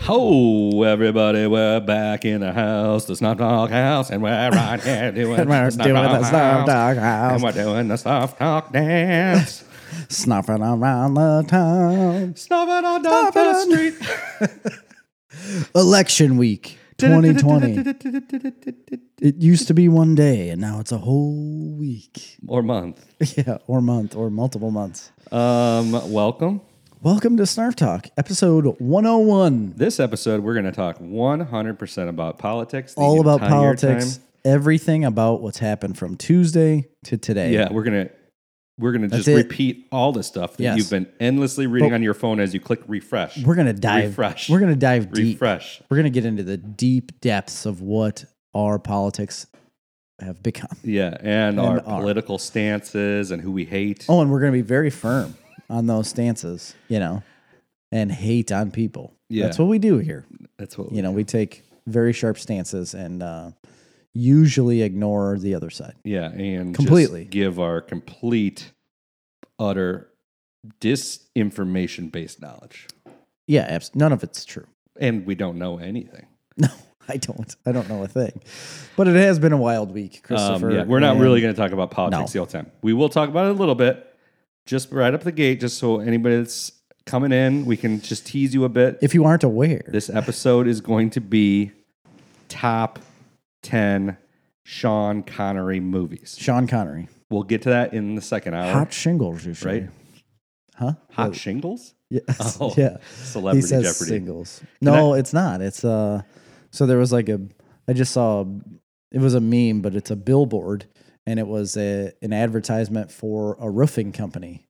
Ho, everybody, we're back in the house, the Snob Dog house, and we're right here doing, We're doing the Snob Dog And House, we're doing the Snob Dog dance. snuffing around the town. Snobbing on down the street. Election week 2020. it used to be one day, and now it's a whole week. Or month. Yeah, or month, or multiple months. Um, welcome. Welcome to Snarf Talk, episode 101. This episode, we're going to talk 100% about politics. the All about entire politics, time. everything about what's happened from Tuesday to today. Yeah, we're going to. We're gonna just it. repeat all the stuff that Yes. you've been endlessly reading on your phone as you click refresh. We're gonna dive. Refresh. We're gonna dive deep. refresh. We're gonna get into the deep depths of what our politics have become. Yeah, and, our, our- political stances and who we hate. Oh, and we're going to be very firm on those stances, you know, and hate on people. Yeah. Oh, That's what we do here. That's what You know, we take very sharp stances and uh, usually ignore the other side. Yeah, and just Completely. give our complete, utter disinformation based knowledge. Yeah, abs- none of it's true. And we don't know anything. No, I don't. I don't know a thing. But it has been a wild week, Um, Christopher. yeah, we're not and- really going to talk about politics No. the whole time. We will talk about it a little bit, just right up the gate, just so anybody that's coming in, we can just tease you a bit. If you aren't aware, this episode is going to be top 10 Sean Connery movies. Sean Connery, We'll get to that in the second hour. hot shingles, you should. right? Huh? Hot shingles? Yes. Oh, yeah. Celebrity he says Jeopardy. singles. No, it's not. It's uh. So there was like a. I just saw. It was a meme, but it's a billboard, and it was a an advertisement for a roofing company,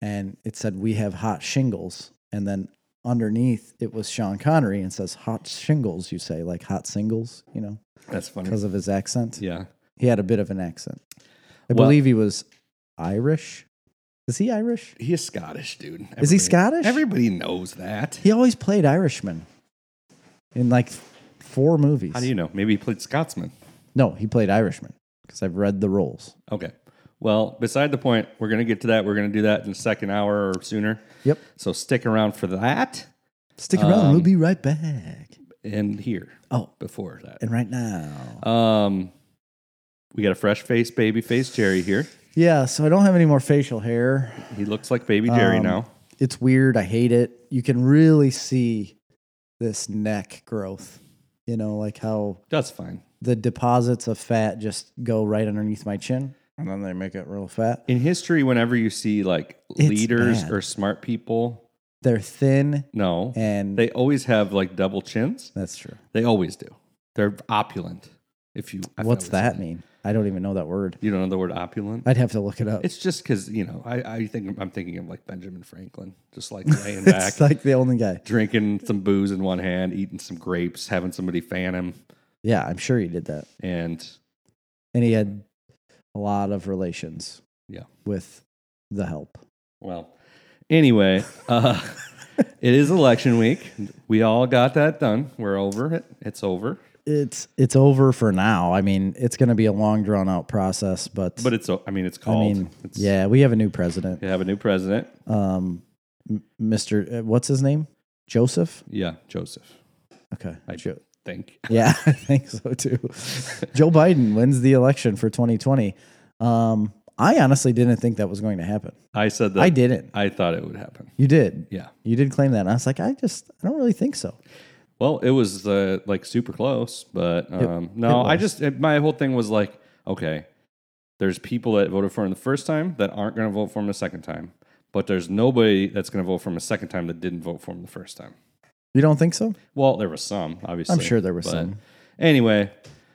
and it said we have hot shingles, and then underneath it was Sean Connery and says hot shingles. You say like hot singles, you know, That's funny. because of his accent. Yeah. He had a bit of an accent. I Well- believe he was Irish. Is he Irish? He is Scottish, dude. Is he Everybody- Scottish? Everybody knows that. He always played Irishman in like four movies. How do you know? Maybe he played Scotsman. No, he played Irishman because I've read the roles. Okay. Well, beside the point, we're going to get to that. We're going to do that in the second hour or sooner. Yep. So stick around for that Stick around. we'll be right back. and here Oh, before that. and right now. Um, we got a fresh face, baby face Jerry here. Yeah, so I don't have any more facial hair. He looks like baby Um, Jerry now. It's weird. I hate it. You can really see this neck growth. You know, like how That's fine. the deposits of fat just go right underneath my chin and then they make it real fat. In history, whenever you see like It's leaders bad. or smart people, They're thin no, and they always have like double chins. that's true. They always do. They're opulent. If you I've What's noticed that mean? I don't even know that word. You don't know the word opulent? I'd have to look it up. It's just because you know I, I think I'm thinking of like Benjamin Franklin, just like laying back, It's like the only guy. drinking some booze in one hand, eating some grapes, having somebody fan him, Yeah, I'm sure he did that. and And he had a lot of relations. Yeah. With the help. well, anyway, uh, it is election week. We all got that done. We're over it. It's over, It's it's over for now. I mean, it's going to be a long drawn out process, but, but it's o- I mean it's I called. mean, it's, yeah, we have a new president. you have a new president. Um M- Mr. uh, what's his name? Joseph? Yeah, Joseph. Okay. I Jo- think. Yeah, I think so too. Joe Biden wins the election for 2020. Um I honestly didn't think that was going to happen. I said that. I didn't. I thought it would happen. You did. Yeah. You did claim that. And I was like, I just, I don't really think so. Well, it was uh, like super close, but um, no, I just it, my whole thing was like, okay, there's people that voted for him the first time that aren't going to vote for him the second time, but there's nobody that's going to vote for him a second time that didn't vote for him the first time. You don't think so? Well, there was some, obviously. I'm sure there were but some. Anyway,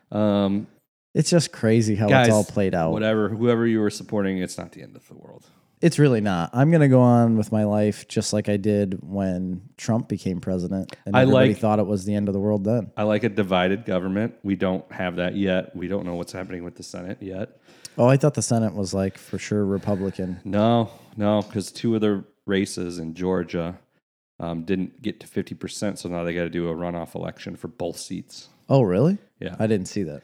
um, It's just crazy how guys, it's all played out. Whatever, whoever you were supporting, it's not the end of the world. It's really not. I'm going to go on with my life just like I did when Trump became president. And I everybody like- thought it was the end of the world then. I like a divided government. We don't have that yet. We don't know what's happening with the Senate yet. Oh, I thought the Senate was like for sure Republican. No, no, because two of the races in Georgia um, didn't get to 50%. So now they got to do a runoff election for both seats. Oh, really? Yeah. I didn't see that.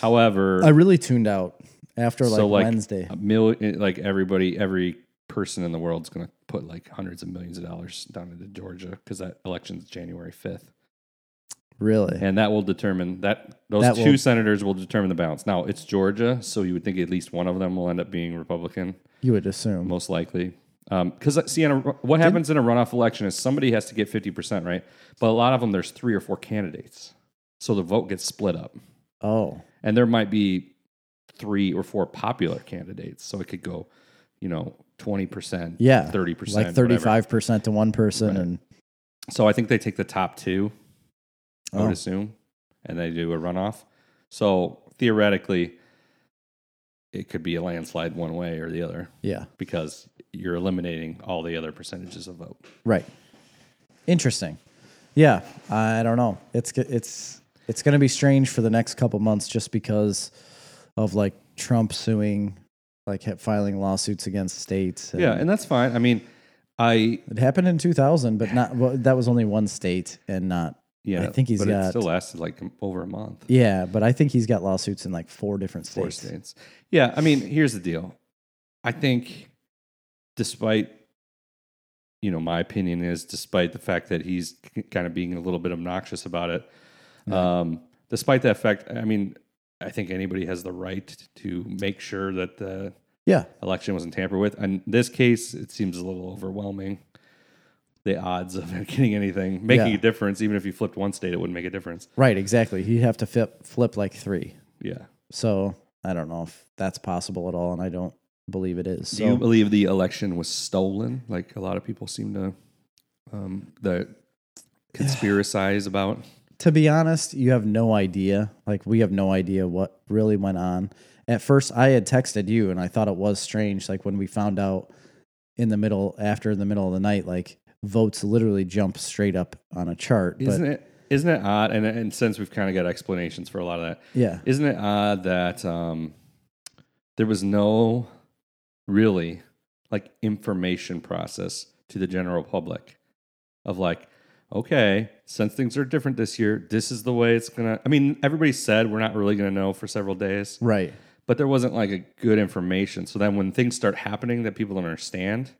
However, I really tuned out after like, so like um, Wednesday. a mil- like everybody, every person in the world's going to put like hundreds of millions of dollars down into Georgia because that election's January 5th. Really? And that will determine that those That two will- senators will determine the balance. Now, it's Georgia, so you would think at least one of them will end up being Republican, You would assume. most likely. Because, see, in a, what happens in a runoff election is somebody has to get 50%, right? But a lot of them, there's three or four candidates. So the vote gets split up. oh, and there might be three or four popular candidates so it could go you know 20% Yeah, 30% like whatever. thirty-five percent to one person, Right. and so i think they take the top two i Oh. would assume and they do a runoff so theoretically it could be a landslide one way or the other yeah, because you're eliminating all the other percentages of vote right. Interesting. Yeah, I don't know. It's g- it's it's going to be strange for the next couple months just because of like Trump suing, like ha- filing lawsuits against states. and- yeah and that's fine i mean i it happened in two thousand, but not well, that was only one state and not. yeah I think he's but it got- still lasted like over a month Yeah, but I think he's got lawsuits in like four different four states. states. Yeah, I mean, here's the deal. I think, despite you know, my opinion is, despite the fact that he's kind of being a little bit obnoxious about it, um, despite that fact, I mean, I think anybody has the right to make sure that the Yeah, election wasn't tampered with. And this case, it seems a little overwhelming. The odds of getting anything making Yeah. a difference, even if you flipped one state, it wouldn't make a difference. right. Exactly. He'd have to flip flip like three. Yeah. So I don't know if that's possible at all, and I don't believe it is. Do you So believe the election was stolen? Like a lot of people seem to um, the conspiracize about. to be honest, you have no idea. Like we have no idea what really went on. At first, I had texted you, and I thought it was strange. Like when we found out in the middle, after the middle of the night, like votes literally jump straight up on a chart. Isn't but it? Isn't it odd? And and since we've kind of got explanations for a lot of that, yeah, isn't it odd that um, there was no really like information process to the general public of like okay since things are different this year this is the way it's gonna i mean everybody said we're not really gonna know for several days right. but there wasn't like a good information. So then when things start happening that people don't understand,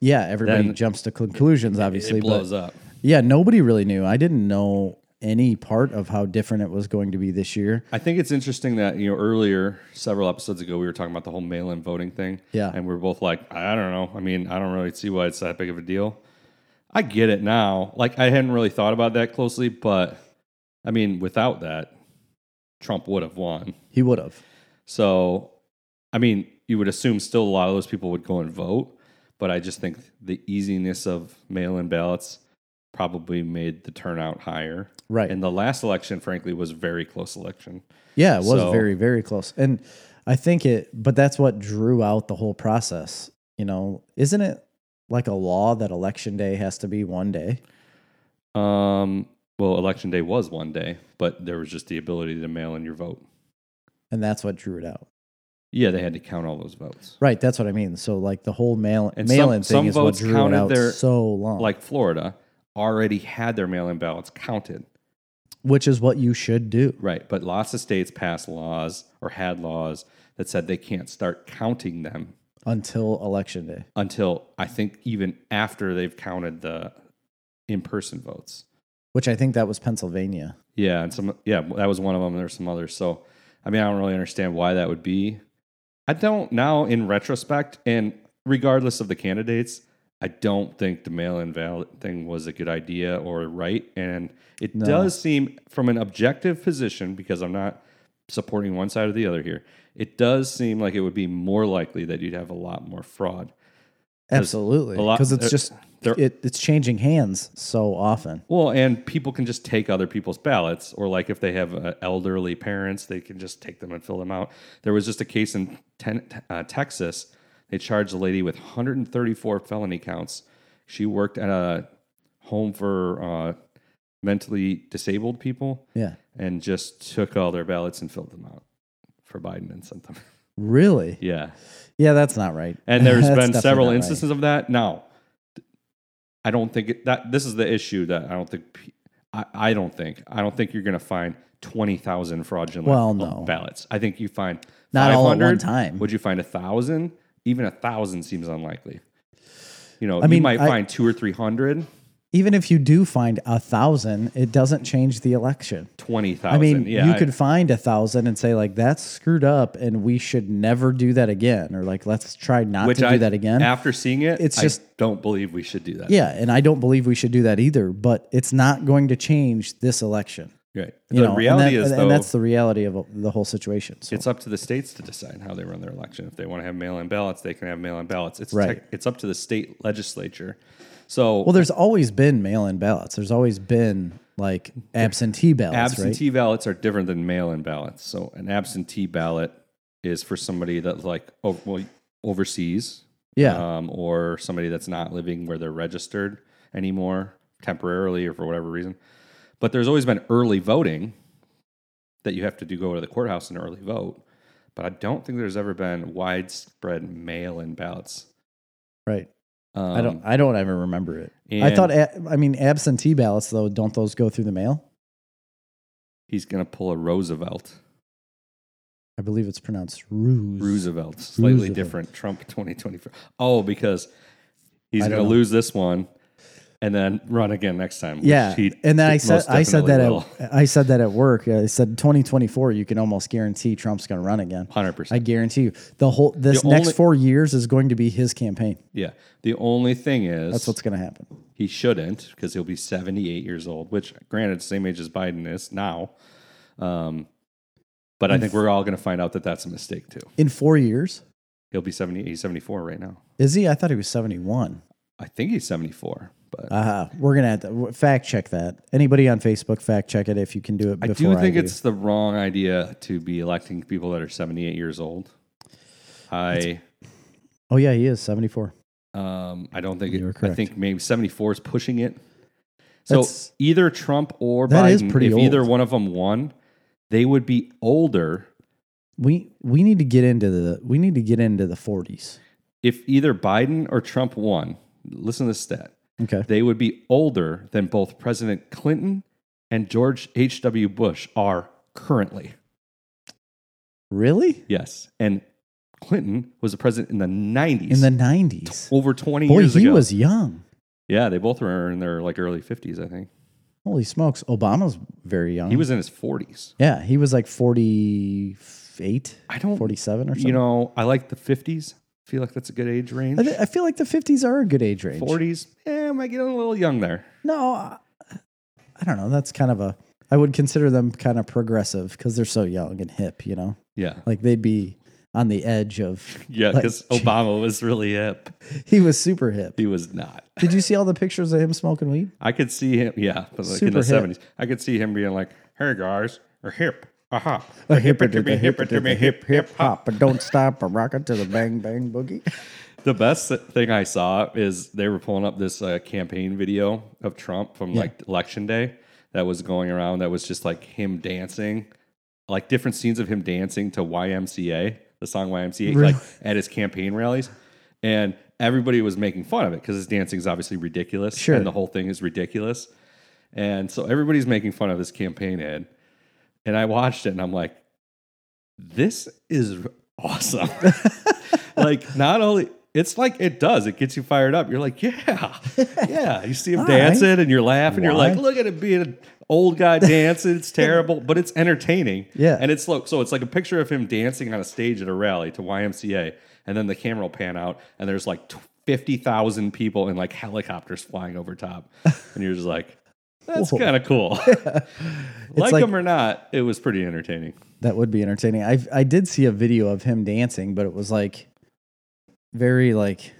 Yeah, everybody Then- jumps to conclusions, obviously. it blows up. but yeah, nobody really knew. I didn't know any part of how different it was going to be this year. I think it's interesting that you know earlier, several episodes ago, we were talking about the whole mail-in voting thing. Yeah. and we were both like, I don't know. I mean, I don't really see why it's that big of a deal. I get it now. Like I hadn't really thought about that closely, but I mean, without that, Trump would have won. He would have. So, I mean, you would assume still a lot of those people would go and vote, but I just think the easiness of mail in ballots probably made the turnout higher. Right. And the last election, frankly, was a very close election. Yeah, it was So- very, very close. And I think it, but that's what drew out the whole process. You know, isn't it like a law that election day has to be one day? Um, well, election day was one day, but there was just the ability to mail in your vote. And that's what drew it out. Yeah, they had to count all those votes. Right. That's what I mean. So, like the whole mail And mail in some- some thing is what votes drew it counted out their- so long, Like Florida already had their mail in ballots counted. which is what you should do. Right, but lots of states passed laws or had laws that said they can't start counting them until election day. until I think even after they've counted the in-person votes. Which I think that was Pennsylvania. Yeah, and some yeah, that was one of them. There's some others. So I mean, I don't really understand why that would be. I don't now in retrospect and regardless of the candidates, I don't think the mail-in ballot thing was a good idea or right and it No. does seem from an objective position because I'm not supporting one side or the other here. It does seem like it would be more likely that you'd have a lot more fraud Absolutely, a lot- because it's there- just there- it, it's changing hands so often. Well, and people can just take other people's ballots, or like if they have uh, elderly parents, they can just take them and fill them out. There was just a case in ten, uh, Texas. They charged a lady with 134 felony counts. She worked at a home for uh, mentally disabled people Yeah, and just took all their ballots and filled them out for Biden and sent them. really. yeah. Yeah, that's not right. And there's That's been definitely several not right. instances of that. Now, th- I don't think it, that this is the issue that I don't think pe- I, I don't think I don't think you're going to find twenty thousand fraudulent Well, ba- no. ballots. I think you find Not all at one 500. time. Would you find a thousand? Even a thousand seems unlikely. You know, I mean, you might I- find two or three hundred, Even if you do find a thousand, it doesn't change the election. twenty I thousand. mean, yeah, you I- could find a thousand and say like that's screwed up, and we should never do that again, or like let's try not which to I, do that again. After seeing it, It's I just- don't believe we should do that. yeah, and I don't believe we should do that either. But it's not going to change this election. Right. You the know, reality and, that- is and though, that's the reality of the whole situation. So, it's up to the states to decide how they run their election. If they want to have mail-in ballots, they can have mail-in ballots. It's Right. tech, it's up to the state legislature. So well, there's always been mail-in ballots. There's always been like absentee ballots, right? absentee ballots are different than mail-in ballots. So an absentee ballot is for somebody that's like oh, well, overseas, Yeah, um, or somebody that's not living where they're registered anymore temporarily or for whatever reason. But there's always been early voting that you have to do go to the courthouse and early vote. But I don't think there's ever been widespread mail-in ballots. right. Um, I don't. I don't ever remember it. I and- thought. A, I mean, absentee ballots though. Don't those go through the mail? He's gonna pull a Roosevelt. I believe it's pronounced ruse. Roosevelt, slightly Roosevelt. different. Trump 2024. Oh, because he's I going don't to know. lose this one and then run again next time. which Yeah, he and then I most said I said that definitely at, will. I said that at work. I said 2024. You can almost guarantee Trump's going to run again. 100%. I guarantee you. The whole this The next only- four years is going to be his campaign. yeah. The only thing is, That's what's going to happen. he shouldn't because he'll be 78 years old, which, granted, same age as Biden is now. Um, but I think we're all going to find out that that's a mistake too. In four years, He'll be 70, he's 74 right now. is he? I thought he was 71. I think he's 74, but Uh, we're gonna have to w- fact check that. Anybody on Facebook, fact check it if you can do it. I Before do think it's the wrong idea to be electing people that are 78 years old. I Oh yeah, he is 74. um, I don't think You were it, I correct. think maybe 74 is pushing it. So That's- either Trump or That is Biden, pretty if either old. one of them won, they would be older. We we need to get into the we need to get into the 40s. If either Biden or Trump won, listen to this stat. Okay. They would be older than both President Clinton and George H.W. Bush are currently. Really? Yes. And Clinton was the president in the 90s. In the 90s. over 20 Boy, years he ago. was young. yeah, they both were in their like early 50s, I think. Holy smokes. Obama's very young. He was in his 40s. Yeah, he was like 48, I don't 47 or something. you know, I like the 50s. I feel like that's a good age range. I, thi- I feel like the 50s are a good age range. 40s, eh, am I getting a little young there? No, I, I don't know. That's kind of a I would consider them kind of progressive cuz they're so young and hip, you know. Yeah. Like they'd be on the edge of Yeah, like, because Obama was really hip. he was super hip. He was not. Did you see all the pictures of him smoking weed? I could see him, yeah, but like in Super the hip. 70s, I could see him being like, hey guys, we're hip. Aha. A hip to me, hip to me, hip, hip hop. hop, but don't stop, a rocket to the bang bang boogie. The best thing I saw is they were pulling up this uh, campaign video of Trump from like election day that was going around that was just like him dancing, like different scenes of him dancing to YMCA, the song YMCA, Really? like at his campaign rallies. And everybody was making fun of it because his dancing is obviously ridiculous. Sure. And the whole thing is ridiculous. And so everybody's making fun of his campaign ad. And I watched it and I'm like, this is awesome. like, not only, it's like it does, it gets you fired up. You're like, yeah, yeah. You see him All right. dancing and you're laughing. You're Why? like, look at him being an old guy dancing. It's terrible, but it's entertaining. Yeah. And it's like, so it's like a picture of him dancing on a stage at a rally to YMCA. And then the camera will pan out and there's like 50,000 people in like helicopters flying over top. And you're just like, that's Whoa. kind of cool. like, like- him or not, it was pretty entertaining. That would be entertaining. I I did see a video of him dancing, but it was like very like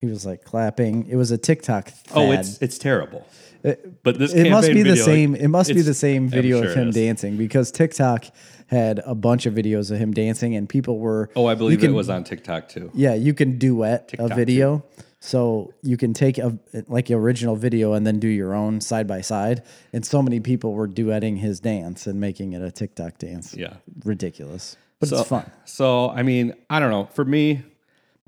he was like clapping. It was a TikTok. Fad. Oh, it's it's terrible. It- But this it must campaign be the video, same. It must be it's- the same I'm video sure of it him is. dancing because TikTok had a bunch of videos of him dancing, and people were. Oh, I believe can- it was on TikTok too. Yeah, you can duet TikTok, a too. video. So you can take a like your original video and then do your own side by side. And so many people were duetting his dance and making it a TikTok dance. Yeah. Ridiculous. But So, it's fun. So I mean, I don't know. For me,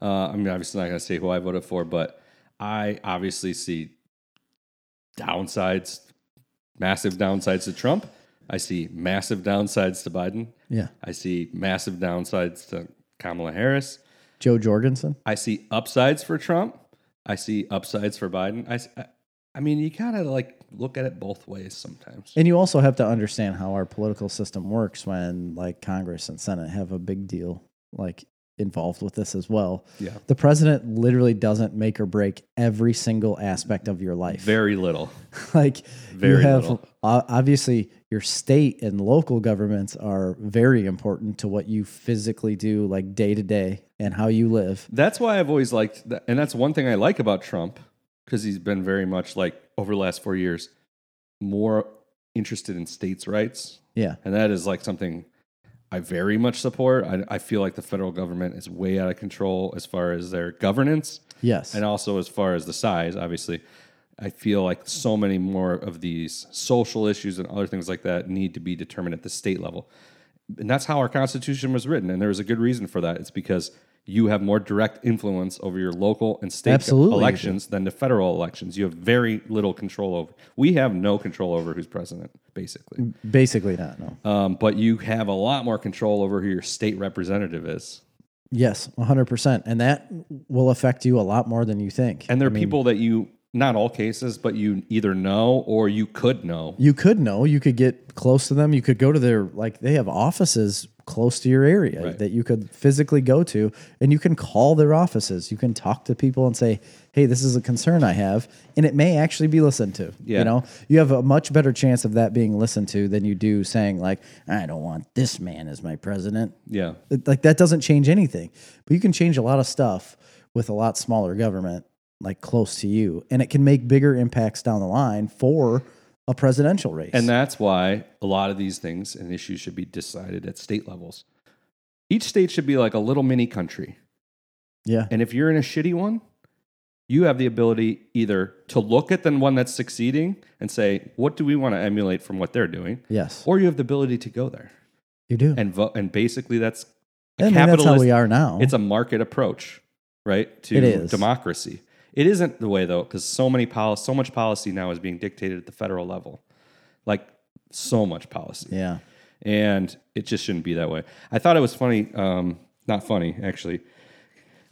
uh, I mean, obviously not going to say who I voted for, but I obviously see downsides, massive downsides to Trump. I see massive downsides to Biden. Yeah. I see massive downsides to Kamala Harris. Joe Jorgensen. I see upsides for Trump. I see upsides for Biden. I, s- I- I mean, you kind of like look at it both ways sometimes. And you also have to understand how our political system works when like Congress and Senate have a big deal like involved with this as well. Yeah. The president literally doesn't make or break every single aspect of your life. Very little. like you very have little. o- obviously your state and local governments are very important to what you physically do like day to day and how you live. That's why I've always liked, that, and that's one thing I like about Trump because he's been very much like over the last four years more interested in states' rights, Yeah. and that is like something I very much support. I, I feel like the federal government is way out of control as far as their governance, Yes. and uh, also as far as the size. Obviously, I feel like so many more of these social issues and other things like that need to be determined at the state level and that's how our constitution was written and there was a good reason for that it's because you have more direct influence over your local and state Absolutely. elections than the federal elections you have very little control over we have no control over who's president basically Basically not no. um, but you have a lot more control over who your state representative is Yes, 100%. And that will affect you a lot more than you think. and there are people that you not all cases but you either know or you could know you could know you could get close to them you could go to their like they have offices close to your area that you could physically go to and you can call their offices you can talk to people and say hey this is a concern i have and it may actually be listened to Yeah. you know you have a much better chance of that being listened to than you do saying like i don't want this man as my president yeah It- like that doesn't change anything but you can change a lot of stuff with a lot smaller government like close to you and it can make bigger impacts down the line for a presidential race And that's why a lot of these things and issues should be decided at state levels. Each state should be like a little mini country. yeah And if you're in a shitty one, you have the ability either to look at the one that's succeeding and say, what do we want to emulate from what they're doing? yes Or you have the ability to go there you do and vote. And basically, that's I mean, that's how we are now it's a market approach, right? To It is. democracy. It isn't the way though, because so many poli- so much policy now is being dictated at the federal level, like so much policy yeah and it just shouldn't be that way. I thought it was funny, um, not funny actually.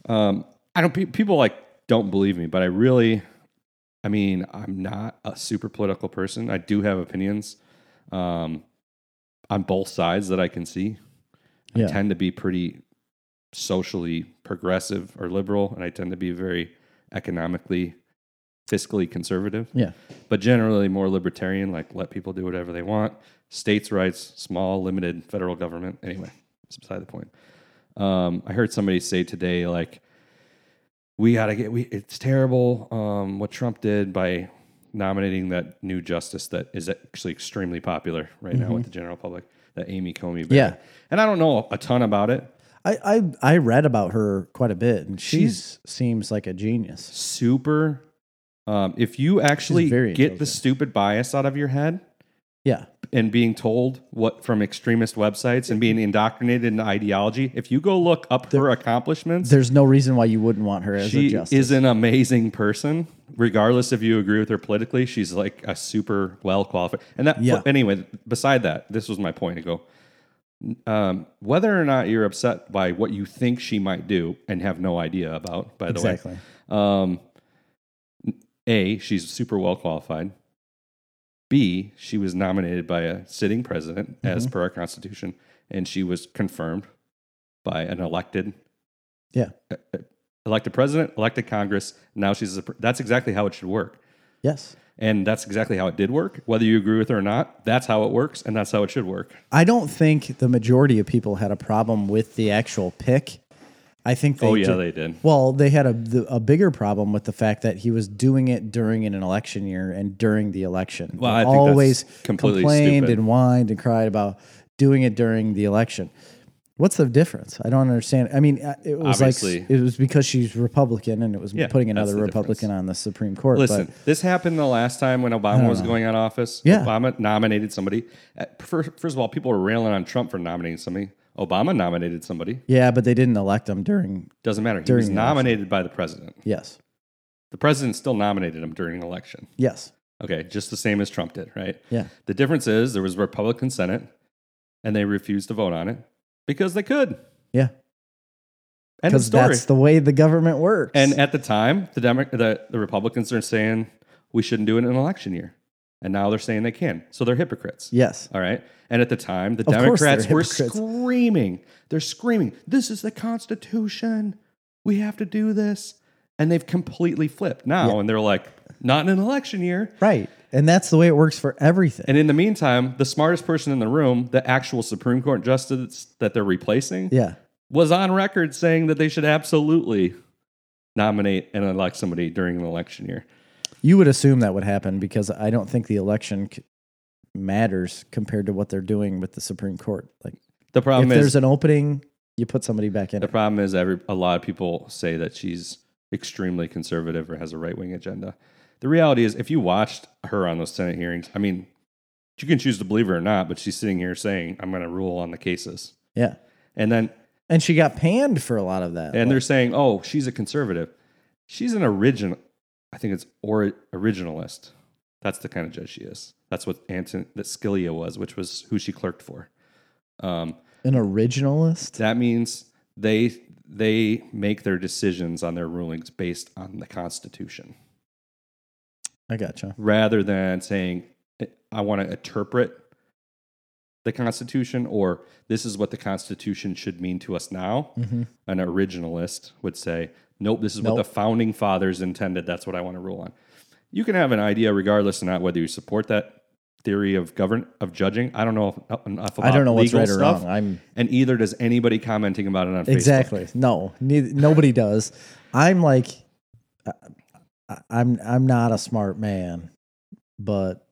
Um, I don't. pe- People like don't believe me, but I really, I mean, I'm not a super political person. I do have opinions um, on both sides that I can see. I Yeah. tend to be pretty socially progressive or liberal, and I tend to be very economically, fiscally conservative yeah but generally more libertarian, like let people do whatever they want. States' rights, small, limited federal government. Anyway, it's beside the point. Um, I heard somebody say today, like, we got to get, we, it's terrible um, what Trump did by nominating that new justice that is actually extremely popular right now with the general public, that Amy Comey. Barrett. Mm-hmm. Yeah. And I don't know a ton about it. I, I i read about her quite a bit and she's seems like a genius Super. Um, if you actually very get the intelligent. stupid bias out of your head, yeah and being told what from extremist websites and being indoctrinated in ideology. If you go look up her accomplishments, there's no reason why you wouldn't want her as a she justice is an amazing person. Regardless if you agree with her politically, she's like a super well qualified. And that Yeah. anyway, beside that, this was my point to go. Um, whether or not you're upset by what you think she might do and have no idea about, by the way, exactly um, A, she's super well qualified. B, she was nominated by a sitting president as Mm-hmm. per our constitution, and she was confirmed by an elected yeah elected president, elected Congress. Now she's a, pr- that's exactly how it should work, yes and that's exactly how it did work. Whether you agree with her or not, that's how it works, and that's how it should work. Oh, I don't think the majority of people had a problem with the actual pick. I think they Oh yeah, ju- they did. well, they had a the- a bigger problem with the fact that he was doing it during an election year and during the election. Well, They I think that's always completely complained stupid. and whined and cried about doing it during the election. What's the difference? I don't understand. I mean, uh, it was Obviously. like it was because she's Republican and it was that's putting another the Republican on the Supreme Court. Listen, this happened the last time when Obama was going out of office. Oh. Yeah. Obama nominated somebody. Uh, First, first of all, people were railing on Trump for nominating somebody. Obama nominated somebody. but, yeah, but they didn't elect him during. Doesn't matter. He During was the election. nominated by the president. Yes, The president still nominated him during an election. yes, Okay, just the same as Trump did, right? yeah, The difference is there was a Republican Senate and they refused to vote on it because they could. yeah. End of because story. that's the way the government works. and at the time, the, Demo- the the Republicans are saying we shouldn't do it in an election year, and now they're saying they can. So they're hypocrites. yes, All right. And at the time, the Of course they're Democrats were hypocrites. screaming. They're screaming, this is the Constitution. We have to do this. And they've completely flipped now. And they're like, not in an election year. right, and that's the way it works for everything. And in the meantime, the smartest person in the room, the actual Supreme Court justice that they're replacing, yeah, was on record saying that they should absolutely nominate and elect somebody during an election year. you would assume that would happen because I don't think the election c- matters compared to what they're doing with the Supreme Court. Like, The if problem there's Um, is an opening, you put somebody back in. the It. problem is every a lot of people say that she's extremely conservative or has a right wing agenda. The reality is, if you watched her on those Senate hearings, I mean, you can choose to believe her or not, but she's sitting here saying, "I'm going to rule on the cases," Yeah, and then and she got panned for a lot of that. and Like, they're saying, "Oh, she's a conservative. She's an original. I think it's or originalist. That's the kind of judge she is. That's what Anton that Scalia was, which was who she clerked for. Um, an originalist. that means they they make their decisions on their rulings based on the Constitution, I gotcha. rather than saying, "I want to interpret." The Constitution, or this is what the Constitution should mean to us now hmm an originalist would say, nope, this is what Nope. the founding fathers intended. That's what I want to rule on. You can have an idea regardless of not whether you support that theory of govern of judging. I don't know if, uh, enough about I don't know what's legal right stuff, or wrong. I'm and either does anybody commenting about it on exactly no neith- nobody does i'm like I- I- i'm i'm not a smart man but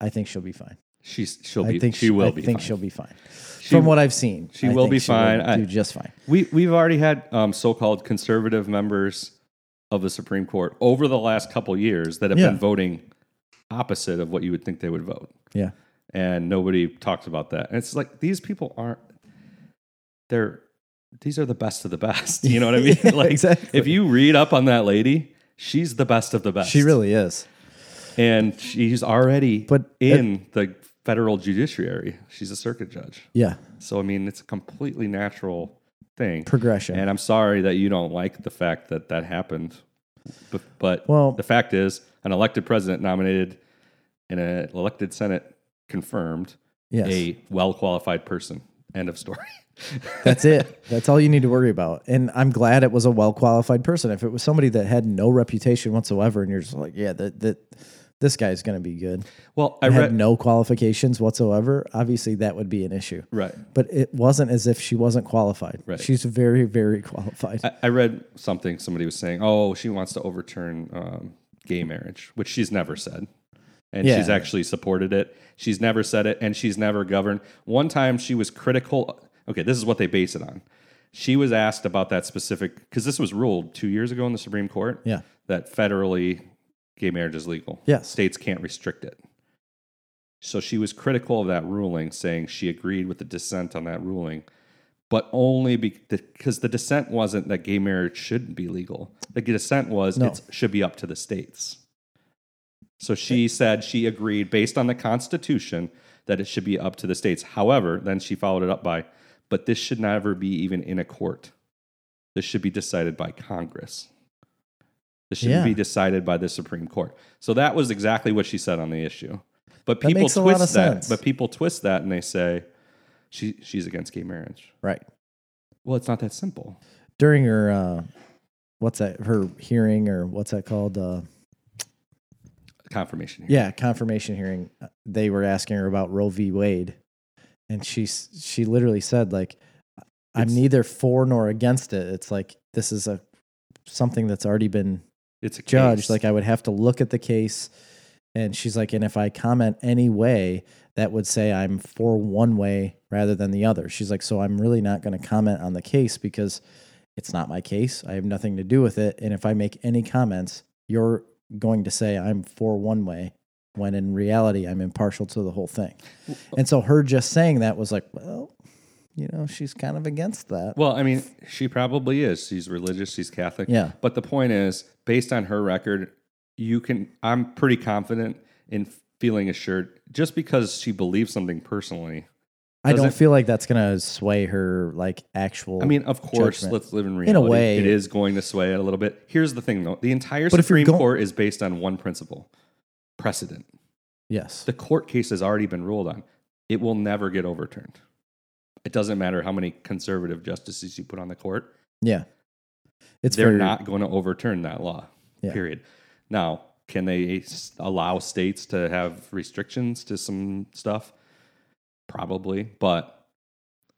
i think she'll be fine Facebook. She's she'll i be think she will I be think fine. she'll be fine She- from what i've seen she I will think be fine. do I- just fine we we've already had um, so-called conservative members of the Supreme Court over the last couple years that have Yeah. been voting opposite of what you would think they would vote. yeah and nobody talks about that. And it's like these people aren't they're these are the best of the best. You know what I mean? Yeah, like exactly. if you read up on that lady, she's the best of the best. she really is and she's already But in the federal judiciary. She's a circuit judge. yeah So I mean, it's a completely natural thing. progression And I'm sorry that you don't like the fact that that happened. But, but Well- the fact is, an elected president nominated and an elected Senate confirmed yes a well qualified person. End of story. that's it that's all you need to worry about and i'm glad it was a well qualified person if it was somebody that had no reputation whatsoever and you're just like yeah that that this guy's going to be good Well, I had read no qualifications whatsoever, obviously that would be an issue. right. But it wasn't as if she wasn't qualified. Right. She's very, very qualified. I, I read something. Somebody was saying, "Oh, she wants to overturn um, gay marriage," which she's never said, and Yeah. she's actually supported it. She's never said it, and she's never governed. One time, she was critical. Okay, this is what they base it on. She was asked about that specific because this was ruled two years ago in the Supreme Court. yeah. that federally gay marriage is legal. Yes. States can't restrict it. So she was critical of that ruling, saying she agreed with the dissent on that ruling, but only because the dissent wasn't that gay marriage shouldn't be legal. The dissent was No. it should be up to the states. So she said she agreed based on the Constitution that it should be up to the states. However, then she followed it up by, but this should never be even in a court. This should be decided by Congress. This should Yeah. be decided by the Supreme Court. So that was exactly what she said on the issue. But That people makes twist a lot of that. sense. But people twist that and they say she she's against gay marriage. Right. Well, it's not that simple. During her uh what's that her hearing or what's that called? Uh Confirmation. Here. yeah, confirmation hearing. uh, They were asking her about Roe v. Wade. And she s- she literally said, like, I'm It's- neither for nor against it. It's like this is a something that's already been It's a judge case. like i would have to look at the case and she's like and if i comment any way that would say i'm for one way rather than the other she's like so i'm really not going to comment on the case because it's not my case i have nothing to do with it and if i make any comments you're going to say i'm for one way when in reality i'm impartial to the whole thing and so her just saying that was like well you know she's kind of against that Well, I mean, she probably is. She's religious. She's Catholic. Yeah. But the point is, based on her record, you can. I'm pretty confident in feeling assured just because she believes something personally I don't Doesn't- feel like that's gonna sway her like actual. I mean, of course, judgment. let's live in reality. In a way- it is going to sway it a little bit. Here's the thing, though: the entire But if you're Supreme go- Court is based on one principle: precedent. yes, The court case has already been ruled on. It will never get overturned. It doesn't matter how many conservative justices you put on the court; yeah. It's they're very- not going to overturn that law. Yeah. Period. Now, can they s- allow states to have restrictions to some stuff? Probably, but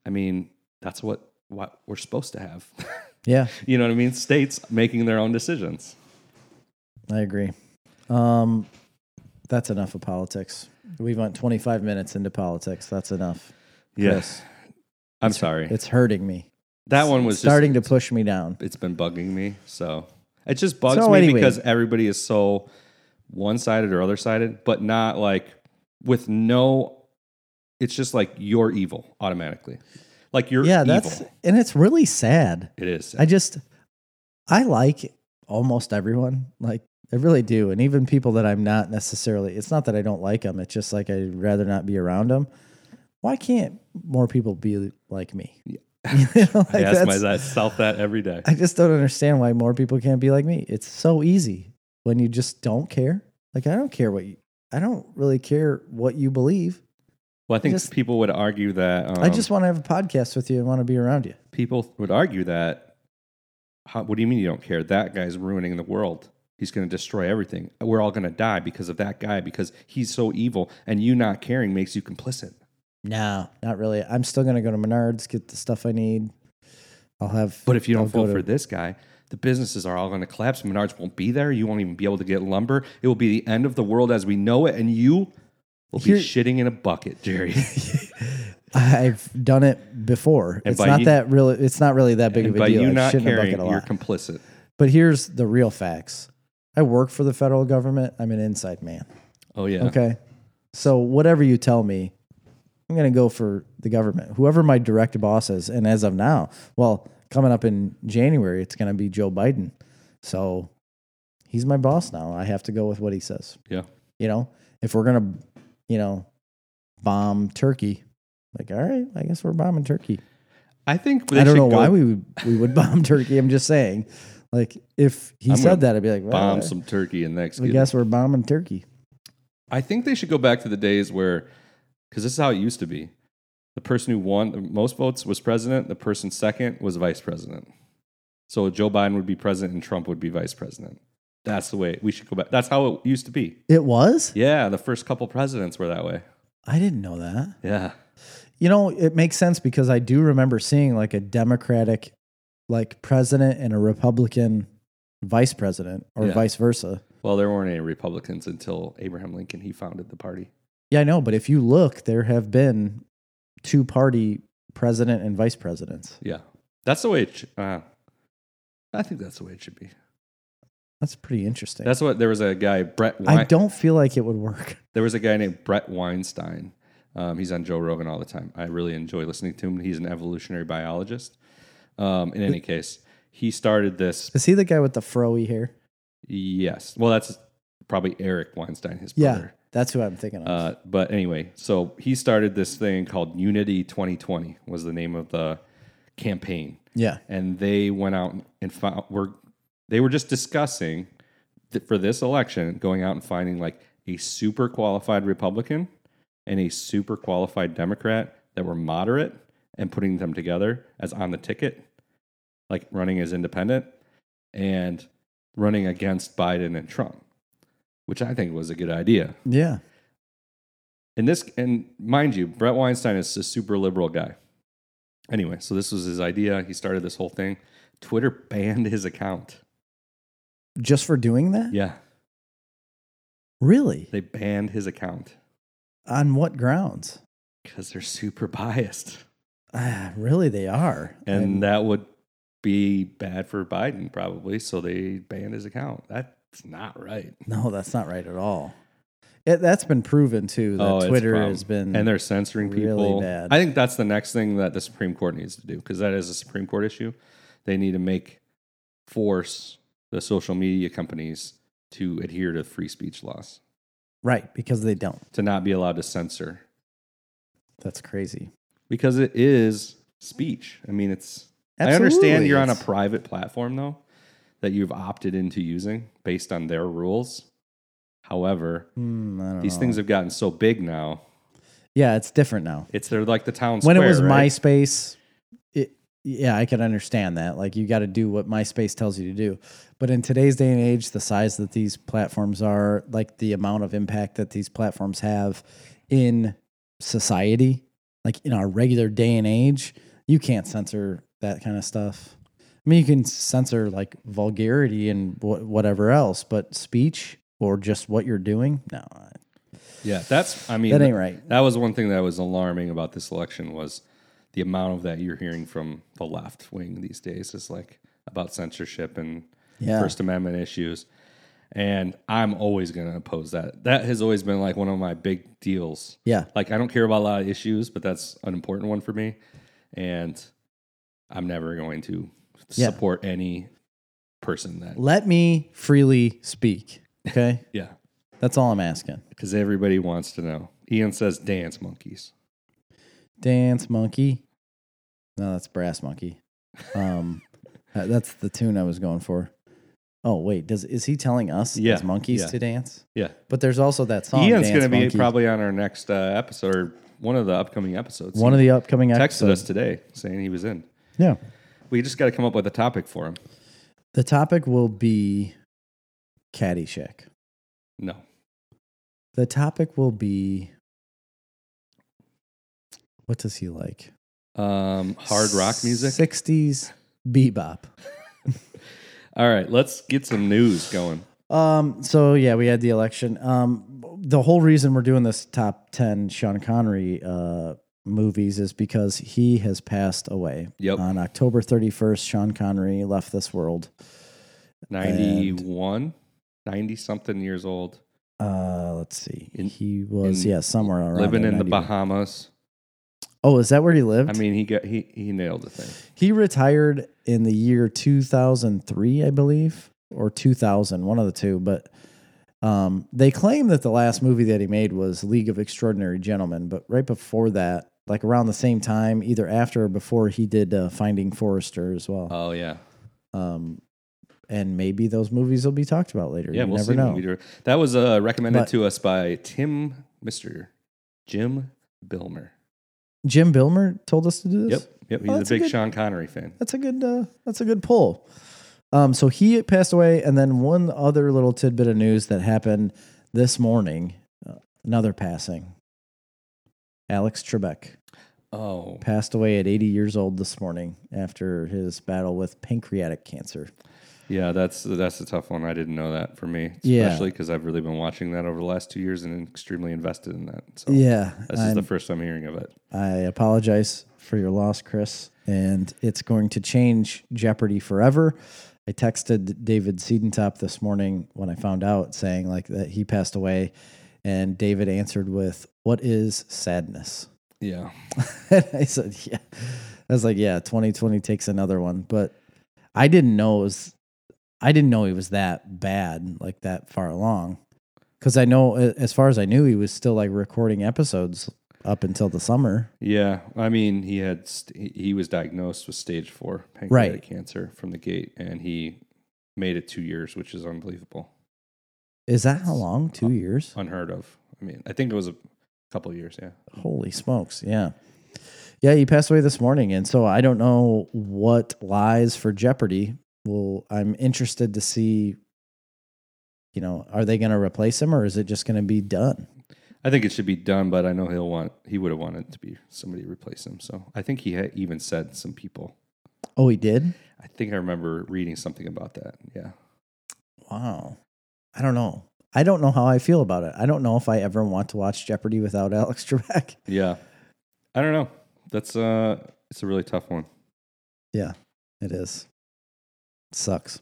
I mean, that's what what we're supposed to have. Yeah, you know what I mean? States making their own decisions. I agree. Um, that's enough of politics. We went 25 minutes into politics. That's enough. Yes. I'm sorry. It's hurting me. that one was just starting to push me down. it's been bugging me. So it just bugs So me anyway. because everybody is so one sided or other sided, but not like with no. It's just like you're evil automatically. Like you're yeah, evil. that's and it's really sad. it is. I just I like almost everyone. Like I really do, and even people that I'm not necessarily. It's not that I don't like them. It's just like I'd rather not be around them. Why can't more people be like me? You know, like I ask that's- myself that every day. I just don't understand why more people can't be like me. It's so easy when you just don't care. Like I don't care what you. I don't really care what you believe. well, I think just- people would argue that. Um, I just want to have a podcast with you and want to be around you. people would argue that how, what do you mean you don't care that guy's ruining the world he's going to destroy everything we're all going to die because of that guy because he's so evil and you not caring makes you complicit No, not really. I'm still gonna go to Menards, get the stuff I need. I'll have. but if you I'll don't go vote for to- this guy the businesses are all going to collapse menards won't be there you won't even be able to get lumber it will be the end of the world as we know it and you will Here- be shitting in a bucket jerry I've done it before. And it's by not you- that really. It's not really that big and of a by deal. you I've not shit in a caring bucket a you're lot. complicit but here's the real facts. I work for the federal government. I'm an inside man. oh yeah Okay. So whatever you tell me, I'm gonna go for the government, whoever my direct boss is. And as of now, well, coming up in January, it's gonna be Joe Biden. So he's my boss now. I have to go with what he says. yeah You know, if we're gonna, you know, bomb Turkey, like all right, I guess we're bombing Turkey. i think I don't know go why we would, we would bomb Turkey. I'm just saying, like if he I'm gonna said that, I'd be like, well, bomb some turkey in next I guess we're bombing Turkey. I think they should go back to the days where, because this is how it used to be. The person who won the most votes was president. The person second was vice president. So Joe Biden would be president and Trump would be vice president. That's the way we should go back. That's how it used to be. It was. Yeah, the first couple presidents were that way. I didn't know that. Yeah, You know, it makes sense because I do remember seeing like a Democratic, like president and a Republican vice president, or Yeah. vice versa. Well, there weren't any Republicans until Abraham Lincoln. He founded the party. Yeah, I know. But if you look, there have been two party president and vice presidents. Yeah, that's the way. It sh- uh, I think that's the way it should be. That's pretty interesting. That's what there was a guy Brett. I Wein- don't feel like it would work. There was a guy named Brett Weinstein. Um, he's on Joe Rogan all the time. I really enjoy listening to him. He's an evolutionary biologist. Um, in any case, he started this. Is he the guy with the froey hair? Yes. Well, that's probably Eric Weinstein, his Yeah, brother. that's who I'm thinking of. Uh, but anyway, so he started this thing called Unity 2020 was the name of the campaign yeah, and they went out and found were they were just discussing that for this election going out and finding like a super qualified Republican and a super qualified Democrat that were moderate and putting them together as on the ticket, like running as independent and running against Biden and Trump, which I think was a good idea. yeah, And this, and mind you, Brett Weinstein is a super liberal guy. Anyway, so this was his idea. He started this whole thing. Twitter banned his account. just for doing that. Yeah, Really? they banned his account On what grounds? because they're super biased, Ah, really, they are. and I'm- that would be bad for Biden probably. So they banned his account. That's not right. No, that's not right at all. It, that's been proven too. That Oh, it's a Twitter problem. has been and they're censoring really people. bad. I think that's the next thing that the Supreme Court needs to do because that is a Supreme Court issue. They need to make force the social media companies to adhere to free speech laws right because they don't. to not be allowed to censor. That's crazy. because it is speech. I mean, it's. I understand Absolutely, you're on a it's- private platform though that you've opted into using based on their rules. However, Hmm, I don't these know. things have gotten so big now. Yeah, it's different now. It's they're like the town when it square, was right? MySpace, it, yeah, I can understand that. Like you got to do what MySpace tells you to do. But in today's day and age, the size that these platforms are, like the amount of impact that these platforms have in society, like in our regular day and age, you can't censor that kind of stuff. I mean, you can censor like vulgarity and wha- whatever else, but speech or just what you're doing, no, Yeah, that's. I mean, that ain't right. That was one thing that was alarming about this election was the amount of that you're hearing from the left wing these days is like about censorship and Yeah. First Amendment issues. And I'm always going to oppose that. That has always been like one of my big deals. Yeah. Like I don't care about a lot of issues, but that's an important one for me. And I'm never going to Yeah. support any person that. Let me freely speak. Okay. Yeah. That's all I'm asking. Because everybody wants to know. Ian says dance monkeys. Dance monkey. No, that's brass monkey. Um, uh, that's the tune I was going for. Oh wait, does is he telling us Yeah, as monkeys yeah. to dance? Yeah. But there's also that song. Ian's Dance going to be Monkey. probably on our next uh, episode or one of the upcoming episodes. one of the upcoming texted episodes. us today saying he was in. Yeah. We just got to come up with a topic for him. The topic will be Caddyshack. No, The topic will be what does he like? um, hard rock music. Sixties bebop. All right, let's get some news going. Um, so yeah, we had the election. Um, the whole reason we're doing this top 10 Sean Connery, uh, movies is because he has passed away Yep, on October 31st. Sean Connery left this world. ninety one, ninety something years old, Uh, let's see. In- he was, in- yeah, somewhere around living there, in the 91. Bahamas. Oh, is that where he lived? I mean, he got he he nailed the thing. he retired in the year 2003, I believe, or 2000, one of the two, but, Um, they claim that the last movie that he made was League of Extraordinary Gentlemen, but right before that, like around the same time, either after or before, he did uh, Finding Forrester as well. Oh yeah, Um, and maybe those movies will be talked about later. yeah. you we'll never see. when know. we do it. That was uh, recommended But- to us by Tim, Mister Jim Bilmer. Jim Bilmer told us to do this. Yep, yep. He's Oh, a that's a big good- Sean Connery fan. that's a good uh, that's a good pull. Um, so he passed away, and then one other little tidbit of news that happened this morning: uh, another passing. Alex Trebek Oh, passed away at 80 years old this morning after his battle with pancreatic cancer. Yeah, that's that's a tough one. I didn't know that for me, Yeah. especially because I've really been watching that over the last two years and extremely invested in that. So Yeah, Oh, this is I'm- the first time hearing of it. I apologize for your loss, Chris, and it's going to change Jeopardy forever. I texted David Seedentop this morning when I found out saying like that he passed away, and David answered with, "What is sadness?" Yeah, and I said, "Yeah." I was like, "Yeah, 2020 takes another one," but I didn't know it was. I didn't know he was that bad, like that far along, because I know a- as far as I knew, he was still like recording episodes up until the summer. yeah. I mean, he had st- he was diagnosed with stage four pancreatic Right. cancer from the gate, and he made it two years, which is unbelievable, Is that how long? Two years? unheard of. I mean, I think it was a couple of years. Yeah, Holy smokes. Yeah. Yeah, he passed away this morning. And so I don't know what lies for Jeopardy. Well, I'm interested to see, you know, are they going to replace him or is it just going to be done? I think it should be done, but I know he'll want he would have wanted to be somebody to replace him. So I think he had even said some people. Oh, he did? I think I remember reading something about that. Yeah. Wow. I don't know. I don't know how I feel about it. I don't know if I ever want to watch Jeopardy without Alex Trebek. Yeah. I don't know. That's uh it's a really tough one. It is. Sucks.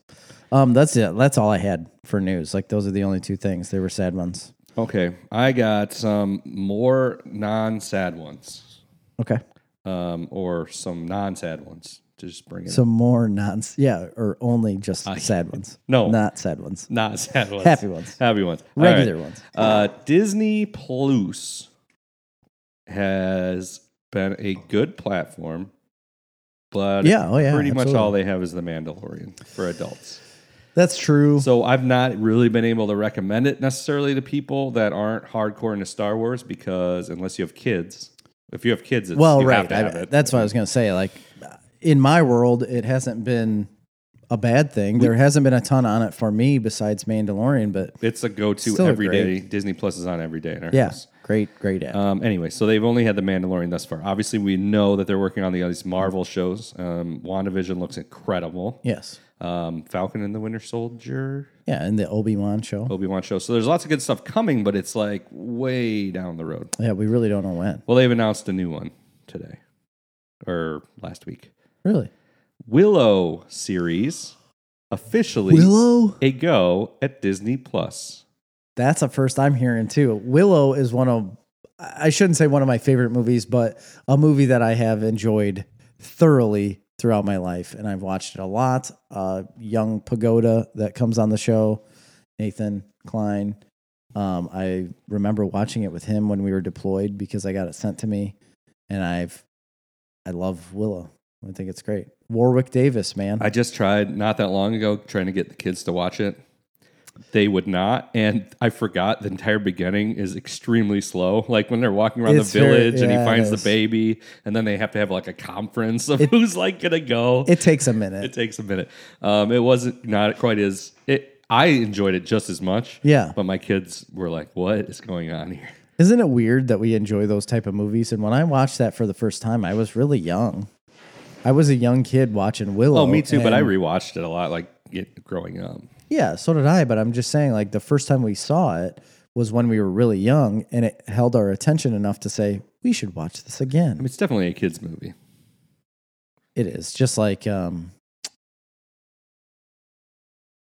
Um, that's it. That's all I had for news. Like those are the only two things. They were sad ones. Okay. I got some more non sad ones. Okay. Um, or some non sad ones. to Just bring it up. Some more non, yeah, or only just I- sad ones. Ah, No. not sad ones. Not sad ones. Happy ones. Happy ones. All right. Regular ones. Uh Disney Plus has been a good platform, but Yeah, oh yeah, pretty much absolutely. all they have is The Mandalorian for adults. That's true. So I've not really been able to recommend it necessarily to people that aren't hardcore into Star Wars because unless you have kids, if you have kids, it's, well, you right. have to I- have it. That's what I was going to say. Like in my world, it hasn't been a bad thing. There hasn't been a ton on it for me besides Mandalorian, but it's a go-to Still every day. great. Disney Plus is on every day in our yeah, house. great, great app. Um, anyway, so they've only had the Mandalorian thus far. Obviously, we know that they're working on the uh, these Marvel shows. Um, WandaVision looks incredible. yes. Um, Falcon and the Winter Soldier, Yeah, and the Obi Wan show. Obi Wan show. So there's lots of good stuff coming, but it's like way down the road. Yeah, we really don't know when. Well, they've announced a new one today or last week. Really? Willow series officially Willow? a go at Disney Plus. That's a first I'm hearing too. Willow is one of I shouldn't say one of my favorite movies, but a movie that I have enjoyed thoroughly throughout my life, and I've watched it a lot. Uh, young Pagoda that comes on the show, Nathan Klein. Um, I remember watching it with him when we were deployed because I got it sent to me, and I've I love Willow. I think it's great. Warwick Davis, man. I just tried not that long ago trying to get the kids to watch it. They would not, and I forgot the entire beginning is extremely slow. Like when they're walking around It's the very- village and he yeah, it finds the is. baby, and then they have to have like a conference of who's like gonna go. it takes a minute. it takes a minute. Um, it wasn't not quite as it. I enjoyed it just as much. Yeah. but my kids were like, "What is going on here?" Isn't it weird that we enjoy those type of movies? And when I watched that for the first time, I was really young. I was a young kid watching Willow. Oh, me too. But I and- rewatched it a lot, like it, growing up. yeah, so did I. But I'm just saying, like the first time we saw it was when we were really young, and it held our attention enough to say we should watch this I mean, again. it's definitely a kids' movie. It is just like um,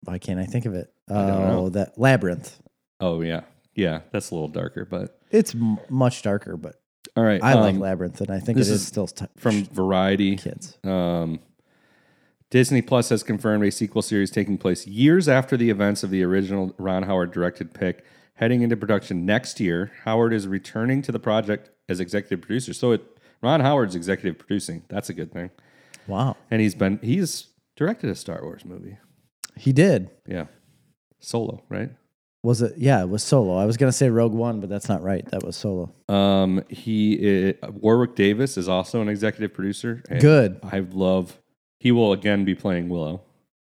why can't I think of it? Oh, don't know. that labyrinth. Oh yeah, yeah. That's a little darker, but It's m- much darker, but all right. I like um, labyrinth, and I think it this is, is still t- from Variety. kids. Um, Disney Plus has confirmed a sequel series taking place years after the events of the original Ron Howard directed pick, heading into production next year. Howard is returning to the project as executive producer. So it Ron Howard's executive producing. That's a good thing. Wow, And he's been he's directed a Star Wars movie. he did. Yeah. Solo, right? Was it? Yeah, it was Solo. I was gonna say Rogue One, but that's not right. That was Solo. Um, he i Warwick Davis is also an executive producer. and Good I love. He will again be playing Willow.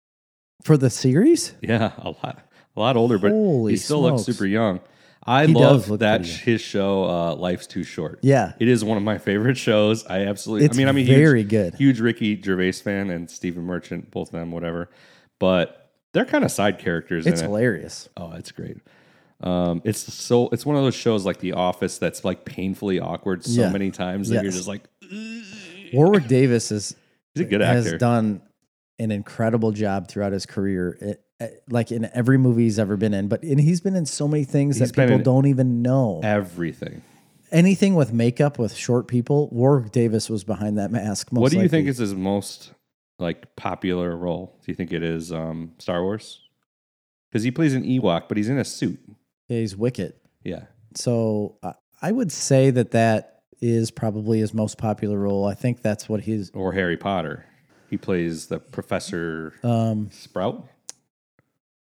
for the series. Yeah, a lot, a lot older, but Holy he still looks smokes. super young. I He does love look that pretty young. his show, uh, Life's Too Short. Yeah, It is one of my favorite shows. I absolutely. it's I mean, I'm a very huge, good. huge Ricky Gervais fan and Stephen Merchant, both of them, whatever. But they're kind of side characters. It's in it. hilarious. Oh, it's great. Um, it's so it's one of those shows like The Office that's like painfully awkward so Yeah. many times that you're Yes. just like Warwick Davis is he's a good has actor. done an incredible job throughout his career. It, eh, like in every movie he's ever been in, but and he's been in so many things He's that been people in- don't even know. Everything. Anything with makeup with short people, Warwick Davis was behind that mask. Most What do you likely. think is his most like popular role? Do you think it is um, Star Wars? Because he plays an Ewok, but he's in a suit. Yeah, he's Wicket. Yeah, So I I would say that that is probably his most popular role. I think that's what he's or Harry Potter. He plays the Professor um Sprout, the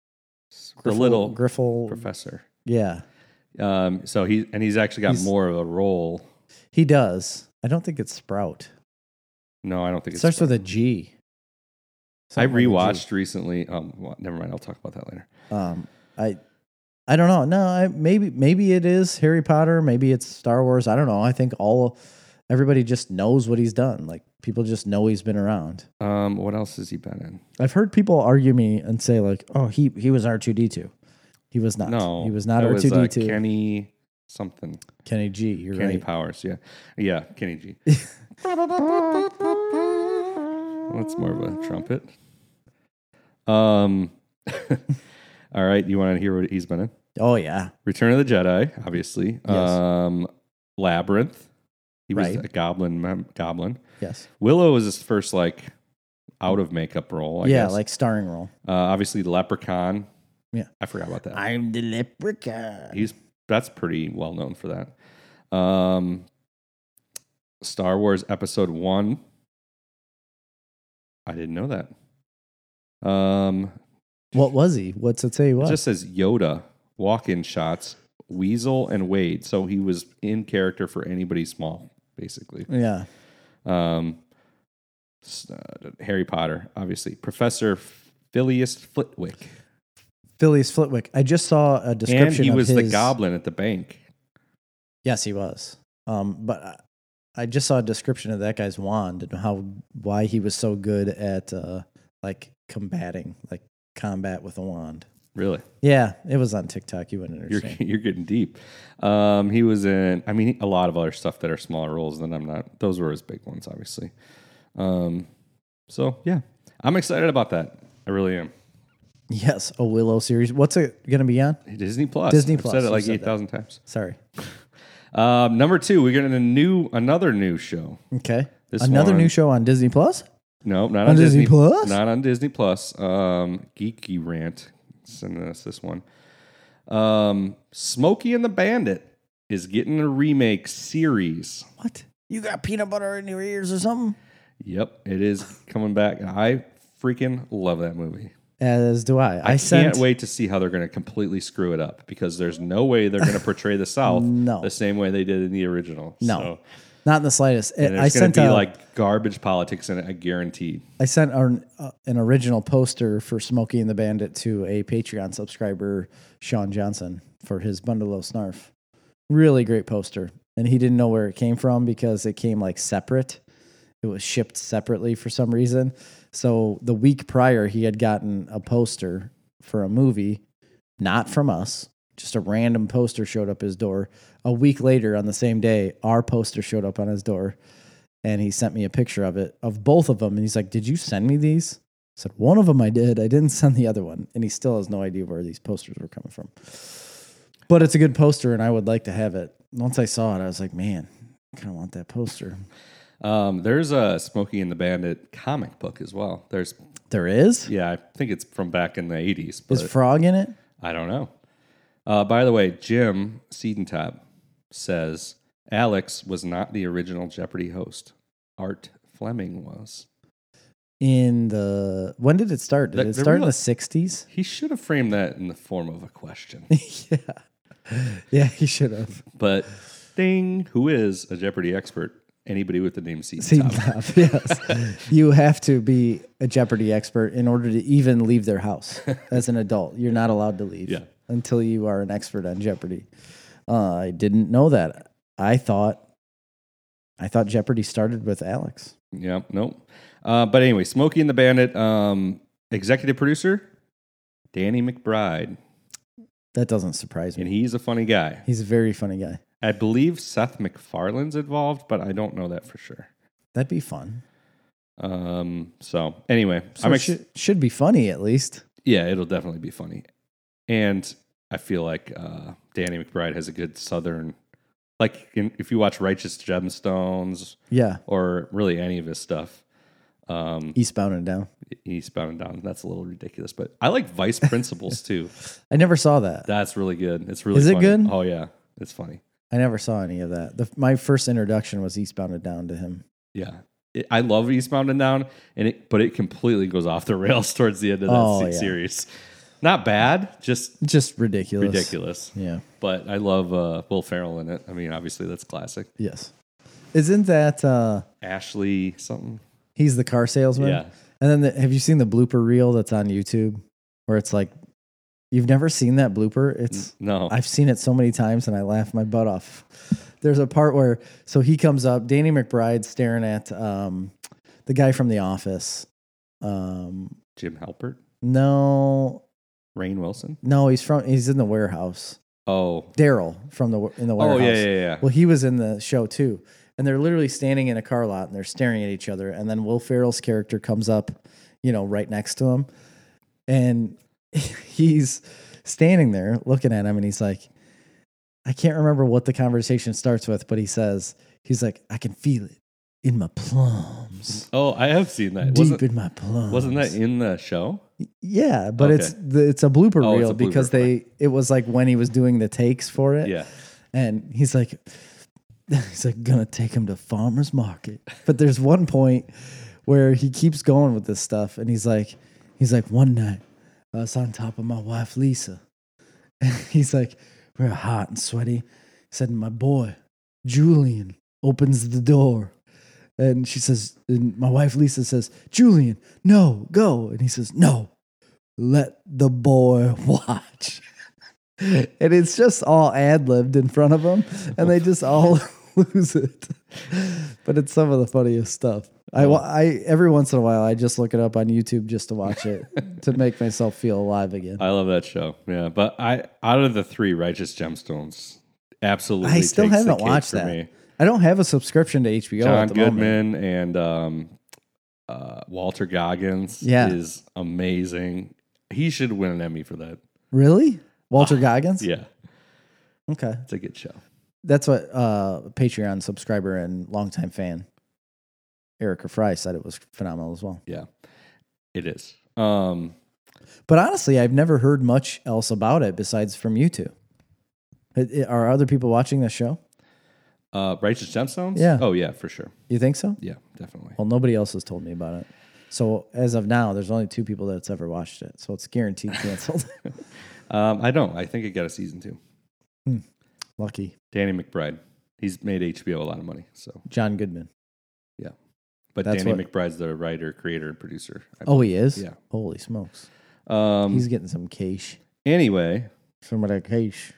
Griffle- little Griffle. professor. Yeah, Um, so he and he's actually got He's- more of a role. he does. I don't think it's Sprout. No, I don't think It it's starts Sprout. with a G. I Something like a G. rewatched recently. Um, well, never mind. I'll talk about that later. Um, I, I don't know. No, I maybe maybe it is Harry Potter. Maybe it's Star Wars. I don't know. I think all everybody just knows what he's done. Like people just know he's been around. Um, what else has he been in? I've heard people argue me and say like, "Oh, he he was R two D two. He was not. No, he was not that R two D uh, two. Kenny something. Kenny G. You're Kenny right. Powers. Yeah, yeah, Kenny G. Well, that's more of a trumpet. Um, all right. You want to hear what he's been in? Oh yeah, Return of the Jedi, obviously. Yes. Um, Labyrinth. He was Right. a goblin. Mem- goblin. yes, Willow was his first like out of makeup role. I yeah, guess. like starring role. Uh, obviously, Leprechaun. Yeah. I forgot about that. I'm the leprechaun. He's that's pretty well known for that. Um, Star Wars Episode One. I didn't know that. Um, What was he? What's it say? He it was just says Yoda walk-in shots, Weasel and Wade. So he was in character for anybody small, basically. yeah. Um, s- uh, Harry Potter, obviously. Professor Phileas Flitwick, Phileas Flitwick. I just saw a description. and he of was the his- Goblin at the bank. Yes, he was. Um, but I, I just saw a description of that guy's wand and how why he was so good at uh, like combating, like combat with a wand. Really, Yeah, it was on TikTok. You wouldn't you're understand. you're getting deep. Um, he was in. I mean, a lot of other stuff that are smaller roles than I'm not. Those were his big ones, obviously. Um, so yeah, I'm excited about that. I really am. Yes, a Willow series. What's it going to be on? Disney Plus. Disney I've Plus, Said it you like said eight thousand times. Sorry. Um, number two, we're getting a new another new show. Okay. This Another one- new show on Disney Plus. No, not on, Disney Disney, Plus? Not on Disney Plus. Um, Geeky Rant sending us this one. Um, Smokey and the Bandit is getting a remake series. What? You got peanut butter in your ears or something? Yep, it is coming back. And I freaking love that movie. As do I. I, Can't sent. wait to see how they're going to completely screw it up because there's no way they're going to portray the South No. the same way they did in the original. No. So, Not in the slightest. and I there's going sent to be out. like garbage politics in it, I guarantee. I sent an, uh, an original poster for Smokey and the Bandit to a Patreon subscriber, Sean Johnson, for his bundle of snarf. Really great poster. And he didn't know where it came from because it came like separate. It was shipped separately for some reason. So the week prior, he had gotten a poster for a movie, not from us. Just a random poster showed up his door. A week later, on the same day, our poster showed up on his door and he sent me a picture of it of both of them and he's like did you send me these I said one of them i did i didn't send the other one and he still has no idea where these posters were coming from but it's a good poster and i would like to have it once i saw it i was like man i kind of want that poster Um, there's a Smokey and the Bandit comic book as well. There's, there is yeah, I think it's from back in the 80s, but is frog in it I don't know. Uh, by the way, Jim Seedentop says Alex was not the original Jeopardy host. Art Fleming was. in the when did it start did The- it the start in real- the 60s He should have framed that in the form of a question. yeah yeah he should have but ding, who is a Jeopardy expert? Anybody with the name Team Seedentop. top, yes. you have to be a Jeopardy expert in order to even leave their house as an adult. You're not allowed to leave Yeah. until you are an expert on Jeopardy. Uh, I didn't know that. I thought I thought Jeopardy started with Alex. Yeah, nope. Uh, but anyway, Smokey and the Bandit, um, executive producer, Danny McBride. That doesn't surprise me. And he's a funny guy. He's a very funny guy. I believe Seth MacFarlane's involved, but I don't know that for sure. That'd be fun. Um, so anyway, So I'm it ex- should, should be funny at least. yeah, it'll definitely be funny. And I feel like uh, Danny McBride has a good southern, like in, if you watch Righteous Gemstones Yeah. or really any of his stuff, um, Eastbound and down. Eastbound and Down. That's a little ridiculous, but I like Vice Principals too. I never saw that. That's really good. It's really Is it funny. good? Oh yeah, it's funny. I never saw any of that. The, my first introduction was Eastbound and Down to him. Yeah. It, I love Eastbound and Down, and it, but it completely goes off the rails towards the end of that Oh, se- yeah. series. Not bad, just Just ridiculous. ridiculous. Yeah. But I love uh, Will Ferrell in it. I mean, obviously that's classic. Yes. Isn't that uh Ashley something. he's the car salesman? Yeah. And then the, have you seen the blooper reel that's on YouTube where it's like you've never seen that blooper? It's No. I've seen it so many times and I laugh my butt off. There's a part where so he comes up, Danny McBride staring at um the guy from the office. Um Jim Halpert, no, Rain Wilson. no, he's from he's in the warehouse. Oh. Daryl from the in the Oh warehouse. yeah, yeah, yeah. Well, he was in the show too. And they're literally standing in a car lot and they're staring at each other. And then Will Ferrell's character comes up, you know, right next to him. And he's standing there looking at him and he's like, I can't remember what the conversation starts with, but he says, he's like, I can feel it in my plums, Oh, I have seen that. deep Wasn't, in my plums. wasn't that in the show? Yeah, but it's Okay. the, it's a blooper Oh, it's reel a blooper, because they it was like when he was doing the takes for it. Yeah. And he's like, he's like gonna take him to farmers market but there's one point where he keeps going with this stuff and he's like he's like one night i was on top of my wife lisa and he's like we're hot and sweaty he said my boy julian opens the door and she says and my wife lisa says julian no go and he says no let the boy watch and it's just all ad libbed in front of them, and they just all lose it. But it's some of the funniest stuff. I, wa- I every once in a while I just look it up on YouTube just to watch it to make myself feel alive again. I love that show. Yeah, but I out of the three Righteous Gemstones, absolutely. I still takes the haven't cake watched for that. me. I don't have a subscription to HBO John at the moment. Goodman and um, uh, Walter Goggins Yeah. is amazing. He should win an Emmy for that. Really, Walter Goggins? Yeah, Okay, it's a good show. that's what uh, Patreon subscriber and longtime fan Erica Fry said it was phenomenal as well. Yeah, it is. Um, But honestly, I've never heard much else about it besides from you two. It- it- Are other people watching this show? uh, Righteous Gemstones. Yeah. Oh yeah, for sure. You think so? Yeah, definitely. Well, nobody else has told me about it. So as of now, there's only two people that's ever watched it. So it's guaranteed canceled. Um, I don't. I think it got a season two. Lucky. Danny McBride. He's made HBO a lot of money. So, John Goodman. but That's Danny what- McBride's the writer, creator, and producer. I Oh, he is? Yeah. Holy smokes. Um, He's getting some cash. anyway, Some of that cash.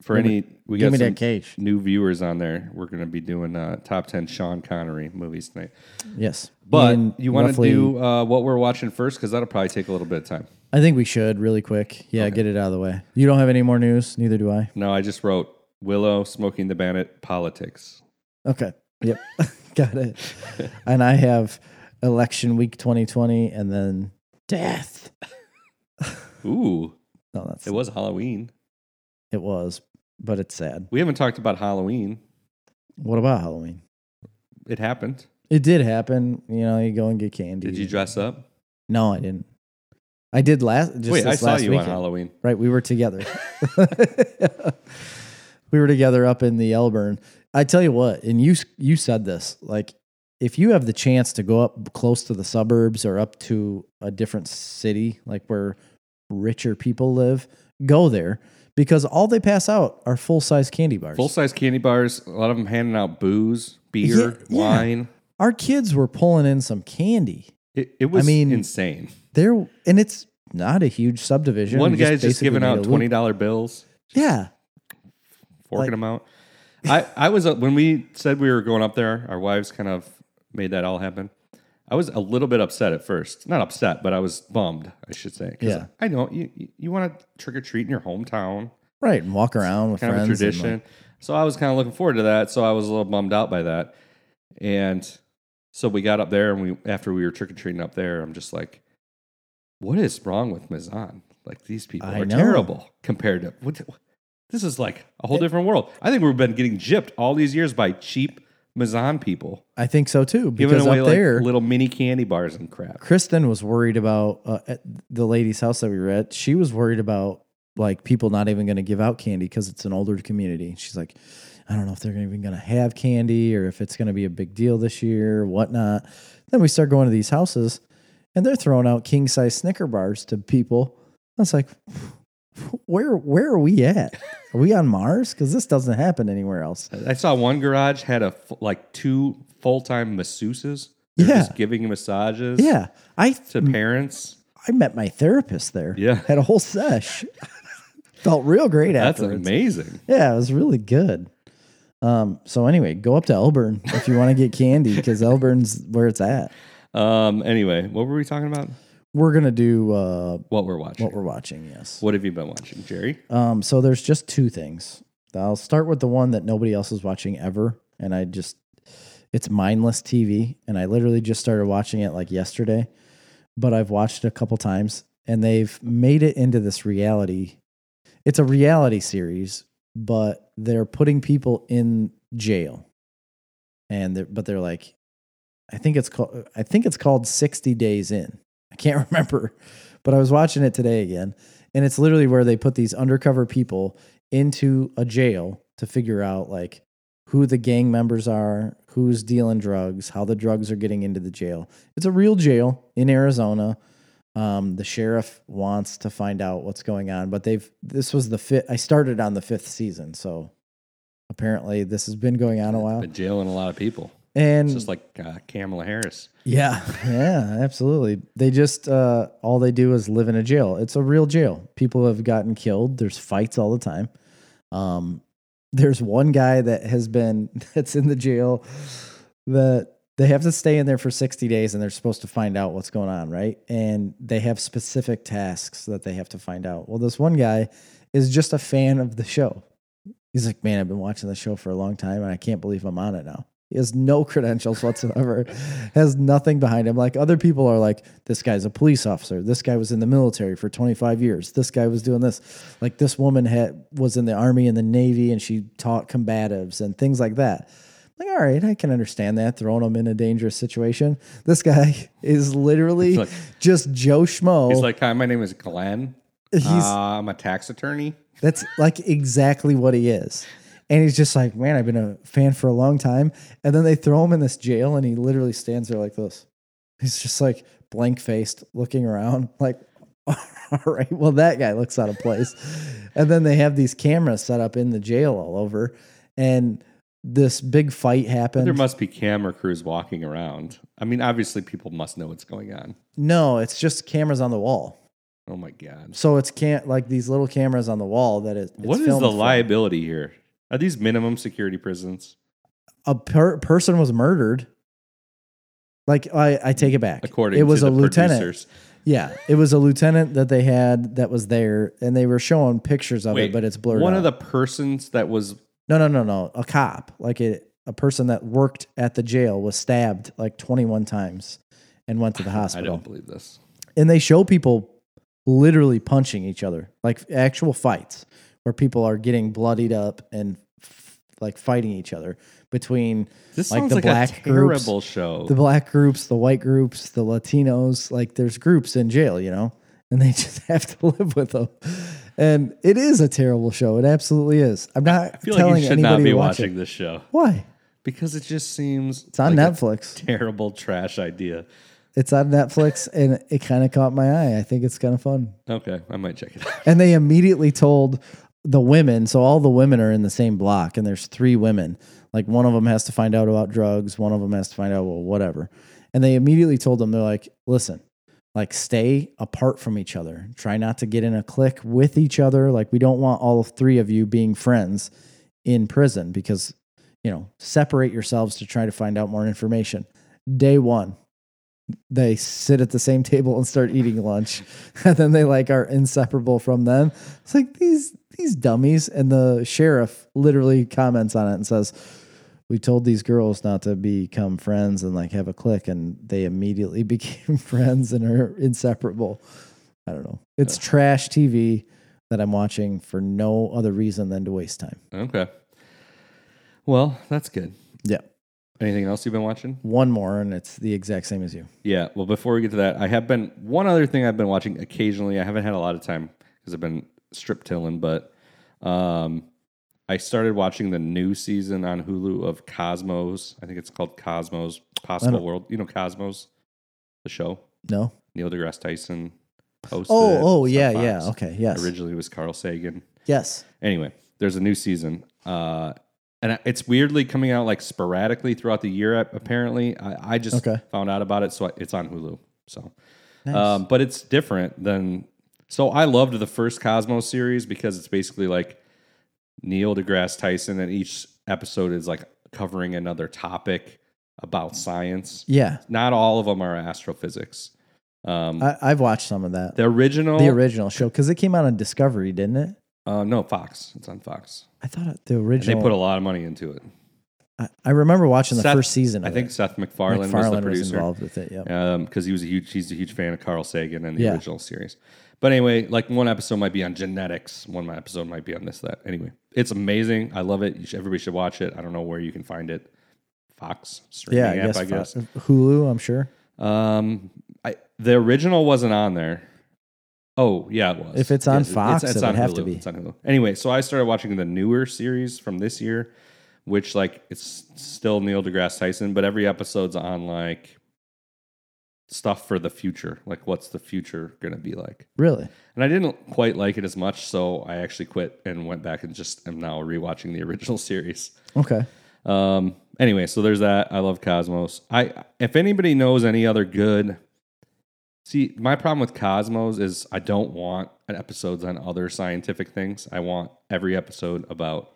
for Give me- any we Give got me some that cash. new viewers on there, we're going to be doing uh, top ten Sean Connery movies tonight. Yes. But And you want to roughly- do uh, what we're watching first because that'll probably take a little bit of time. I think we should really quick. Yeah, get it out of the way. You don't have any more news. Neither do I. No, I just wrote Willow, Smoking the Bandit, politics. Okay. Yep. Got it. And I have election week 2020 and then death. Ooh, No, that's it was Halloween. it was, but it's sad. We haven't talked about Halloween. What about Halloween? It happened. It did happen. You know, you go and get candy. Did you dress up? No, I didn't. I did last. Just Wait, this I saw last you on weekend. Halloween. Right, we were together. we were together up in the Elburn. I tell you what, and you you said this like if you have the chance to go up close to the suburbs or up to a different city, like where richer people live, go there because all they pass out are full size candy bars. Full size candy bars. A lot of them handing out booze, beer, Yeah, yeah. wine. Our kids were pulling in some candy. It, it was mean, insane. There, and it's not a huge subdivision. One We guy's just basically giving made a out loop. twenty dollar bills. Yeah, forking Like- them out. I, I was uh, when we said we were going up there, our wives kind of made that all happen. I was a little bit upset at first, not upset, but I was bummed, I should say. 'Cause Yeah. I know you you- you want to trick or treat in your hometown, right. And walk around with kind friends. of a and, like, tradition. so I was kind of looking forward to that. So I was a little bummed out by that, and so we got up there, and we after we were trick or treating up there, I'm just like, what is wrong with Mazan? Like these people I are know. terrible compared to what, this is like a whole different world. I think we've been getting gypped all these years by cheap Mazan people I think so too. giving Because away up like there, little mini candy bars and crap. Kristen was worried about uh, at the lady's house that we were at. She was worried about like people not even going to give out candy because it's an older community. She's like, I don't know if they're even going to have candy or if it's going to be a big deal this year, or whatnot. Then we start going to these houses, and they're throwing out king size Snicker bars to people. I was like, where where are we at? Are we on Mars? Because this doesn't happen anywhere else. I saw one garage had a f- like two full time masseuses. They're Yeah. just giving massages. Yeah, I to parents. I met my therapist there. Yeah. Had a whole sesh. Felt real great That's afterwards. amazing. Yeah, it was really good. Um, so anyway, go up to Elburn if you want to get candy because Elburn's where it's at. Um, anyway, what were we talking about? We're gonna do uh, What we're watching. what What, we're watching. Yes. have you been watching, Jerry? Um, so there's just two things. I'll start with the one that nobody else is watching ever, and I just it's mindless TV, and I literally just started watching it like yesterday, but I've watched it a couple times, and they've made it into this reality. It's a reality series, but they're putting people in jail, and they're, but they're like, I think it's called I think it's called sixty days in. I can't remember, but I was watching it today again, and it's literally where they put these undercover people into a jail to figure out like who the gang members are, who's dealing drugs, how the drugs are getting into the jail. It's a real jail in Arizona. Um, the sheriff wants to find out what's going on, but they've this was the fifth. I started on the fifth season, so apparently this has been going on a while. Been jailing a lot of people. And It's just like uh, Kamala Harris. yeah, yeah, absolutely. They just uh, all they do is live in a jail. It's a real jail. People have gotten killed. There's fights all the time. Um, there's one guy that has been that's in the jail that they have to stay in there for 60 days and they're supposed to find out what's going on, right? And they have specific tasks that they have to find out. Well, this one guy is just a fan of the show. He's like, man, I've been watching the show for a long time and I can't believe I'm on it now. He has no credentials whatsoever, has nothing behind him. Like other people are like, this guy's a police officer. This guy was in the military for 25 years. This guy was doing this. Like this woman had was in the army and the navy and she taught combatives and things like that. Like, all right, I can understand that throwing him in a dangerous situation. This guy is literally like- just Joe Schmo. He's like, hi, my name is Glenn. Oh. He's- uh, I'm a tax attorney. That's like exactly what he is. And he's just like, man, I've been a fan for a long time. And then they throw him in this jail and he literally stands there like this. He's just like blank faced, looking around, like, all right, well, that guy looks out of place. and then they have these cameras set up in the jail all over. And this big fight happened. There must be camera crews walking around. I mean, obviously, people must know what's going on. no, it's just cameras on the wall. Oh my God. So it's can't like these little cameras on the wall that it, it's What is filmed the from. liability here? Are these minimum security prisons? a per- person was murdered. Like I, I take it back. According it was to a the lieutenant. producers. Yeah, it was a lieutenant that they had that was there, and they were showing pictures of Wait, it, but it's blurred. One out. of the persons that was no, no, no, no, a cop, like a a person that worked at the jail, was stabbed like twenty one times, and went to the I hospital. don't believe this. And they show people literally punching each other, like actual fights where people are getting bloodied up and f- like fighting each other between This Like sounds the like a black groups, terrible show. the black groups, the white groups, the Latinos, like there's groups in jail, you know, and they just have to live with them. And it is a terrible show. It absolutely is. I'm not I feel telling like you should anybody not be to watch watching it. this show Why? because it just seems It's on like a Netflix. terrible trash idea. it's on Netflix, and it kind of caught my eye. I think it's kind of fun. Okay, I might check it out. And they immediately told the women. So all the women are in the same block, and there's three women. Like one of them has to find out about drugs. One of them has to find out well, whatever. And they immediately told them they're like, listen, like stay apart from each other. Try not to get in a clique with each other. Like we don't want all three of you being friends in prison because you know separate yourselves to try to find out more information. Day one, they sit at the same table and start eating lunch and then they like are inseparable from them it's like these these dummies and the sheriff literally comments on it and says we told these girls not to become friends and like have a clique and they immediately became friends and are inseparable i don't know it's trash tv that i'm watching for no other reason than to waste time okay. Well, that's good. yeah Anything else you've been watching? one more and it's the exact same as you Yeah. Well, before we get to that, I have been one other thing I've been watching occasionally. I haven't had a lot of time because I've been strip tilling, but um, I started watching the new season on Hulu of Cosmos. I think it's called Cosmos Possible World. You know Cosmos, the show. no Neil deGrasse Tyson hosted. oh it. oh It's on yeah Fox. yeah okay yes Originally, it was Carl Sagan. yes Anyway, there's a new season. Uh, and it's weirdly coming out like sporadically throughout the year, apparently. I, I just Okay. found out about it, so I- it's on Hulu. So, Nice. um, but it's different than. So I loved the first Cosmos series because it's basically like Neil deGrasse Tyson, and each episode is like covering another topic about science. yeah Not all of them are astrophysics. Um, I, I've watched some of that. the original, the original show because it came out on Discovery, didn't it? uh, no, Fox. It's on Fox. I thought it- the And they original. put a lot of money into it. I, I remember watching the Seth- first season. I Of think it. Seth MacFarlane, was the MacFarlane was, producer involved with it. Yeah. because he was a huge he's a huge fan of Carl Sagan and the Yeah. original series. But anyway, like one episode might be on genetics, one episode might be on this that. Anyway, it's amazing. I love it. You should, everybody should watch it. I don't know where you can find it. Fox streaming Yeah, I app, guess, I guess. Fo- Hulu. I'm sure Um, I, the original wasn't on there. Oh yeah, it was. If it's on Yes, Fox, it would have Hulu. to be. It's on Hulu. Anyway, so I started watching the newer series from this year, which like it's still Neil deGrasse Tyson, but every episode's on like stuff for the future, like what's the future gonna be like. Really? And I didn't quite like it as much, so I actually quit and went back and just am now rewatching the original series. Okay. Um, anyway, so there's that. I love Cosmos. I if anybody knows any other good See, my problem with Cosmos is I don't want episodes on other scientific things. I want every episode about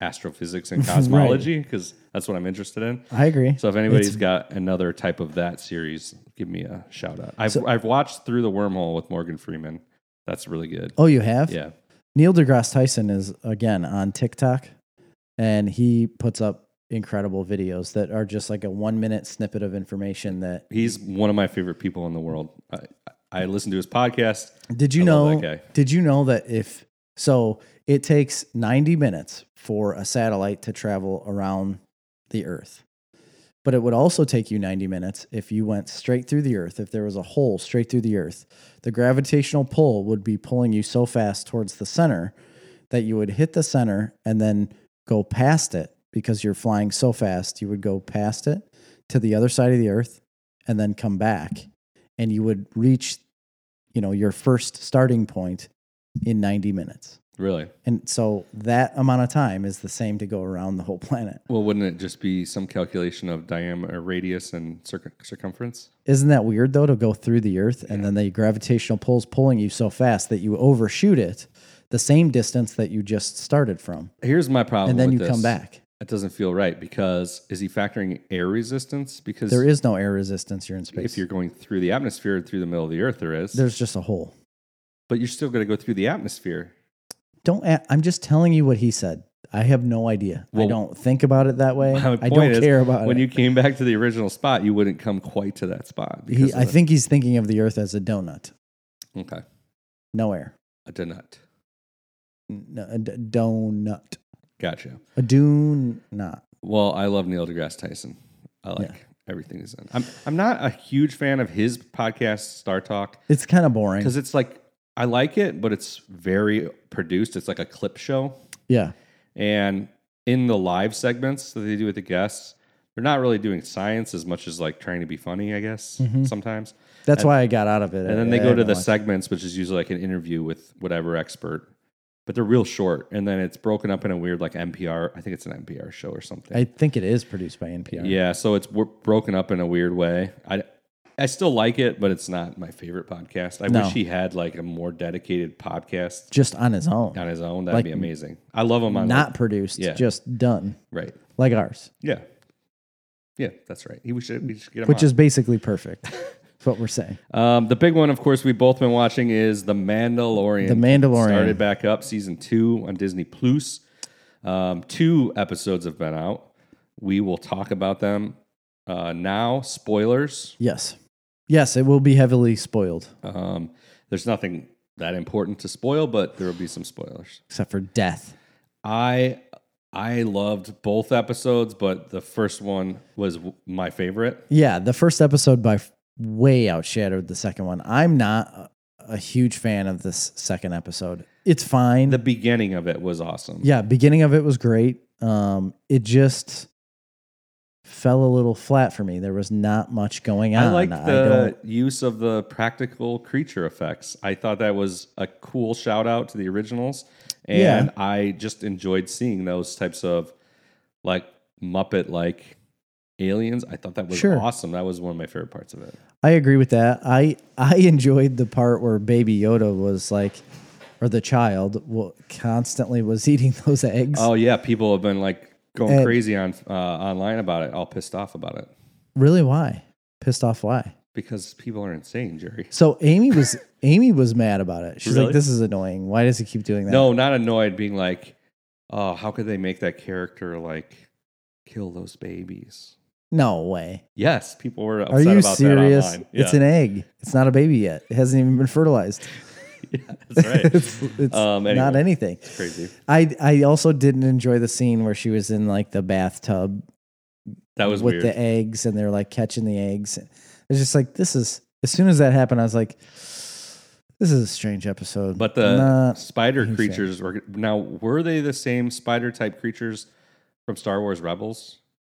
astrophysics and Right. cosmology because that's what I'm interested in. I agree. So if anybody's got another type of that series, give me a shout out. I've So- I've watched Through the Wormhole with Morgan Freeman. That's really good. oh, you have? Yeah. Neil deGrasse Tyson is again on TikTok and he puts up incredible videos that are just like a one minute snippet of information that He's one of my favorite people in the world. I, I listen to his podcast. Did you I love know? that guy. Did you know that if so, it takes 90 minutes for a satellite to travel around the Earth, but it would also take you 90 minutes if you went straight through the Earth. If there was a hole straight through the Earth, the gravitational pull would be pulling you so fast towards the center that you would hit the center and then go past it because you're flying so fast. You would go past it to the other side of the Earth and then come back, and you would reach you know your first starting point in 90 minutes Really? and so that amount of time is the same to go around the whole planet Well, wouldn't it just be some calculation of diameter, radius, and circum- circumference? isn't that weird though to go through the earth and then the gravitational pull's pulling you so fast that you overshoot it the same distance that you just started from Here's my problem. and then with you this. come back That doesn't feel right because is he factoring air resistance? Because there is no air resistance here in space if you're going through the atmosphere and through the middle of the earth, there is. there's just a hole but you're still going to go through the atmosphere. don't a- i'm just telling you what he said i have no idea i Well, don't think about it that way My i point don't is, care about when it you came back to the original spot, you wouldn't come quite to that spot. He- because of i the- think he's thinking of the earth as a donut okay, no air a donut. N- a d- donut. Gotcha. A do not. Well, I love Neil deGrasse Tyson. I like everything he's in. I'm I'm not a huge fan of his podcast, Star Talk. It's kind of boring. because it's like I like it, but it's very produced. It's like a clip show, Yeah. and in the live segments that they do with the guests, they're not really doing science as much as like trying to be funny, I guess Mm-hmm. sometimes. That's why I got out of it. And then they go to the segments, which is usually like an interview with whatever expert, but they're real short, and then it's broken up in a weird like NPR. I think it's an NPR show or something. I think it is produced by NPR. yeah, so it's w- broken up in a weird way. I. I still like it, but it's not my favorite podcast. I No. wish he had like a more dedicated podcast Just on his own. on his own. That'd Like, be amazing. I love him on Not produced, Yeah. just done. right. Like ours, Yeah, yeah, that's right. He we should we should get him. which on. is basically perfect. That's what we're saying. um, the big one, of course. We've both been watching is The Mandalorian. The Mandalorian. started back up season two on Disney Plus. Um, two episodes have been out. We will talk about them uh, now. Spoilers. Yes. Yes, it will be heavily spoiled, Um, there's nothing that important to spoil, but there will be some spoilers. except for death. I I loved both episodes, but the first one was w- my favorite. Yeah, the first episode by f- way outshadowed the second one. I'm not a- a huge fan of this second episode. It's fine. The beginning of it was awesome. yeah beginning of it was great um it just fell a little flat for me there was not much going on I liked don't the use of the practical creature effects. I thought that was a cool shout out to the originals, and I just enjoyed seeing those types of like Muppet like aliens. I thought that was Sure. awesome. That was one of my favorite parts of it. i agree with that i i enjoyed the part where baby yoda was like or the child wa- constantly was eating those eggs Oh yeah, people have been like going And- crazy on uh, online about it, all pissed off about it really why pissed off why because people are insane, Jerry. so amy was amy was mad about it she's Really? like this is annoying why does he keep doing that No, not annoyed, being like, oh, how could they make that character like kill those babies? no way Yes, people were upset are you about serious that online. it's an egg it's not a baby yet it hasn't even been fertilized yeah, that's right. it's it's Um, anyway. not anything. Crazy. I I also didn't enjoy the scene where she was in like the bathtub That was with weird. the eggs and they're like catching the eggs. It's just like this is as soon as that happened, I was like, this is a strange episode. but the Not- spider huge fan. creatures were now were they the same spider type creatures from Star Wars Rebels?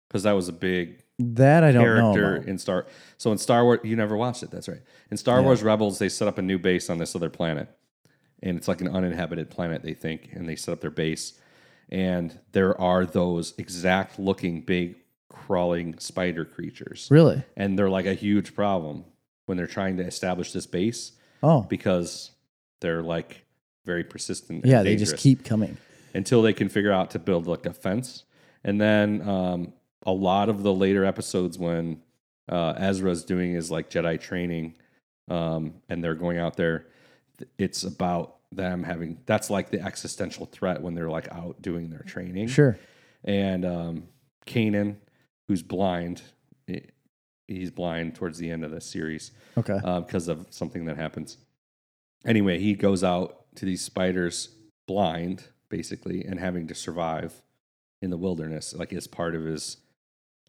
Because that was a big That I don't know. character about. in Star. So in Star Wars, you never watched it. That's right. In Star Yeah. Wars Rebels, they set up a new base on this other planet, and it's like an uninhabited planet. They think, and they set up their base, and there are those exact looking big crawling spider creatures, Really? and they're like a huge problem when they're trying to establish this base Oh, because they're like very persistent. and yeah. They just dangerous keep coming. until they can figure out to build like a fence. And then um, a lot of the later episodes when uh, Ezra's doing his like Jedi training um, and they're going out there, th- it's about them having that's like the existential threat when they're like out doing their training. Sure. And um, Kanan, who's blind, i- he's blind towards the end of the series Okay. uh, because of something that happens. Anyway, he goes out to these spiders blind, basically, and having to survive in the wilderness, like as part of his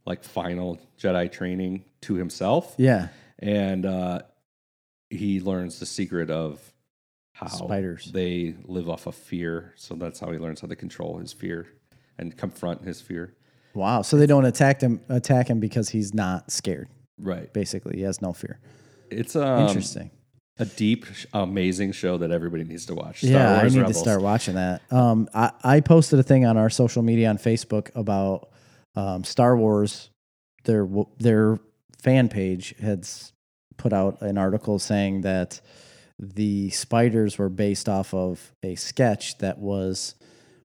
like final Jedi training to himself. yeah. And uh, he learns the secret of how Spiders. they live off of fear. So that's how he learns how to control his fear and confront his fear. Wow. So they don't attack him. Attack him because he's not scared. Right. Basically, he has no fear. It's um, Interesting. a deep, sh- amazing show that everybody needs to watch. Star yeah, Wars I need Rebels. to start watching that. Um, I, I posted a thing on our social media on Facebook about um, Star Wars. Their w- their fan page had s- put out an article saying that the spiders were based off of a sketch that was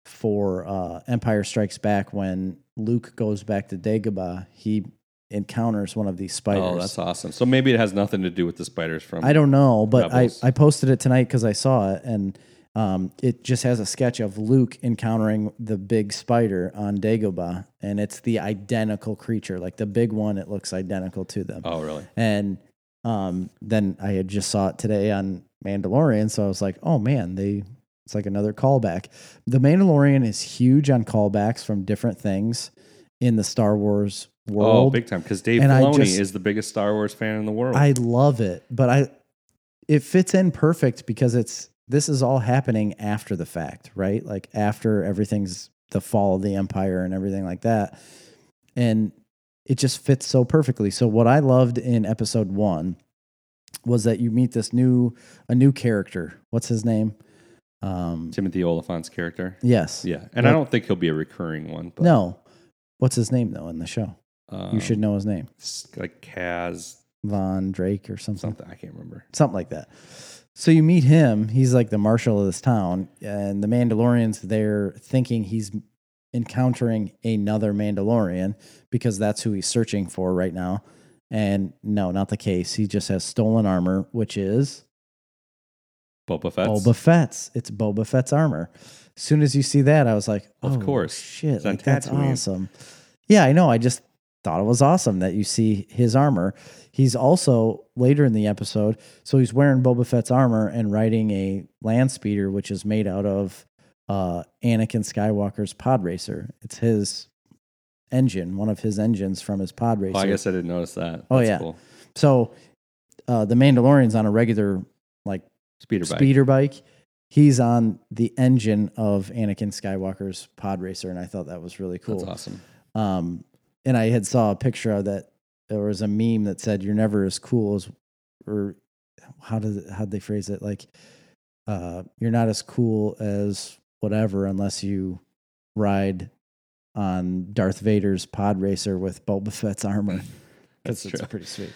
for uh, Empire Strikes Back when Luke goes back to Dagobah. He encounters one of these spiders. Oh, that's awesome. So maybe it has nothing to do with the spiders from. I don't know, but I, Rebels. I posted it tonight because I saw it, and um, it just has a sketch of Luke encountering the big spider on Dagobah, and it's the identical creature, like the big one. It looks identical to them, Oh, really? and um, then I had just saw it today on Mandalorian, so I was like, oh man, they it's like another callback. The Mandalorian is huge on callbacks from different things in the Star Wars Oh, world. big time. Because Dave And I Filoni just- is the biggest Star Wars fan in the world. I love it, but I it fits in perfect because it's this is all happening after the fact, right? Like after everything's the fall of the empire and everything like that. And it just fits so perfectly. So what I loved in episode 1 was that you meet this new a new character. What's his name? Um Timothy Oliphant's character. yes. Yeah, and I don't think he'll be a recurring one. But, No. What's his name though in the show? um, you should know his name. s- like Kaz Von Drake or something. something. I can't remember. something like that. So you meet him. He's like the marshal of this town, and the Mandalorian's there thinking he's encountering another Mandalorian because that's who he's searching for right now. And no, not the case. He just has stolen armor, which is Boba Fett. Boba Fett's. It's Boba Fett's armor. As soon as you see that, I was like, Of "Oh, course. shit, It's on like, that's Tatooine." awesome." Yeah, I know. I just thought it was awesome that you see his armor. He's also later in the episode, so he's wearing Boba Fett's armor and riding a land speeder, which is made out of uh, Anakin Skywalker's pod racer. It's his engine, one of his engines from his pod racer. Oh, I guess I didn't notice that. Oh, That's yeah. cool. So uh, the Mandalorian's on a regular like Speeder bike. speeder bike. He's on the engine of Anakin Skywalker's pod racer, and I thought that was really cool. That's awesome. Um, and I had saw a picture of that. There was a meme that said, "You're never as cool as," or how did how would they phrase it? Like, uh, "You're not as cool as whatever unless you ride on Darth Vader's pod racer with Boba Fett's armor." That's That's true. pretty sweet.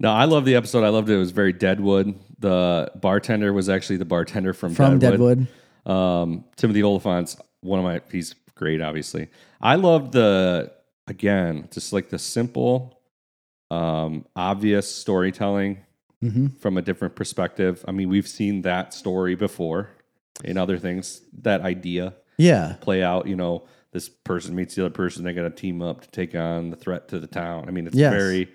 No, I love the episode. I loved it. It was very Deadwood. The bartender was actually the bartender from, From Deadwood. Deadwood. Um, Timothy Oliphant's one of my. He's great, obviously. I love the again, just like the simple, um, obvious storytelling hmm from a different perspective. I mean, we've seen that story before in other things. That idea Yeah. play out. You know, this person meets the other person. They got to team up to take on the threat to the town. I mean, it's Yes. very,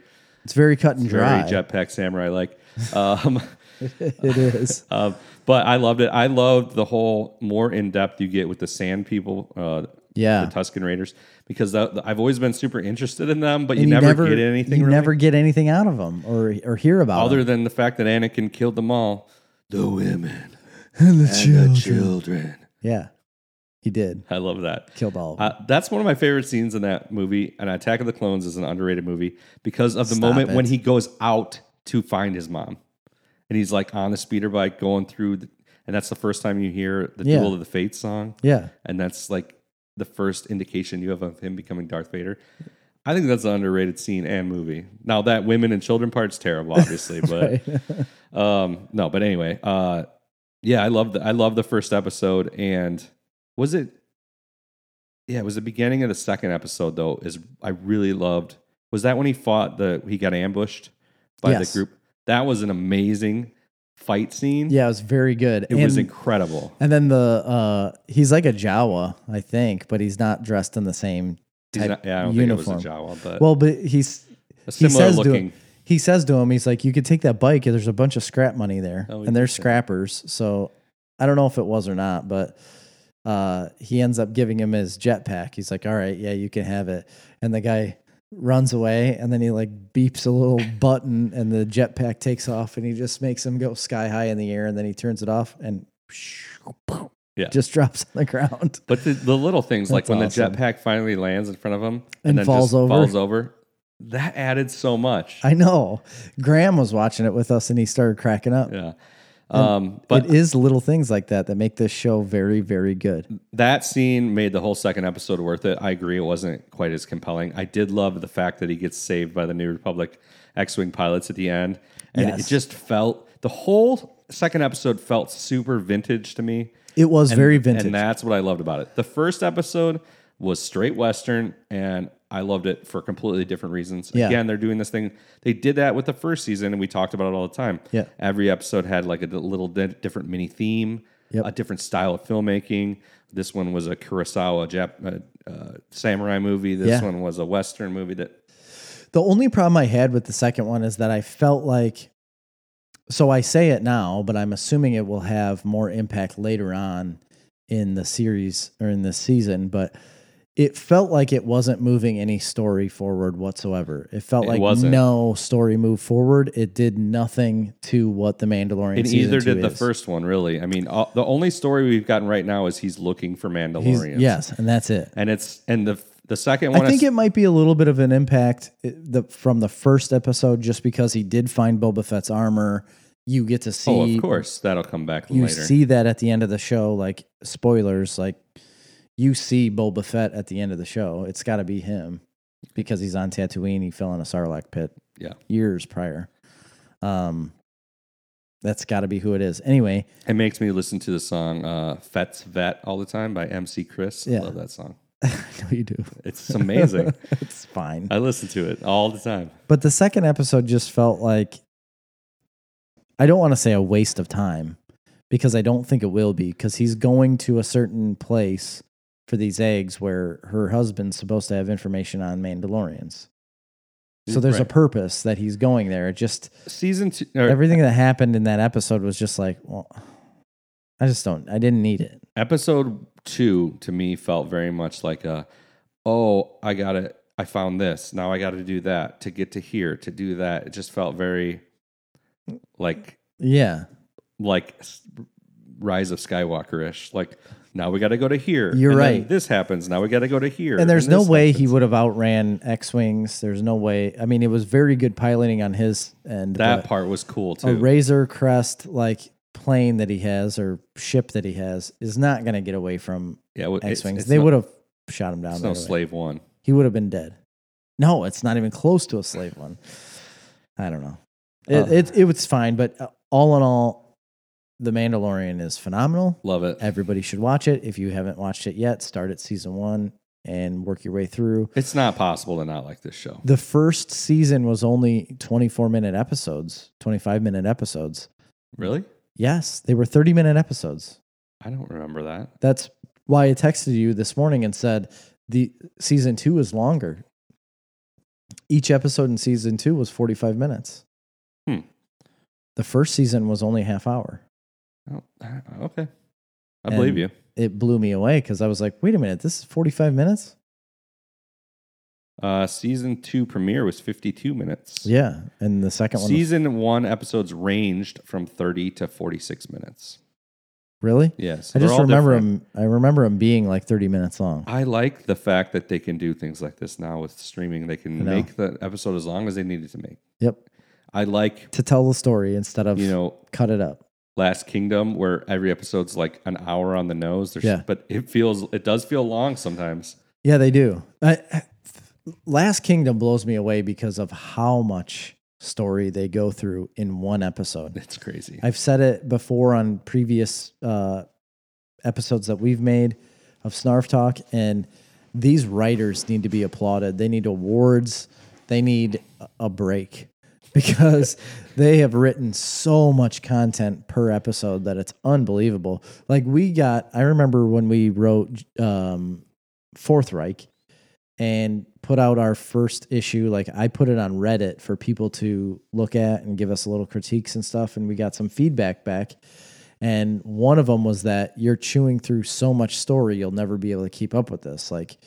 It's very cut and very dry. jetpack samurai like. Um, it is. Um, but I loved it. I loved the whole more in depth you get with the sand people, uh, Yeah. the Tuscan Raiders, because that, I've always been super interested in them, but you, And never, get anything You really, never get anything out of them or or hear about other them. than the fact that Anakin killed them all. The women And the and the children. Yeah, He did. I love that. Killed all of them. Uh, that's one of my favorite scenes in that movie. And Attack of the Clones is an underrated movie because of the Stop moment it. when he goes out to find his mom, and he's like on the speeder bike going through, the, and that's the first time you hear the Yeah. Duel of the Fates song, yeah. and that's like the first indication you have of him becoming Darth Vader. I think that's an underrated scene and movie. Now that women and children part's terrible, obviously, but um, no, but anyway, uh, yeah, I love the I love the first episode, and was it? Yeah, it was the beginning of the second episode though. Is I really loved was that when he fought the he got ambushed by Yes. the group. That was an amazing fight scene. yeah, it was very good. it and, was incredible. and then the uh he's like a Jawa, I think, but he's not dressed in the same He's type not- yeah, I don't uniform. think it was a Jawa, but Well, but he's a he similar says to looking. him, he says to him, he's like, "You could take that bike. There's a bunch of scrap money there, Oh, he and they're did say that. scrappers." So I don't know if it was or not, but uh, he ends up giving him his jetpack. He's like, "All right, yeah, you can have it." And the guy runs away, and then he like beeps a little button, and the jetpack takes off, and he just makes him go sky high in the air, and then he turns it off, and Yeah. just drops on the ground. But the, the little things, like That's when awesome. the jetpack finally lands in front of him and, And then falls just over. falls over, that added so much. I know. Graham was watching it with us, and he started cracking up. yeah. Um, but it is little things like that that make this show very, very good. that scene made the whole second episode worth it. I agree, it wasn't quite as compelling. I did love the fact that he gets saved by the New Republic X-wing pilots at the end, and Yes. it just felt the whole second episode felt super vintage to me. It was very vintage. And that's what I loved about it. The first episode was straight Western, and I loved it for completely different reasons. Yeah. Again, they're doing this thing. They did that with the first season, and we talked about it all the time. Yeah. Every episode had like a d- little di- different mini theme, Yep. a different style of filmmaking. This one was a Kurosawa Jap- uh, uh, samurai movie. This Yeah. one was a Western movie that the only problem I had with the second one is that I felt like, so I say it now, but I'm assuming it will have more impact later on in the series or in the season. But it felt like it wasn't moving any story forward whatsoever. It felt It like wasn't. no story moved forward. It did nothing to what the Mandalorian. it season either two did the is. first one, really. I mean, uh, the only story we've gotten right now is he's looking for He's- Mandalorians. yes, and that's it. And it's, and the, the second one I think is it might be a little bit of an impact uh, the, from the first episode, just because he did find Boba Fett's armor. You get to see, Oh, of course, that'll come back you later. see that at the end of the show. Like spoilers, like you see Boba Fett at the end of the show. It's got to be him because he's on Tatooine. He fell in a sarlacc pit, Yeah. years prior. Um, that's got to be who it is. Anyway, it makes me listen to the song uh, "Fet's Vet" all the time by MC Chris. Yeah. I love that song. I know you do. It's amazing. it's fine. I listen to it all the time. But the second episode just felt like I don't want to say a waste of time because I don't think it will be because he's going to a certain place for these eggs where her husband's supposed to have information on Mandalorians. So there's a Right. purpose that he's going there. It just season two. or everything that happened in that episode was just like, well, I just don't. I didn't need it. episode two to me felt very much like a, oh, I got to I found this. Now I got to do that to get to here to do that. It just felt very like Yeah, like s- Rise of Skywalker ish. Like now we got to go to here. You're and then right. This happens. Now we got to go to here. and there's no this way happens. he would have outran X wings. There's no way. I mean, it was very good piloting on his end. That but- part was cool too. a razor crest like plane that he has or ship that he has is not going to get away from Yeah, well, it's- X wings. it's They no- would have shot him down. It's right no away. slave one. He would have been dead. No, it's not even close to a slave one. I don't know. It, Uh. it it was fine, but uh, all in all, The Mandalorian is phenomenal. Love it. Everybody should watch it. If you haven't watched it yet, start at season one and work your way through. It's not possible to not like this show. The first season was only 24 minute episodes, 25 minute episodes. Really? Yes, they were 30 minute episodes. I don't remember that. That's why I texted you this morning and said the season two is longer. Each episode in season two was 45 minutes. Hmm. The first season was only half hour. Oh, I- okay. I And- believe you. It blew me away because I was like, wait a minute, this is 45 minutes? Uh, season two premiere was 52 minutes. Yeah. And the second one, was- Season one episodes ranged from 30 to 46 minutes. Really? Yes. I just remember him. I remember him being like 30 minutes long. I like the fact that they can do things like this now with streaming. They I can know. make the episode as long as they needed to make. Yep. I like, To tell the story instead of you know, cut it up. Last Kingdom where every episode's like an hour on the nose. There's, Yeah. But it feels, it does feel long sometimes. Yeah, they do. I, I- Last Kingdom blows me away because of how much story they go through in one episode. It's crazy. I've said it before on previous uh, episodes that we've made of Snarf Talk, and these writers need to be applauded. They need awards. They need a break because they have written so much content per episode that it's unbelievable. Like we got, I remember when we wrote um, Fourth Reich and put out our first issue. Like I put it on Reddit for people to look at and give us little critiques and stuff. And we got some feedback back. And one of them was that you're chewing through so much story, you'll never be able to keep up with this. Like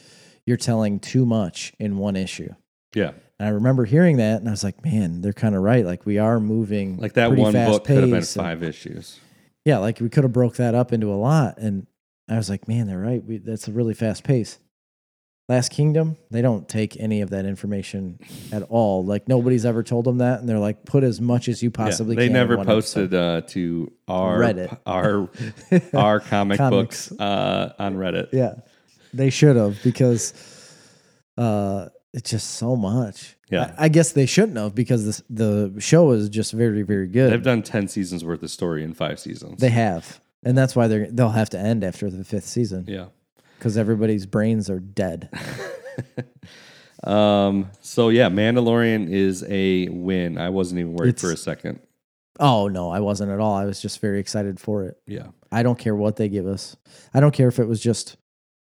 you're telling too much in one issue. yeah. And I remember hearing that and I was like, man, they're kind of right. Like we are moving Like that pretty one fast book could have been pace and- five issues. yeah, like we could have broke that up into a lot. And I was like, man, they're right. We, that's a really fast pace. Last Kingdom, they don't take any of that information at all. Like nobody's ever told them that, and they're like, put as much as you Yeah, possibly they can. in never one episode. posted uh, to our Reddit. our our comic Comics. books uh, on Reddit. Yeah, they should have because uh, it's just so much. Yeah. I, I guess they shouldn't have because this, the show is just very, very good. They've done ten seasons worth of story in five seasons. They have. and that's why they're they'll have to end after the fifth season yeah. because everybody's brains are dead. Um. So yeah, Mandalorian is a win. I wasn't even worried It's- for a second. Oh no, I wasn't at all. I was just very excited for it. Yeah. I don't care what they give us. I don't care if it was just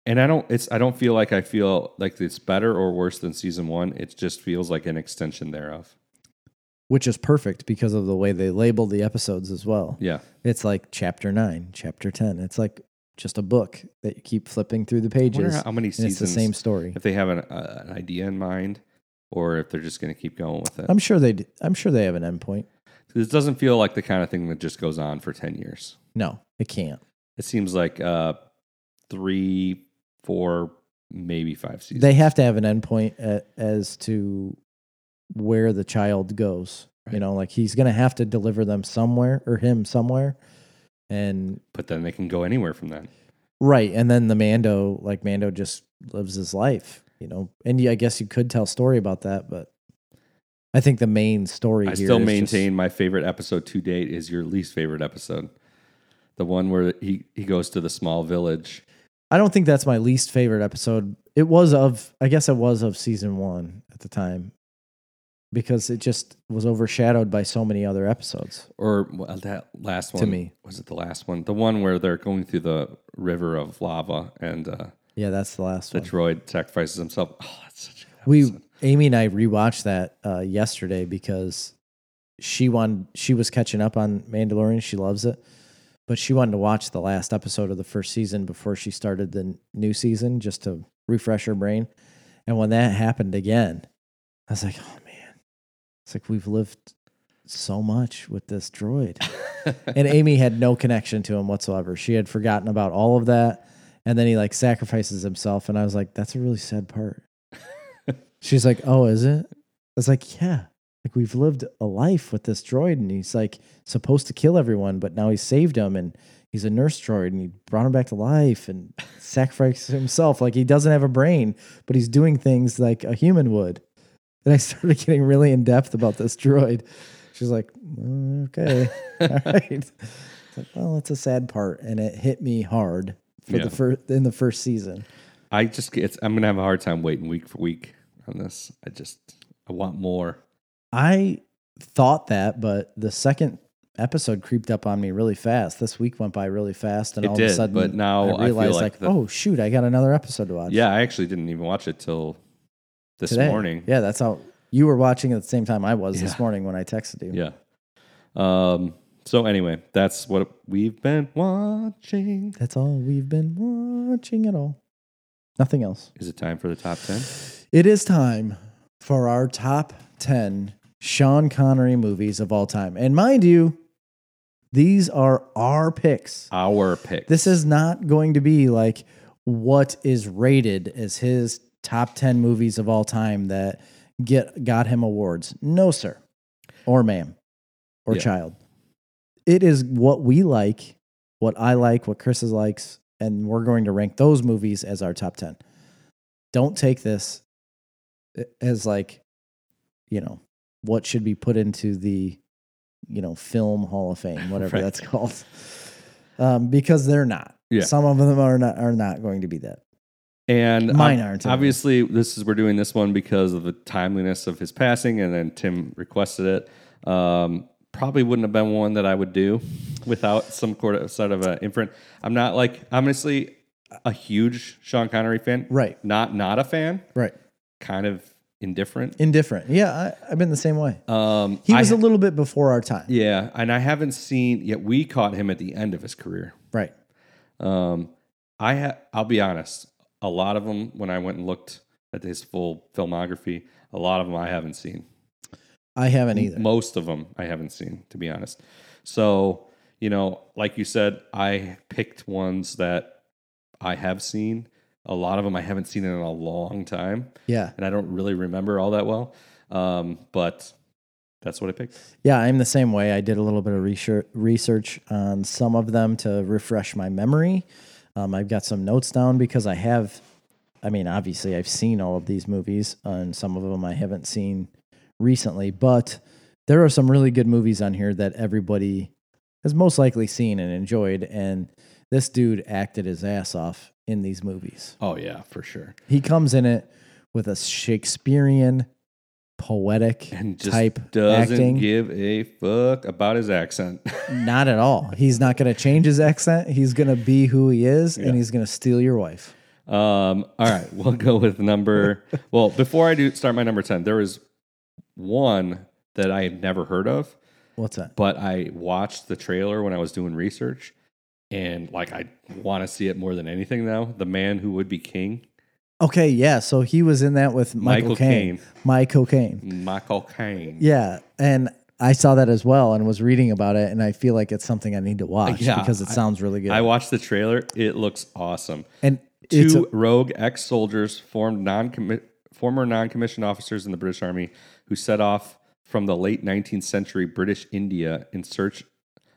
And I don't. It's. I don't feel like I feel like it's better or worse than season one. It just feels like an extension thereof. which is perfect because of the way they labeled the episodes as well. Yeah. It's like chapter 9, chapter 10. It's like just a book that you keep flipping through the I wonder pages how many and it's seasons. the same story. If they have an, uh, an idea in mind, or if they're just going to keep going with it. I'm sure they I'm sure they have an endpoint. This doesn't feel like the kind of thing that just goes on for 10 years. No, it can't. It seems like uh, three, four, maybe five seasons. They have to have an endpoint a- as to where the child goes. You Right. know, like he's going to have to deliver them somewhere or him somewhere. And but then they can go anywhere from then. Right. And then the Mando, like Mando just lives his life, you know. And yeah, I guess you could tell story about that, but I think the main story I here still is maintain my favorite episode to date is your least favorite episode. The one where he, he goes to the small village. just- I don't think that's my least favorite episode. It was of I guess it was of season 1 at the time because it just was overshadowed by so many other episodes. Or well, that last To one. me. Was it the last one? The one where they're going through the river of lava and uh, Yeah, that's the last the one. droid sacrifices himself. Oh, that's such a good we episode. Amy and I rewatched that uh, yesterday because she wanted she was catching up on Mandalorian. She loves it, but she wanted to watch the last episode of the first season before she started the n- new season just to refresh her brain. And when that happened again, I was like, "Oh man!" It's like we've lived so much with this droid. and Amy had no connection to him whatsoever. She had forgotten about all of that. And then he like sacrifices himself. And I was like, that's a really sad part. She's like, oh, is it? I was like, yeah. Like we've lived a life with this droid and he's like supposed to kill everyone, but now he saved him and he's a nurse droid and he brought him back to life and sacrificed himself. Like he doesn't have a brain, but he's doing things like a human would. And I started getting really in depth about this droid. She's like, "Mm, okay. All right. It's like, well, it's a sad part, and it hit me hard for Yeah. the first in the first season. I just it's I'm gonna have a hard time waiting week for week on this. I just I want more. I thought that, but the second episode creeped up on me really fast. This week went by really fast, and It all of did, a sudden, but now I feel I realized, like like, the- oh shoot, I got another episode to watch. Yeah, I actually didn't even watch it till this today. morning. Yeah, that's how you were watching at the same time I was Yeah. this morning when I texted you. Yeah. Um. So anyway, that's what we've been watching. That's all we've been watching at all. Nothing else. Is it time for the top ten? It is time for our top 10 Sean Connery movies of all time. And mind you, These are our picks. Our pick. This is not going to be like what is rated as his top 10 movies of all time that get got him awards. No, sir. Or ma'am. Or Yeah. child. It is what we like, what I like, what Chris is likes, and we're going to rank those movies as our top 10. Don't take this as like, you know, what should be put into the, you know, film hall of fame, whatever Right. that's called. Um, because they're not. Yeah. Some of them are not are not going to be that. and Mine ob- aren't. Obviously, this is we're doing this one because of the timeliness of his passing, and then Tim requested it. Um, probably wouldn't have been one that I would do without some sort of sort of an imprint. I'm not like honestly a huge Sean Connery fan. Right. Not not a fan. Right. Kind of indifferent. Indifferent. Yeah, I, I've been the same way. Um, He I- was a little bit before our time. yeah, and I haven't seen yet. We caught him at the end of his career. Right. Um, I ha- I'll be honest. A lot of them, when I went and looked at his full filmography, a lot of them I haven't seen. I haven't either. Most of them I haven't seen, to be honest. So you know, like you said, I picked ones that I have seen. A lot of them I haven't seen in a long time, Yeah. and I don't really remember all that well. Um, but that's what I picked. Yeah, I'm the same way. I did a little bit of research, research on some of them to refresh my memory. Um, I've got some notes down because I have, I mean, obviously, I've seen all of these movies, uh, and some of them I haven't seen recently, but there are some really good movies on here that everybody has most likely seen and enjoyed. And this dude acted his ass off in these movies. Oh yeah, for sure. He comes in it with a Shakespearean, poetic And just type doesn't acting. give a fuck about his accent. Not at all. He's not going to change his accent. He's going to be who he is, and he's going to steal your wife. Um, all right, we'll go with number. Well, before I do start my number 10, there was one that I had never heard of, What's that? but I watched the trailer when I was doing research and like I want to see it more than anything now. The Man Who Would Be King, Okay, yeah. So he was in that with Michael Michael Caine. Michael Caine. Michael Caine. Yeah, and I saw that as well, and was reading about it, and I feel like it's something I need to watch Yeah, because it I- sounds really good. I watched the trailer, it looks awesome. and it's Two a, rogue ex soldiers formed non former non commissioned officers in the British Army who set off from the late 19th century British India in search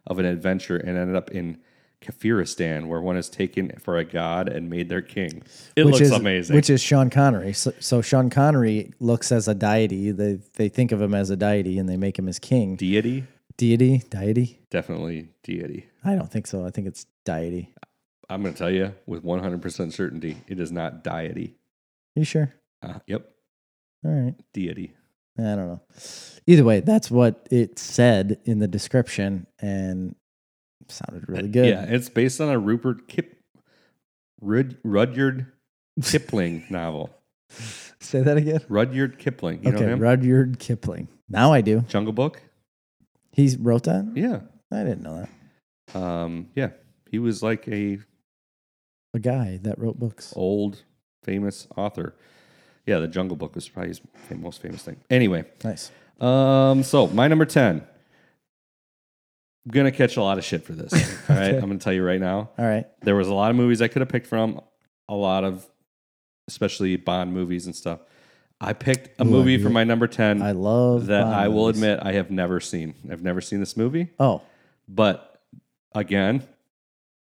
of an adventure and ended up in Kafiristan, where one is taken for a god and made their king. It looks is amazing. Which is Sean Connery. So, so Sean Connery looks as a deity. They they think of him as a deity, and they make him as king. deity? deity, deity. Definitely deity. I don't think so. I think it's deity. I'm going to tell you with 100% certainty, it is not deity. You sure? Uh, yep, All right. deity. I don't know. Either way, that's what it said in the description and sounded really good. Uh, Yeah, it's based on a Rupert Kip, Rud, Rudyard Kipling novel. Say that again. Rudyard Kipling. You okay, know him? Rudyard Kipling. Now I do. Jungle Book. He wrote that? Yeah. I didn't know that. Um, yeah. He was like a A guy that wrote Oh. books. old famous author. Yeah, the Jungle Book was probably his fam- most famous thing. Anyway, Nice. um, so my number ten. I'm gonna catch a lot of shit for this. All right, Okay. I'm gonna tell you right now. All right. There was a lot of movies I could have picked from. A lot of, especially Bond movies and stuff. I picked a Ooh, I movie do for it. my number ten I love that Bond I will movies. admit I have never seen. I've never seen this movie. Oh, But again,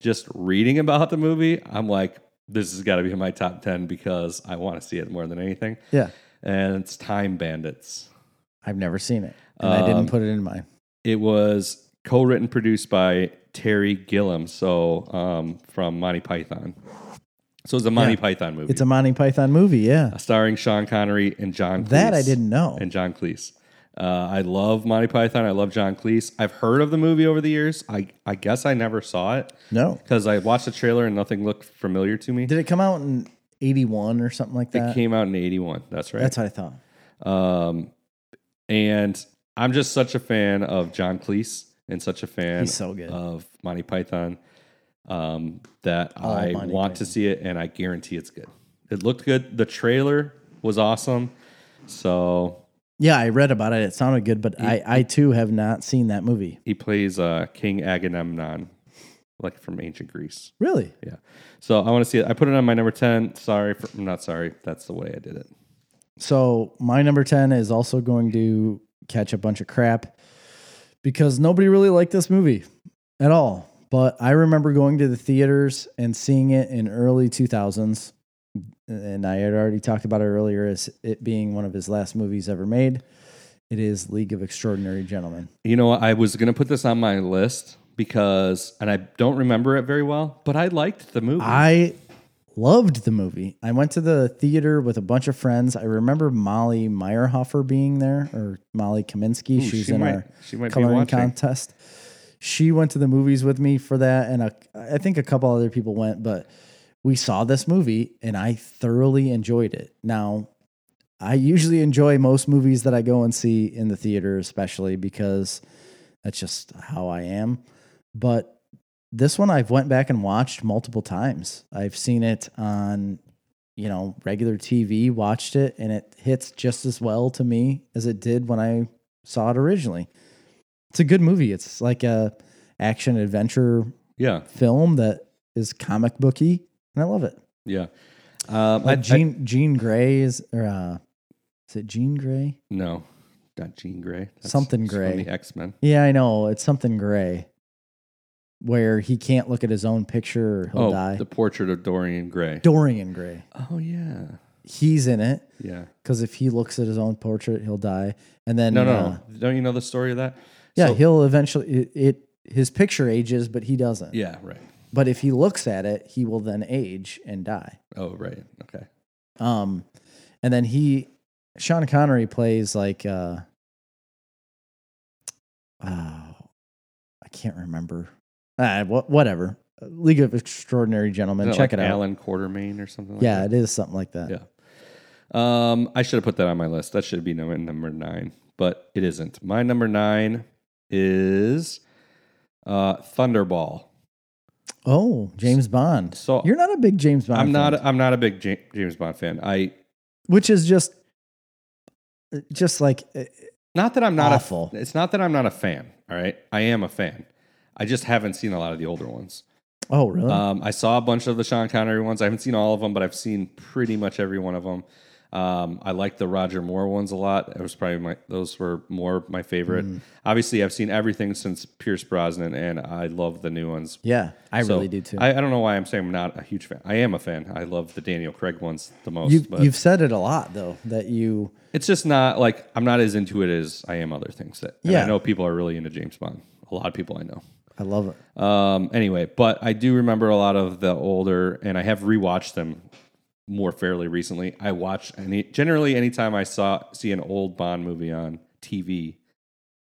just reading about the movie, I'm like, this has got to be in my top 10 because I want to see it more than anything. yeah. And it's Time Bandits. I've never seen it. And I didn't Um, put it in mine. It was co written, produced by Terry Gilliam, so um, from Monty Python. So it's a Monty Yeah. Python movie. It's a Monty Python movie. Yeah. starring Sean Connery and John Cleese. That I didn't know. and John Cleese. Uh, I love Monty Python. I love John Cleese. I've heard of the movie over the years. I, I guess I never saw it No. because I watched the trailer and nothing looked familiar to me. Did it come out in 81 or something like It that? came out in 81. That's right. uh, That's what I thought. um, and I'm just such a fan of John Cleese and such a fan He's so good. of Monty Python um, that All I Monty want to see it and I guarantee it's good. It looked good. The trailer was awesome. So Yeah, I read about it. It sounded good, but I, I too have not seen that movie. He plays uh, King Agamemnon, like from ancient Greece. Really? Yeah. So I want to see it. I put it on my number 10. Sorry. For, I'm not sorry. That's the way I did it. So my number 10 is also going to catch a bunch of crap because nobody really liked this movie at all. But I remember going to the theaters and seeing it in early 2000s. And I had already talked about it earlier as it being one of his last movies ever made. It is League of Extraordinary Gentlemen. You know, I was going to put this on my list because, and I don't remember it very well, but I liked the movie. I loved the movie. I went to the theater with a bunch of friends. I remember Molly Meyerhofer being there, or Molly Kaminsky. Ooh, She's she in might- our she might be coloring watching. contest. She went to the movies with me for that, and a, I think a couple other people went. But we saw this movie, and I thoroughly enjoyed it. Now, I usually enjoy most movies that I go and see in the theater, especially because that's just how I am. But this one I've went back and watched multiple times. I've seen it on you know regular TV, watched it, and it hits just as well to me as it did when I saw it originally. It's a good movie. It's like a action adventure yeah. film that is comic booky, and I love it. Yeah. Um, I, Like I- Jean Jean Grey is or uh, is it Jean Grey? no, not Jean Grey. That's- Something that's from Grey. the X Men. Yeah, I know it's something Grey, where he can't look at his own picture or he'll Oh, die. the portrait of Dorian Gray. Dorian Gray. oh yeah, he's in it yeah. because if he looks at his own portrait, he'll die. And then No, no, uh, no. Don't you know the story of that? yeah, So- he'll eventually it, it. His picture ages, but he doesn't. yeah. Right. But if he looks at it, he will then age and die. Oh, right. Okay. Um, and then he, Sean Connery plays like uh, oh, I can't remember. Ah, what whatever. League of Extraordinary Gentlemen. Isn't Check like it out. Alan Quartermain or something. like yeah, that? it is something like that. Yeah. Um, I should have put that on my list. That should be number number nine, but it isn't. My number nine is uh, Thunderball. Oh, James Bond. So You're not a big James Bond. I'm fan. not. I'm not a big Ja- James Bond fan. I which is just just like uh, not that I'm not Awful. A, it's not that I'm not a fan. All right, I am a fan. I just haven't seen a lot of the older ones. oh really Um, I saw a bunch of the Sean Connery ones. I haven't seen all of them, but I've seen pretty much every one of them. Um, I like the Roger Moore ones a lot. It was probably my those were more my favorite. Mm. Obviously, I've seen everything since Pierce Brosnan, and I love the new ones. yeah i So, really do too I, I don't know why I'm saying I'm not a huge fan. I am a fan. I love the Daniel Craig ones the most. you, but you've said it a lot though that you it's just not like I'm not as into it as I am other things that. and Yeah. I know people are really into James Bond. A lot of people I know. i love it Um, anyway, but I do remember a lot of the older, and I have rewatched them more fairly recently. I watch any generally anytime I saw see an old Bond movie on TV,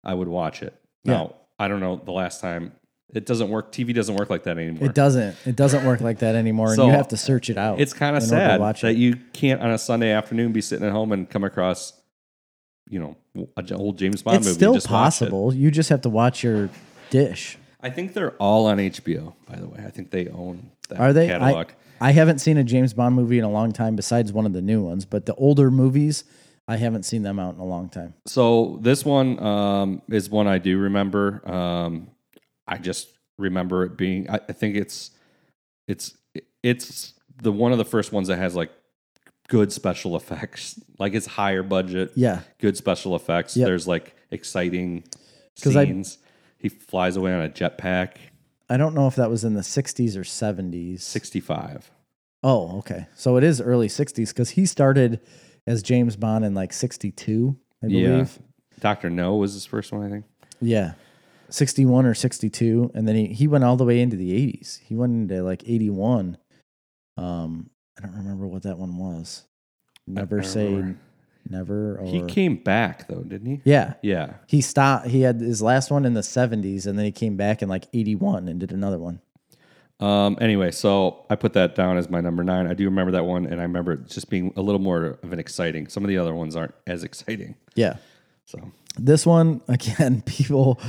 I would watch it. Now I don't know the last time it doesn't work. TV doesn't work like that anymore. it doesn't it doesn't work like that anymore So, and you have to search it out It's kind in of order to sad watch that it. you can't on a Sunday afternoon be sitting at home and come across, you know, an old James Bond it's movie. and still just watch it. possible you just have to watch your dish I think they're all on HBO. By the way, I think they own that are they catalog. I, I haven't seen a james bond movie in a long time besides one of the new ones but the older movies i haven't seen them out in a long time so this one um, is one I do remember. Um, I just remember it being. I, I think it's it's it's the one of the first ones that has like good special effects. Like it's higher budget. yeah Good special effects. Yep. There's like exciting 'Cause I- scenes. he flies away on a jetpack. i don't know if that was in the 60s or 70s Sixty five. Oh, okay. So it is early 60s because he started as James Bond in like 62, I Yeah. believe. Doctor No was his first one. I think. Yeah. 61 or 62. And then he, he went all the way into the 80s. He went into like 81. Um, I don't remember what that one was. I- I Never don't say remember. never. Or, He came back though, didn't he? yeah. Yeah. He stopped. He had his last one in the 70s and then he came back in like 81 and did another one. Um, anyway, so I put that down as my number nine. I do remember that one, and I remember it just being a little more of an exciting. Some of the other ones aren't as exciting. Yeah. So This one again, people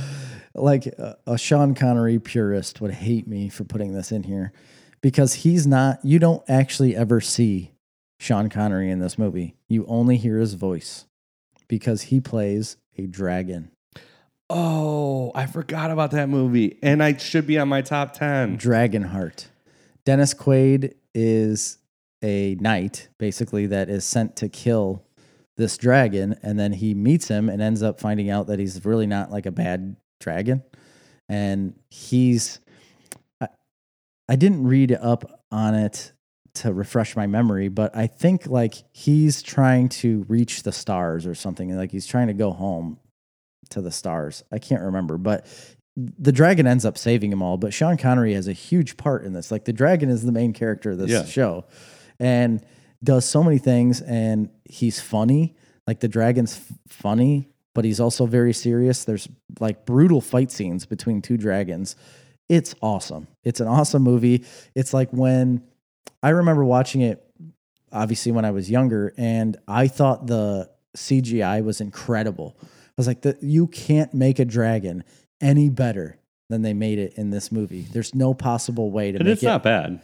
like a, a Sean Connery purist would hate me for putting this in here because he's not. You don't actually ever see Sean Connery in this movie. You only hear his voice because he plays a dragon. Oh, I forgot about that movie, and I should be on my top ten. Dragonheart. Dennis Quaid is a knight, basically, that is sent to kill this dragon. And then he meets him and ends up finding out that he's really not like a bad dragon. And he's, I, I didn't read up on it to refresh my memory, but I think like he's trying to reach the stars or something. Like he's trying to go home to the stars. I can't remember, but the dragon ends up saving them all, but Sean Connery has a huge part in this. Like the dragon is the main character of this Yeah. show and does so many things and he's funny. Like the dragon's f- funny, but he's also very serious. There's like brutal fight scenes between two dragons. It's awesome. It's an awesome movie. It's like when I remember watching it obviously when I was younger, and I thought the CGI was incredible. I was like, the, you can't make a dragon any better than they made it in this movie. There's no possible way to And make it's it. not bad.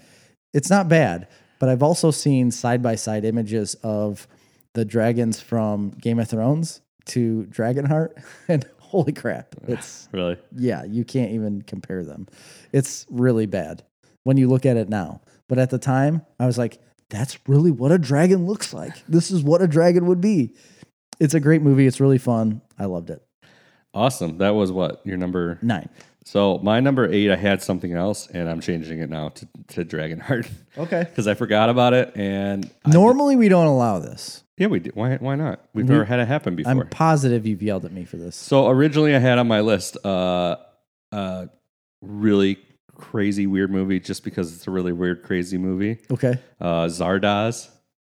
It's not bad, but I've also seen side by side images of the dragons from Game of Thrones to Dragonheart, and holy crap, it's Really? yeah, you can't even compare them. It's really bad when you look at it now. But at the time, I was like, that's really what a dragon looks like. This is what a dragon would be. It's a great movie. It's really fun. I loved it. Awesome. That was what your number. Nine. So my number eight, I had something else, and I'm changing it now to, to Dragonheart Okay. because I forgot about it. And I- Normally, we don't allow this. yeah, we did. Why? Why not? We've never had it happen before. I'm positive you've yelled at me for this. So originally, I had on my list uh, a really crazy weird movie, just because it's a really weird crazy movie. Okay. Uh, Zardoz.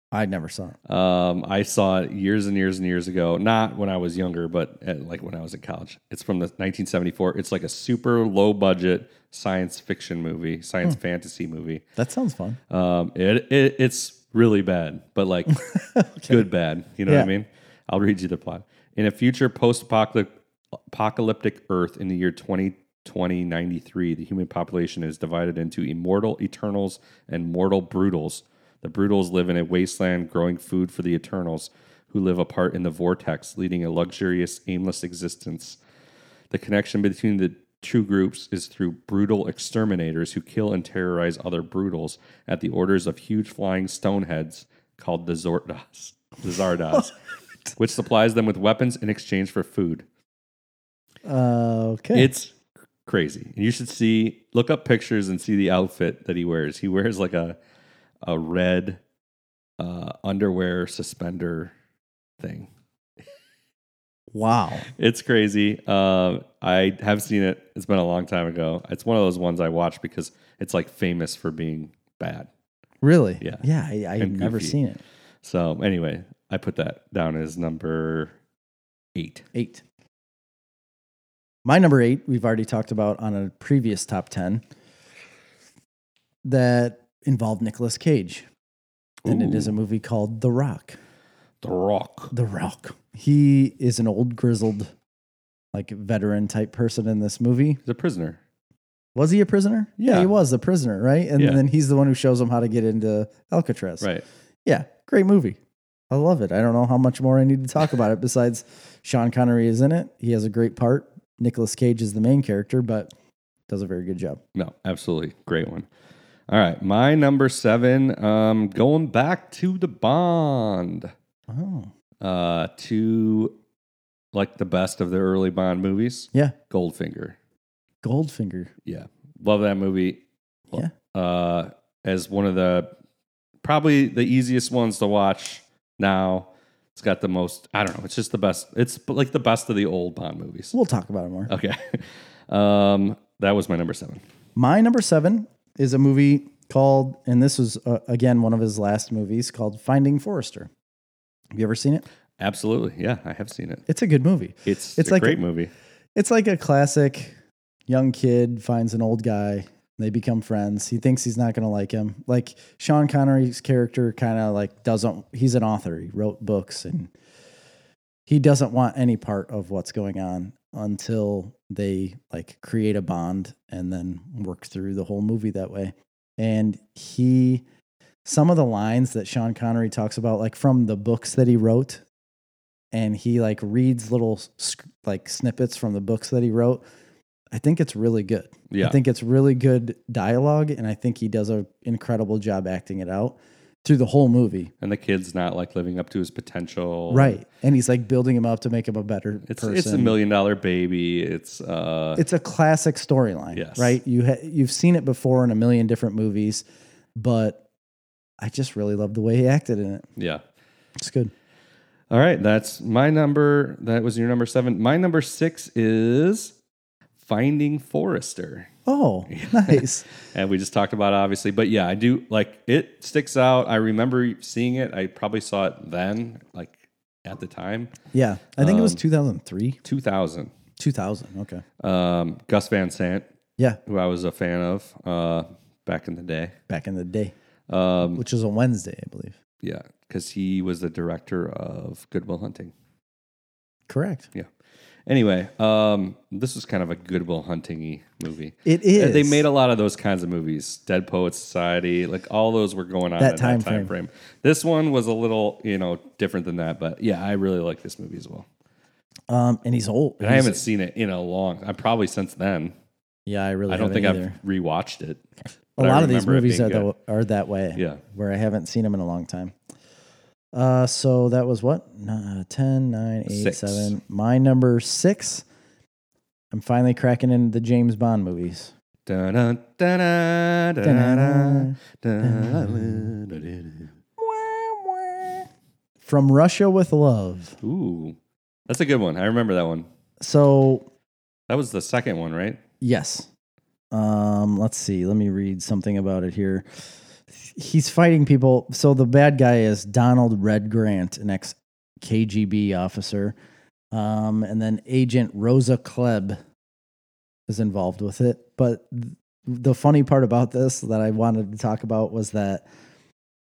I never saw it. Um, I saw it years and years and years ago. Not when I was younger, but at, like when I was in college. It's from the 1974. It's like a super low budget science fiction movie, science fantasy movie. That sounds fun. Um, it, it it's really bad, but like good bad. You know what I Yeah. mean? I'll read you the plot. In a future post-apocalyptic Earth in the year 2020 93, the human population is divided into immortal eternals and mortal brutals. The brutals live in a wasteland, growing food for the eternals, who live apart in the vortex, leading a luxurious, aimless existence. The connection between the two groups is through brutal exterminators who kill and terrorize other brutals at the orders of huge flying stoneheads called the Zordas, the Zardas, which supplies them with weapons in exchange for food. Uh, okay. It's crazy. And you should see look up pictures and see the outfit that he wears. He wears like a a red uh, underwear suspender thing. wow. It's crazy. Um, I have seen it. It's been a long time ago. It's one of those ones I watch because it's like famous for being bad. Really? Yeah. Yeah. I, I had And never goofy. seen it. So anyway, I put that down as number eight. Eight. My number eight, we've already talked about on a previous top 10 that involved Nicolas Cage. And it is a movie called The Rock. The Rock. The Rock. He is an old, grizzled, like veteran type person in this movie. He's a prisoner. Was he a prisoner? Yeah. he was the prisoner, right? And Yeah. then he's the one who shows him how to get into Alcatraz. Right. Yeah, great movie. I love it. I don't know how much more I need to talk about it besides Sean Connery is in it. He has a great part. Nicolas Cage is the main character, but does a very good job. No, absolutely. Great one. All right. My number seven, um, going back to the Bond, Oh. uh, to like the best of the early Bond movies, Yeah. Goldfinger. Goldfinger. Yeah. Love that movie. Yeah. Uh, as one of the probably the easiest ones to watch now. It's got the most, I don't know, it's just the best. It's like the best of the old Bond movies. We'll talk about it more. Okay. Um, that was my number seven. My number seven is a movie called, and this was uh, again one of his last movies called Finding Forrester. Have you ever seen it? Absolutely. Yeah. I have seen it. It's a good movie. It's, It's a like great a- movie. It's like a classic young kid finds an old guy. They become friends. He thinks he's not going to like him. Like Sean Connery's character kind of like doesn't, he's an author. He wrote books and he doesn't want any part of what's going on until they like create a bond and then work through the whole movie that way. And he, some of the lines that Sean Connery talks about, like from the books that he wrote, and he like reads little sc- like snippets from the books that he wrote. I think it's really good. Yeah. I think it's really good dialogue, and I think he does an incredible job acting it out through the whole movie. and the kid's not like living up to his potential. Right, and he's like building him up to make him a better It's person. it's a million dollar baby. It's uh It's a classic storyline, Yes. right? You ha- you've seen it before in a million different movies, but I just really love the way he acted in it. yeah. It's good. All right, that's my number. That was your number 7. My number 6 is Finding Forrester. Oh, nice. And we just talked about it, obviously, but yeah, I do like it sticks out. I remember seeing it. I probably saw it then like at the time, Yeah, I think it was Um, 2003, 2000. 2000. Okay. Um Gus Van Sant, Yeah, who I was a fan of uh back in the day. back in the day, Um which was a Wednesday, I believe. Yeah, because he was the director of Goodwill Hunting. Correct. Yeah. Anyway, um, this is kind of a Goodwill Hunting-y movie. It is. They made a lot of those kinds of movies, Dead Poets Society, like all those were going on That in time that time frame. This one was a little, you know, different than that, but yeah, I really like this movie as well. um, and he's old. And I haven't seen it in a long, I probably since then. Yeah, I really. I don't haven't think either. I've rewatched it. a but I lot of these remember it movies are being the, are that way. Yeah. Where I haven't seen them in a long time. Uh, so that was what? Uh, 10, 9, 8, Six. 7. My number six. I'm finally cracking into the James Bond movies. Da-da, da-da, da-da, Da-da-da, da-da-da-da-da. From Russia with Love. Ooh, that's a good one. I remember that one. So, That was the second one, right? yes. Um, let's see. Let me read something about it here. He's fighting people. So the bad guy is Donald Red Grant, an ex KGB officer. Um, and then Agent Rosa Klebb is involved with it. But th- the funny part about this that I wanted to talk about was that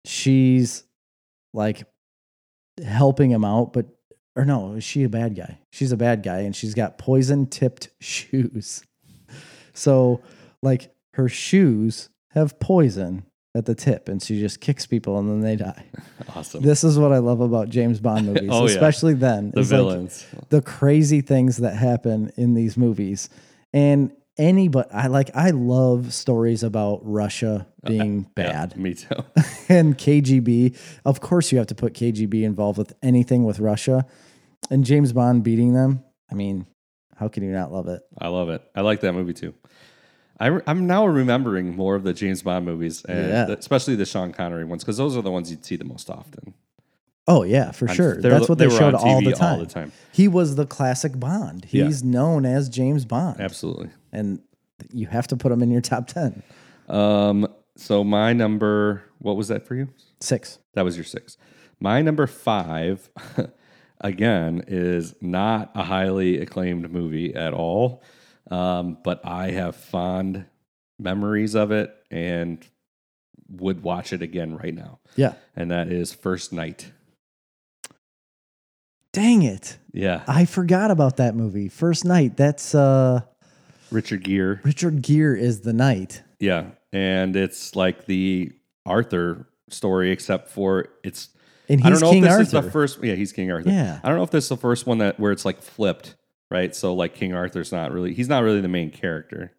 she's like helping him out, but or no, is she a bad guy? She's a bad guy and she's got poison tipped shoes. So, like, her shoes have poison at the tip and she just kicks people and then they die. Awesome. This is what I love about James Bond movies, Oh, yeah. especially then. the It's like villains. the crazy things that happen in these movies. And anybody, I like, I love stories about Russia being Uh, Yeah, bad me too. and KGB. Of course, you have to put KGB involved with anything with Russia and James Bond beating them. I mean, how can you not love it? I love it. I like that movie too. I re- I'm now remembering more of the James Bond movies, and Yeah. the- especially the Sean Connery ones, because those are the ones you'd see the most often. Oh yeah, for I'm- sure. they're- That's what they they, were showed on all TV the all time. the time. He was the classic Bond. Yeah. He's known as James Bond, Absolutely. and you have to put him in your top ten. Um. So my number, what was that for you? Six. That was your six. My number five, again, is not a highly acclaimed movie at all, um, but I have fond memories of it and would watch it again right now. Yeah. And that is First Night. Dang it! Yeah. I forgot about that movie. First night. That's uh, Richard Gere. Richard Gere is the knight. Yeah. And it's like the Arthur story, except for it's. And I he's don't know King if this Arthur. is the first. Yeah, he's King Arthur. Yeah. I don't know if this is the first one that where it's like flipped, right? So like King Arthur's not really he's not really the main character.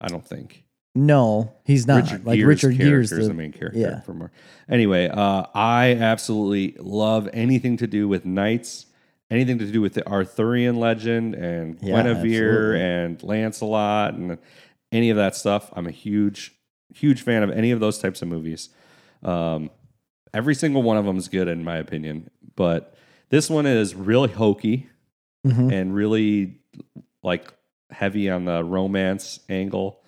I don't think. No, he's not. like Gere's Richard Gere's character is the main character. yeah. For more. Anyway, uh, I absolutely love anything to do with knights, anything to do with the Arthurian legend and Yeah, Guinevere absolutely. and Lancelot and any of that stuff. I'm a huge, huge fan of any of those types of movies. Um, every single one of them is good in my opinion, but this one is really hokey Mhm. and really like heavy on the romance angle.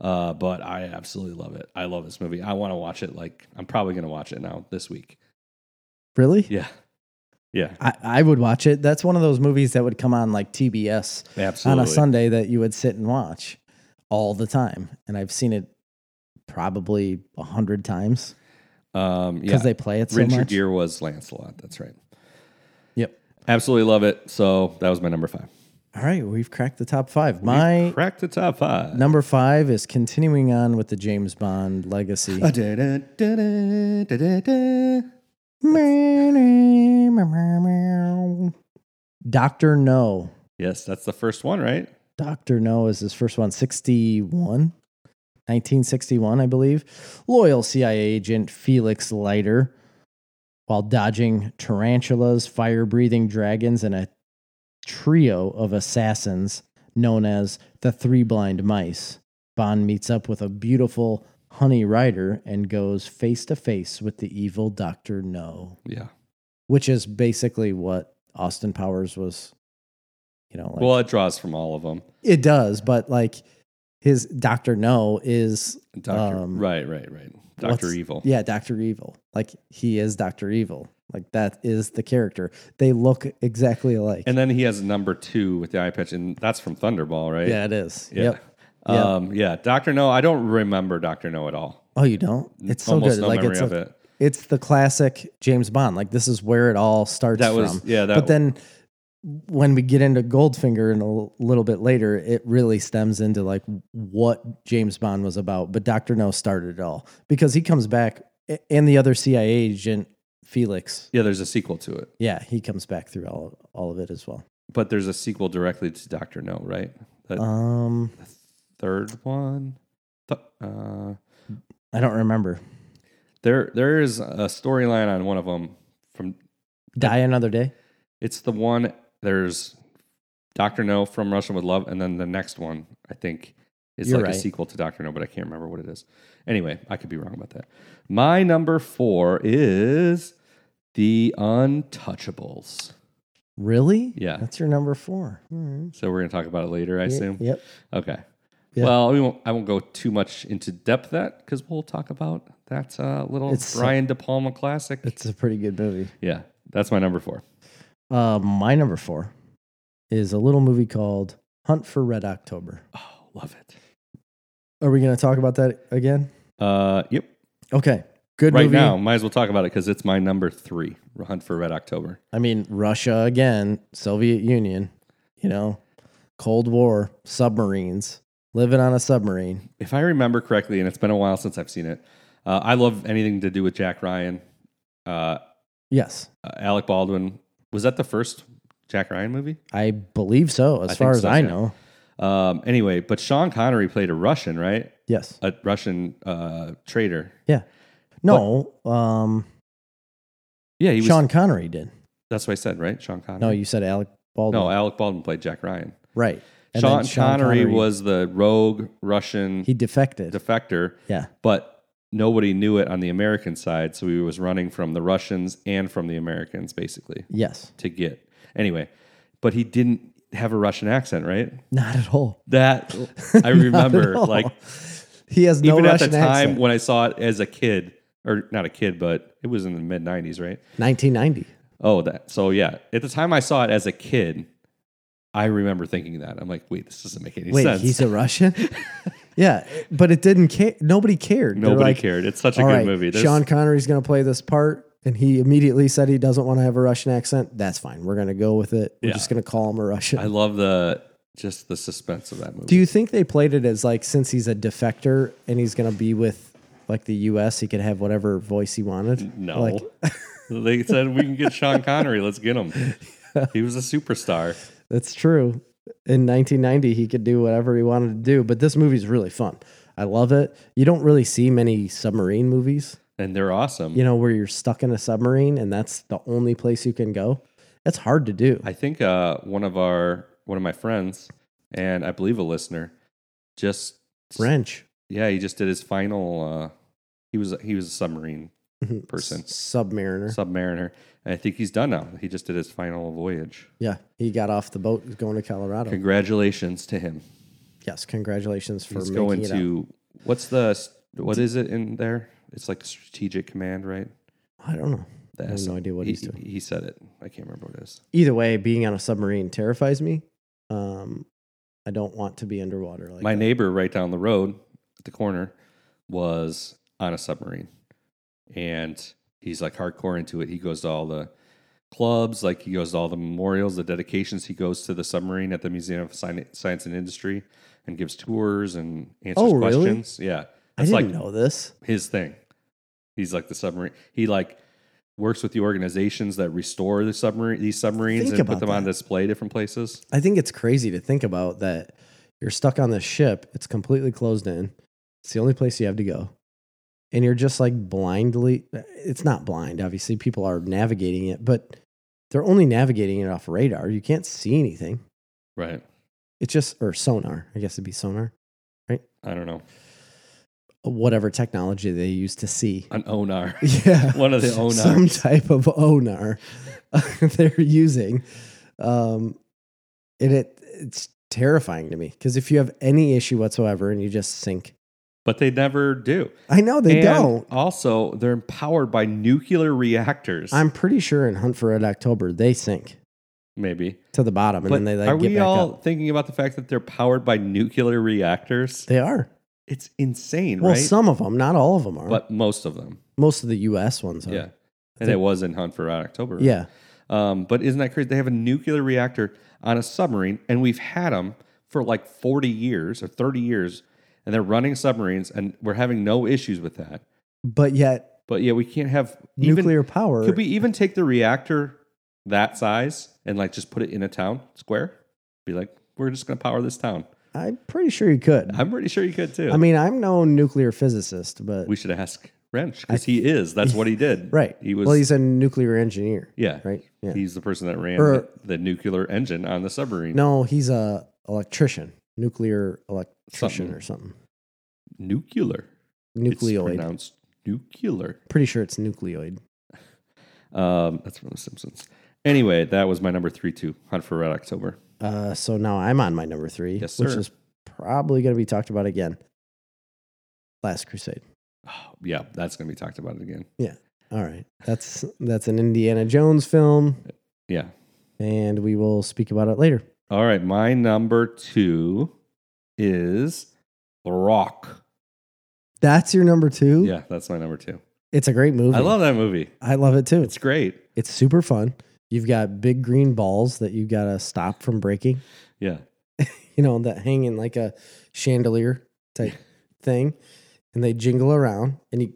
Uh, but I absolutely love it. I love this movie. I want to watch it. Like I'm probably gonna watch it now this week. Really? Yeah, yeah, I, I would watch it. That's one of those movies that would come on like TBS absolutely. on a Sunday that you would sit and watch all the time. And I've seen it probably a hundred times Um, yeah. because they play it so Richard much. Gere was Lancelot. That's right. Yep. Absolutely love it. So that was my number five. All right, we've cracked the top five. My Crack the top five. number five is continuing on with the James Bond legacy. Da-da-da-da-da-da-da. Dr. No. Yes, that's the first one, right? Dr. No is his first one, 61. 1961, I believe. Loyal CIA agent Felix Leiter, while dodging tarantulas, fire breathing dragons, and a trio of assassins known as the Three Blind Mice, Bond meets up with a beautiful honey rider and goes face to face with the evil Dr. No, Yeah. which is basically what Austin Powers was, you know, like. Well, it draws from all of them. It does, but like his Doctor No is Doctor, Um, right, right, right. what's- Doctor Evil. Yeah, Doctor Evil. Like he is Doctor Evil. Like that is the character. They look exactly alike. And then he has number two with the eye patch, and that's from Thunderball, right? yeah, it is. Yeah. Yep. Yep. Um, yeah. Doctor No, I don't remember Doctor No at all. Oh, you don't? It's so Almost good. no like memory it's of a- it. it's the classic James Bond. Like this is where it all starts That from. was yeah. That but then when we get into Goldfinger and a l- little bit later, it really stems into like what James Bond was about. But Doctor No started it all because he comes back, a- and the other CIA agent Felix. yeah. There's a sequel to it, Yeah, he comes back through all all of it as well. but there's a sequel directly to Doctor No, right? That Um, the third one. Th- uh, I don't remember. there, there is a storyline on one of them from Die another day. It's the one there's Doctor No from Russian with Love, and then the next one I think is You're like right. a sequel to Doctor No, but I can't remember what it is. Anyway, I could be wrong about that. My number four is the Untouchables. Really? Yeah. That's your number four. Alright. So we're gonna talk about it later, I Ye- assume. Yep. Okay. Yeah. Well, we won't, I won't go too much into depth that because we'll talk about that uh, little It's- Brian De Palma classic. It's a pretty good movie. yeah, that's my number four. Uh, my number four is a little movie called Hunt for Red October. Oh, love it. Are we going to talk about that again? Uh, yep. Okay. Good right movie. now, might as well talk about it because it's my number three. Hunt for Red October. I mean, Russia again, Soviet Union, you know, Cold War, submarines, living on a submarine. If I remember correctly, and it's been a while since I've seen it, uh, I love anything to do with Jack Ryan. Uh, Yes, uh, Alec Baldwin was that the first Jack Ryan movie? I believe so, as think far as so, I yeah. know. Um, anyway, but Sean Connery played a Russian, right? Yes. A Russian uh, trader. No, um, Yeah, he was. Sean Connery did. that's what I said, right? Sean Connery. No, you said Alec Baldwin. no, Alec Baldwin played Jack Ryan. right. And then Sean, Connery, was the rogue Russian He defected. defector. yeah. but nobody knew it on the American side, so he was running from the Russians and from the Americans basically Yes. to get anyway. But he didn't have a Russian accent, right? Not at all. That I Not remember, at all. like he has no even Russian at the time accent. when I saw it as a kid, or not a kid, but it was in the mid '90s, right? 1990. Oh, that. So yeah, at the time I saw it as a kid, I remember thinking that I'm like, wait, this doesn't make any Wait, sense. he's a Russian? yeah, but it didn't care. Nobody cared. They're Nobody like, cared. It's such a "All good right, movie. There's- Sean Connery's going to play this part, and he immediately said he doesn't want to have a Russian accent. That's fine. We're going to go with it. We're Yeah. just going to call him a Russian. I love the just the suspense of that movie. Do you think they played it as like since he's a defector and he's going to be with like the U.S., he could have whatever voice he wanted? No. Like, they said we can get Sean Connery. Let's get him. He was a superstar. That's true. In 1990, he could do whatever he wanted to do, but this movie's really fun. I love it. You don't really see many submarine movies, And they're awesome. you know, where you're stuck in a submarine and that's the only place you can go. That's hard to do. I think uh, one of our one of my friends and I believe a listener just French yeah, he just did his final uh, he was he was a submarine Mhm. person. submariner. submariner. And I think he's done now. He just did his final voyage. yeah, he got off the boat. He's going to Colorado. Congratulations to him. yes, congratulations for He's making going it out. to what's the what is it in there? It's like strategic command, right? I don't know. The I have S- E no idea what he, he's doing. He said it. I can't remember what it is. Either way, being on a submarine terrifies me. Um, I don't want to be underwater. Like My that. neighbor right down the road at the corner was on a submarine. And he's like hardcore into it. He goes to all the clubs, like he goes to all the memorials, the dedications. He goes to the submarine at the Museum of Sci- Science and Industry and gives tours and answers Oh, really? questions. Yeah. I didn't like know this. his thing. He's like the submarine. He like works with the organizations that restore the submarine these submarines Think and put about them on that. display different places. I think it's crazy to think about that you're stuck on this ship. It's completely closed in. It's the only place you have to go. And you're just like blindly, it's not blind, obviously. People are navigating it, but they're only navigating it off radar. You can't see anything. Right. It's just, or sonar, I guess it'd be sonar, I don't know. whatever technology they use to see. An onar. Yeah. One of the onars. Some type of onar they're using. Um, and it it's terrifying to me because if you have any issue whatsoever and you just sink, but they never do. I know they And don't. Also, they're empowered by nuclear reactors. I'm pretty sure in Hunt for Red October they sink maybe. to the bottom and But then they like are get we back all up. thinking about the fact that they're powered by nuclear reactors? They are. It's insane, Well, right? some of them, not all of them are. but most of them. most of the U.S. ones are. Yeah. And it was in Hunt for Red October. right? Yeah. Um, but isn't that crazy? They have a nuclear reactor on a submarine, and we've had them for like 40 years or 30 years, and they're running submarines, and we're having no issues with that. But yet, But yeah, we can't have even- nuclear power. Could we even take the reactor that size and like just put it in a town square? Be like, we're just going to power this town. I'm pretty sure you could. I'm pretty sure you could too. I mean, I'm no nuclear physicist, but we should ask Wrench because he is. That's what he did. Right. He was. Well, he's a nuclear engineer. yeah. Right. Yeah. He's the person that ran Or- the, the nuclear engine on the submarine. no, he's a electrician, nuclear electrician Something. or something. Nuclear. It's Nucleoid. pronounced nuclear. Pretty sure it's nucleoid. Um, that's from The Simpsons. Anyway, that was my number three, two, Hunt for Red October. Uh, so now I'm on my number three, Yes, which sir. is probably going to be talked about again. Last Crusade. Oh, yeah, that's going to be talked about again. All right, that's that's an Indiana Jones film, Yeah. and we will speak about it later. All right. My number two is The Rock. That's your number two. Yeah, that's my number two. It's a great movie. I love that movie. I love it too. It's great. It's super fun. You've got big green balls that you got to stop from breaking. Yeah. you know, that hang in like a chandelier type thing, and they jingle around. And you,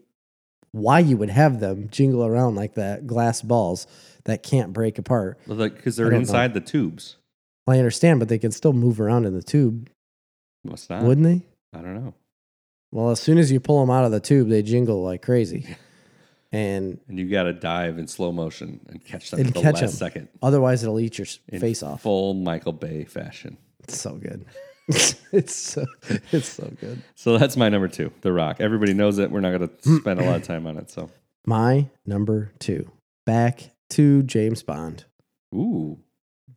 why you would have them jingle around like that glass balls that can't break apart? Because I they're don't know. inside the tubes. Well, I understand, but they can still move around in the tube, Must not. wouldn't they? I don't know. Well, as soon as you pull them out of the tube, they jingle like crazy, and And you got to dive in slow motion and catch them And at the catch last them. second. otherwise it'll eat your s- in face off. Full Michael Bay fashion. It's so good. it's so it's so good. So that's my number two, The Rock. Everybody knows it. We're not going to spend a lot of time on it. So, My number two, back to James Bond, ooh.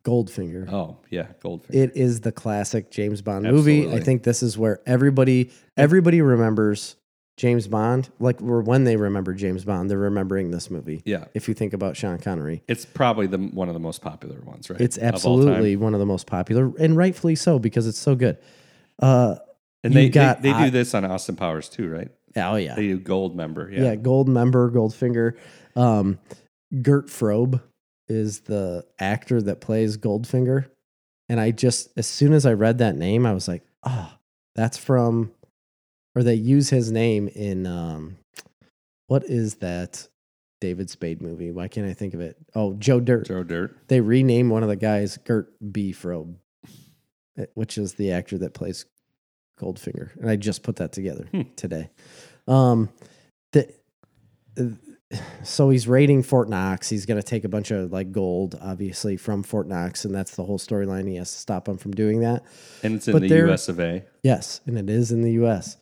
Goldfinger. Oh, yeah. Goldfinger. It is the classic James Bond movie. I Absolutely. think this is where everybody everybody remembers James Bond. Like or when they remember James Bond, they're remembering this movie. yeah. If you think about Sean Connery, It's probably the one of the most popular ones, right? it's Of all time. absolutely one of the most popular, and rightfully so because it's so good. Uh, And You've they, got- they, they I- do this on Austin Powers too, right? oh yeah, They do Gold member. yeah, Yeah. Gold Member, Goldfinger. Um, Gert Frobe is the actor that plays Goldfinger, and I just as soon as I read that name, I was like, oh, that's from, or they use his name in um, what is that David Spade movie? Why can't I think of it? Oh, Joe Dirt. Joe Dirt. They rename one of the guys Gert B. Frobe, eh, which is the actor that plays Goldfinger. And I just put that together Hmm. today. Um, the, uh, so he's raiding Fort Knox. He's going to take a bunch of like gold, obviously, from Fort Knox. And that's the whole storyline. He has to stop him from doing that. And it's in But the they're- US of A. Yes, and it is in the US.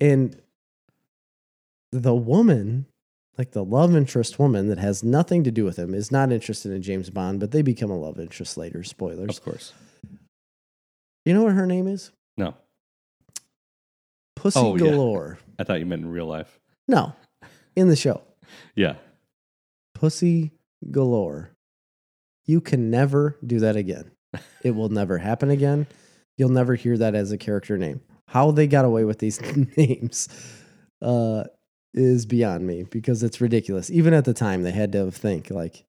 And the woman, like the love interest woman that has nothing to do with him, is not interested in James Bond, but they become a love interest later. Spoilers. Of course. You know what her name is? No. Pussy Oh, yeah. Galore. I thought you meant in real life. No, in the show. Yeah. Pussy Galore. You can never do that again. It will never happen again. You'll never hear that as a character name. How they got away with these names uh, is beyond me because it's ridiculous. Even at the time, they had to think like,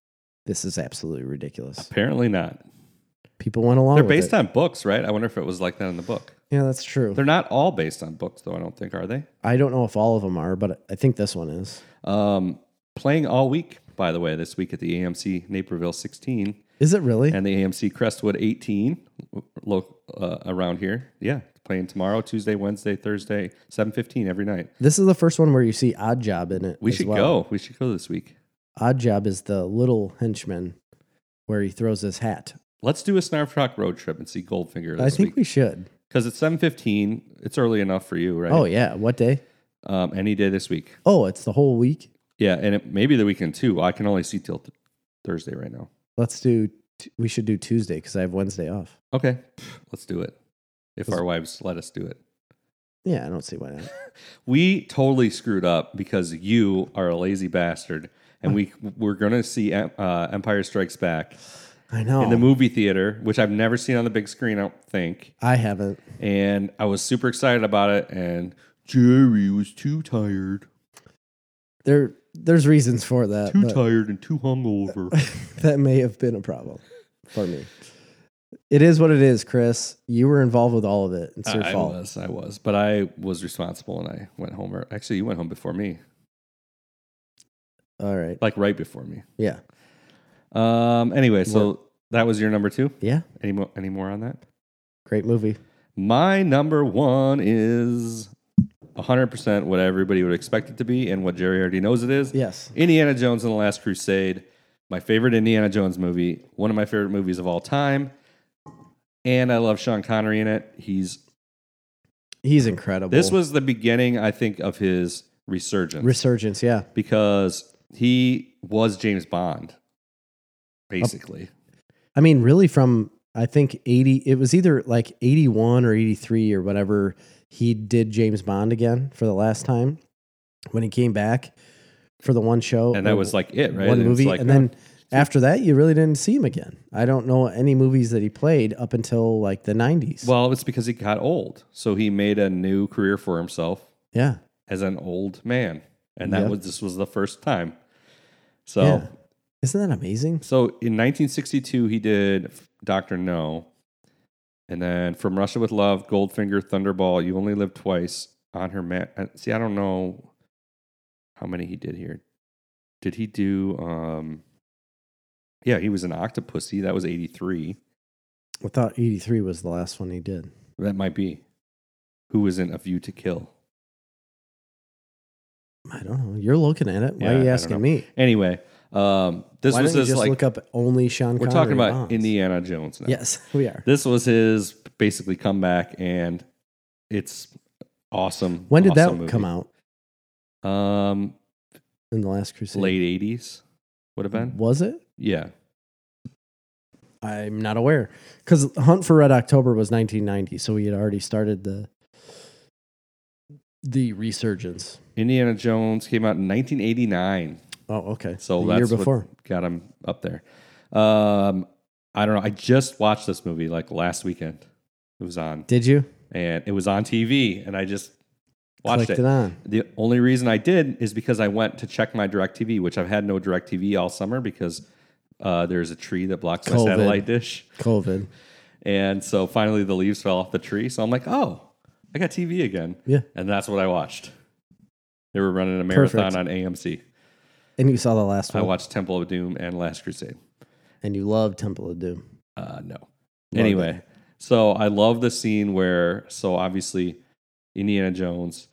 this is absolutely ridiculous. Apparently not. People went along. They're with based it. on books, right? I wonder if it was like that in the book. Yeah, that's true. They're not all based on books, though, I don't think, are they? I don't know if all of them are, but I think this one is. Um, playing all week. by the way, this week at the AMC Naperville 16 Is it really? and the AMC Crestwood 18 lo- uh, around here. Yeah, playing tomorrow, Tuesday, Wednesday, Thursday, 7:15 every night. this is the first one where you see Odd Job in it. We as should well. go. We should go this week. Odd Job is the little henchman where he throws his hat. Let's do a Snarf Rock road trip and see Goldfinger I this think week we should. because it's 7:15. It's early enough for you, right? Oh yeah, what day? um, any day this week. Oh, it's the whole week. Yeah, and it, maybe the weekend too. I can only see till th- Thursday right now. Let's do. t- We should do Tuesday because I have Wednesday off. Okay, Pff, let's do it. If Let's- our wives let us do it. Yeah, I don't see why not. We totally screwed up because you are a lazy bastard, and we we're gonna see uh, Empire Strikes Back I know. in the movie theater, which I've never seen on the big screen. I don't think, I haven't. and I was super excited about it, and Jerry was too tired, There, there's reasons for that. too but tired, and too hungover. that may have been a problem for me. It is what it is, Chris. You were involved with all of it. It's your I fault. was, I was, but I was responsible, and I went home. ear- Actually, you went home before me, All right. like right before me. Yeah. Um. Anyway, so that was your number two. Yeah. Any more? Any more on that? Great movie. My number one is 100% what everybody would expect it to be and what Jerry already knows it is. Yes. Indiana Jones and the Last Crusade, my favorite Indiana Jones movie, one of my favorite movies of all time. And I love Sean Connery in it. He's He's incredible. this was the beginning, I think, of his resurgence resurgence. Yeah. because he was James Bond, basically. I mean, really from I think 80 it was either like 81 or 83 or whatever he did James Bond again for the last time when he came back for the one show and that was like it, right? one And it's movie like, and uh, then after that you really didn't see him again. I don't know any movies that he played up until like the 90s. well, it's because he got old. So he made a new career for himself yeah. as an old man, and that Yeah. was this was the first time. So, Yeah. Isn't that amazing? so in 1962, he did Doctor No, and then From Russia with Love, Goldfinger, Thunderball, You Only Live Twice, On Her Man. uh, See, I don't know how many he did here. Did he do? um Yeah, he was an Octopussy. That was 83. I thought 83 was the last one he did. That might be. Who was in A View to Kill? I don't know. You're looking at it. Yeah, I Why are don't you know. asking me? Anyway, um this Why was don't you his just like. look up only Sean We're Connery talking about Bonds? Indiana Jones now. Yes, we are. This was his basically comeback, and it's awesome. When did that awesome come movie. out? Um, In the Last Crusade. late eighties would have been. Was it? Yeah, I'm not aware. Because Hunt for Red October was 1990, so we had already started the the resurgence. Indiana Jones came out in nineteen eighty nine, Oh, okay. so the that's year what before. got him up there. Um, I don't know. I just watched this movie like last weekend. It was on, Did you and it was on TV, and I just watched it. clicked it, on? The only reason I did is because I went to check my DirecTV, which I've had no DirecTV all summer because uh, there's a tree that blocks my COVID. satellite dish. COVID. And so finally the leaves fell off the tree. So I'm like, oh, I got TV again. Yeah. And that's what I watched. They were running a marathon Perfect. on AMC. And you saw the last I one, watched Temple of Doom and Last Crusade. and you loved Temple of Doom. Uh, no. anyway, so I love the scene where, so obviously, Indiana Jones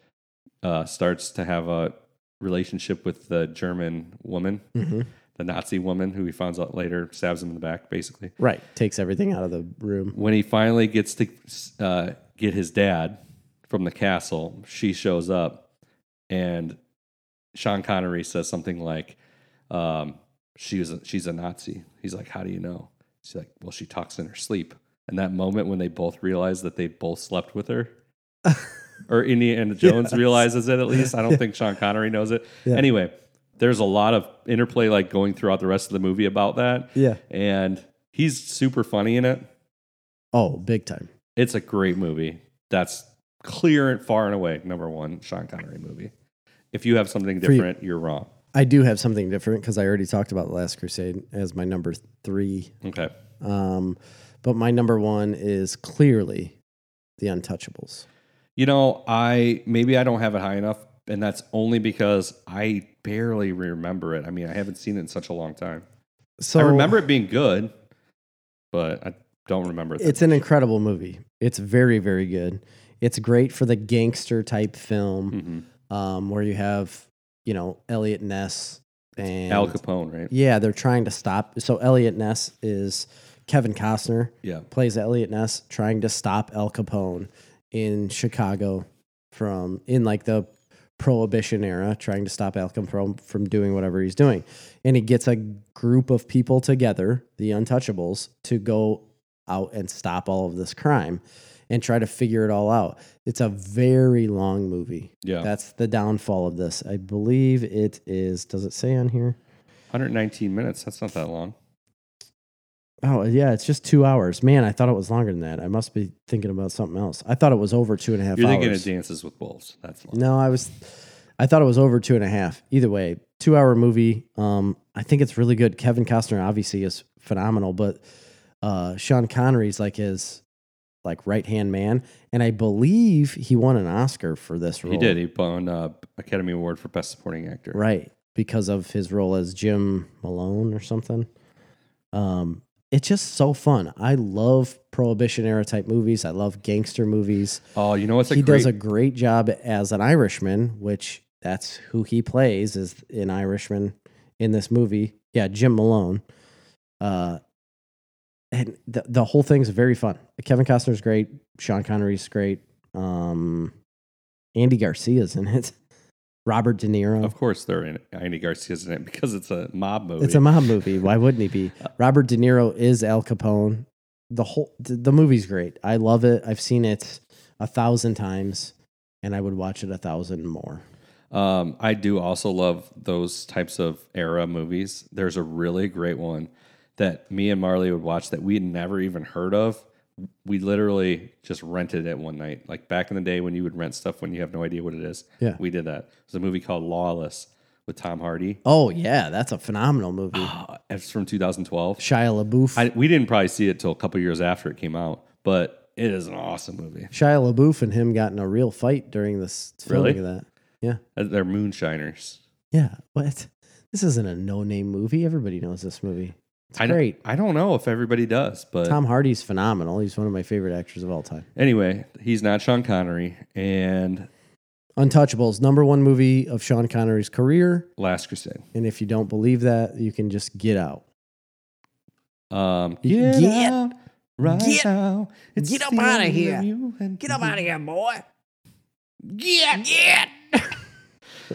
uh, starts to have a relationship with the German woman, hmm the Nazi woman who he finds out later stabs him in the back, basically. Right, takes everything out of the room. When he finally gets to uh, get his dad from the castle, she shows up and Sean Connery says something like, um, she was a, she's a Nazi. He's like, how do you know? She's like, well, she talks in her sleep. And that moment when they both realize that they both slept with her, or Indiana Jones realizes it at least. I don't think Sean Connery knows it. Yeah. Anyway, there's a lot of interplay like going throughout the rest of the movie about that. Yeah. And he's super funny in it. Oh, big time. It's a great movie. That's clear and far and away number one Sean Connery movie. If you have something For you. different, you're wrong. I do have something different because I already talked about the Last Crusade as my number three Okay. Um, but my number one is clearly The Untouchables. You know, I maybe I don't have it high enough. and that's only because I barely remember it. I mean, I haven't seen it in such a long time. So I remember it being good, but I don't remember it. that It's an incredible movie. It's very, very good. It's great for the gangster type film much. Mhm. um, where you have, you know, Elliot Ness and Al Capone, right? Yeah, they're trying to stop. So Elliot Ness is Kevin Costner Yeah. plays Elliot Ness trying to stop Al Capone in Chicago from in like the prohibition era trying to stop Al Capone from doing whatever he's doing. And he gets a group of people together, the untouchables, to go out and stop all of this crime and try to figure it all out. It's a very long movie. Yeah. That's the downfall of this. I believe it is does it say on here? 119 minutes. That's not that long. Oh yeah, it's just two hours. Man, I thought it was longer than that. I must be thinking about something else. I thought it was over two and a half You're hours. thinking of Dances with Wolves. That's long. no, I was I thought it was over two and a half. Either way, two hour movie. Um, I think it's really good. Kevin Costner obviously is phenomenal, but uh Sean Connery's like his like right hand man. And I believe he won an Oscar for this role. He did. He won uh, Academy Award for Best Supporting Actor. Right. Because of his role as Jim Malone or something. Um, it's just so fun. I love prohibition era type movies. I love gangster movies. Oh, you know what's a he great does a great job as an Irishman, which that's who he plays is an Irishman in this movie. Yeah, Jim Malone. Uh, and the, the whole thing's very fun. Kevin Costner's great. Sean Connery's great. Um, Andy Garcia's in it. Robert De Niro. Of course, they're in it. Andy Garcia's in it because it's a mob movie. Uh, It's a mob movie. Why wouldn't he be? Robert De Niro is Al Capone. The whole the, the movie's great. I love it. I've seen it a thousand times, and I would watch it a thousand more. Um, I do also love those types of era movies. There's a really great one that me and Marley would watch that we had never even heard of. We literally just rented it one night, like back in the day when you would rent stuff when you have no idea what it is. Yeah. we did that. It's a movie called Lawless with Tom Hardy. Oh yeah, that's a phenomenal movie. Ah, It's from 2012. Shia LaBeouf. I, we didn't probably see it till a couple years after it came out, but it is an awesome movie. Shia LaBeouf and him got in a real fight during this filming Really? of that. Yeah, Uh, They're moonshiners. yeah. What? This isn't a no name movie. Everybody knows this movie. It's I don't- great. I don't know if everybody does, but Tom Hardy's phenomenal. He's one of my favorite actors of all time. Anyway, he's not Sean Connery. And Untouchables, number one movie of Sean Connery's career. Last Crusade. And if you don't believe that, you can just get out. Um, Get- get, out right Get- now. get up outta here. Get Get up out of here, boy. Get, get.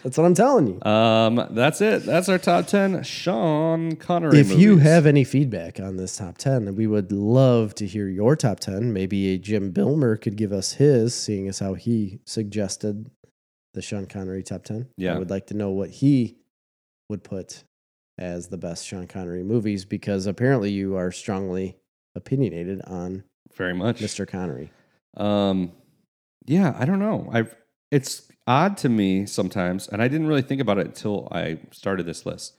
That's what I'm telling you. Um, that's it. That's our top ten Sean Connery. if you movies. have any feedback on this top 10, we would love to hear your top 10. Maybe a Jim Bilmer could give us his, seeing as how he suggested the Sean Connery top 10. Yeah. I would like to know what he would put as the best Sean Connery movies because apparently you are strongly opinionated on very much, Mr. Connery. Um, yeah, I don't know. I have it's odd to me sometimes, and I didn't really think about it until I started this list.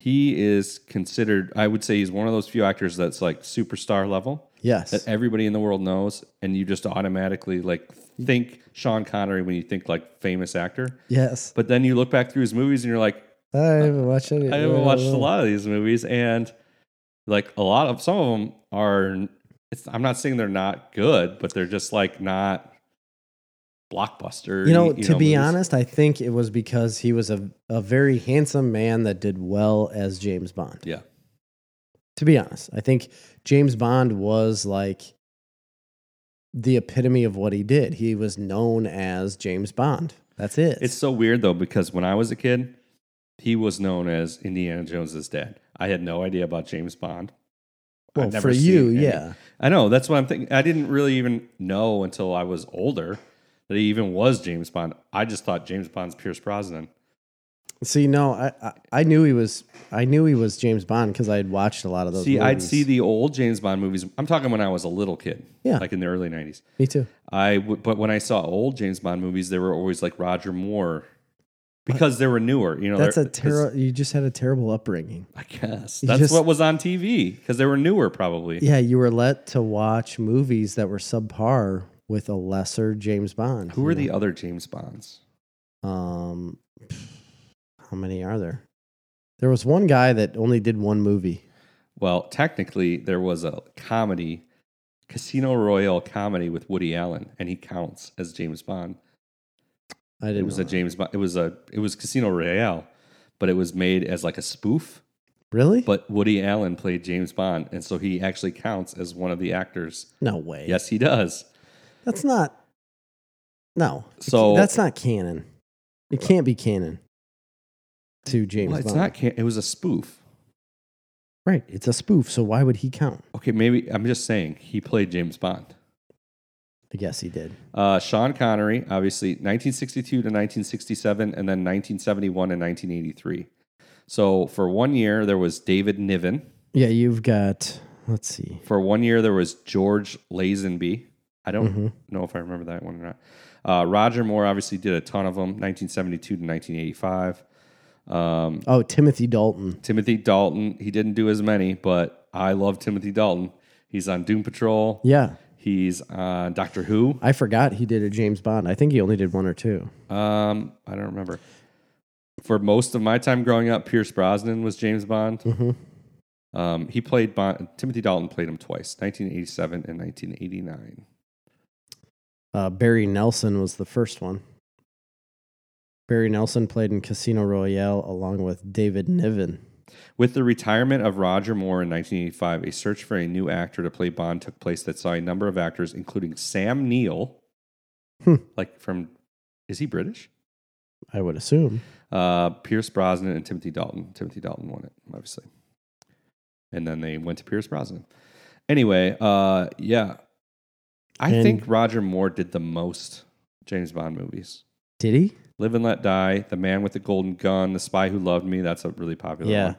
He is considered. I would say he's one of those few actors that's like superstar level. Yes. that everybody in the world knows, and you just automatically like think Sean Connery when you think like famous actor. yes. But then you look back through his movies and you're like, I haven't watched any. I haven't watched a lot of these movies, and like a lot of some of them are. It's, I'm not saying they're not good, but they're just like not blockbuster. You know, to be honest, I think it was because he was a, a very handsome man that did well as James Bond. Yeah. To be honest, I think James Bond was like the epitome of what he did. He was known as James Bond. That's it. It's so weird though because when I was a kid, he was known as Indiana Jones's dad. I had no idea about James Bond. I'd well, never for seen you, any- yeah. I know. That's what I'm thinking. I didn't really even know until I was older that he even was James Bond. I just thought James Bond's Pierce Brosnan. See, no, I, I I knew he was I knew he was James Bond because I had watched a lot of those. see, I'd movies. see the old James Bond movies. I'm talking when I was a little kid, Yeah. like in the early '90s. me too. I w- but when I saw old James Bond movies, they were always like Roger Moore because they were newer. You know, That's they're- a terrible. You just had a terrible upbringing. I guess You that's just- what was on TV because they were newer, probably. Yeah, you were let to watch movies that were subpar with a lesser James Bond. Who are the other James Bonds? Um, how many are there? There was one guy that only did one movie. Well, technically, there was a comedy, Casino Royale comedy with Woody Allen, and he counts as James Bond. I didn't. It was know a that. James Bond. It was a it was Casino Royale, but it was made as like a spoof. Really? But Woody Allen played James Bond, and so he actually counts as one of the actors. no way. Yes, he does. That's not. No. It's- So- that's not canon. It can't be canon. To James Well, it's Bond. not. Can- it was a spoof. right. It's a spoof. So why would he count? Okay, maybe I'm just saying he played James Bond. I guess he did. Uh, Sean Connery, obviously, 1962 to 1967, and then 1971 and 1983. So for one year there was David Niven. Yeah, you've got. Let's see. For one year there was George Lazenby. I don't Mhm. know if I remember that one or not. Uh, Roger Moore obviously did a ton of them, 1972 to 1985. Um, Oh, Timothy Dalton. Timothy Dalton, he didn't do as many, but I love Timothy Dalton. He's on Doom Patrol. Yeah, He's on Doctor Who. I forgot he did a James Bond. I think he only did one or two. Um, I don't remember. For most of my time growing up, Pierce Brosnan was James Bond. Mhm. Um, he played Bond. Timothy Dalton played him twice, 1987 and 1989. Uh, Barry Nelson was the first one. Barry Nelson played in Casino Royale along with David Niven. With the retirement of Roger Moore in 1985, a search for a new actor to play Bond took place that saw a number of actors, including Sam Neill, Hmm. like from, is he British? I would assume. Uh, Pierce Brosnan and Timothy Dalton. Timothy Dalton won it, obviously. And then they went to Pierce Brosnan. Anyway, uh, yeah, I And- think Roger Moore did the most James Bond movies. Did he? Live and Let Die, The Man with the Golden Gun, The Spy Who Loved Me. That's a really popular Yeah.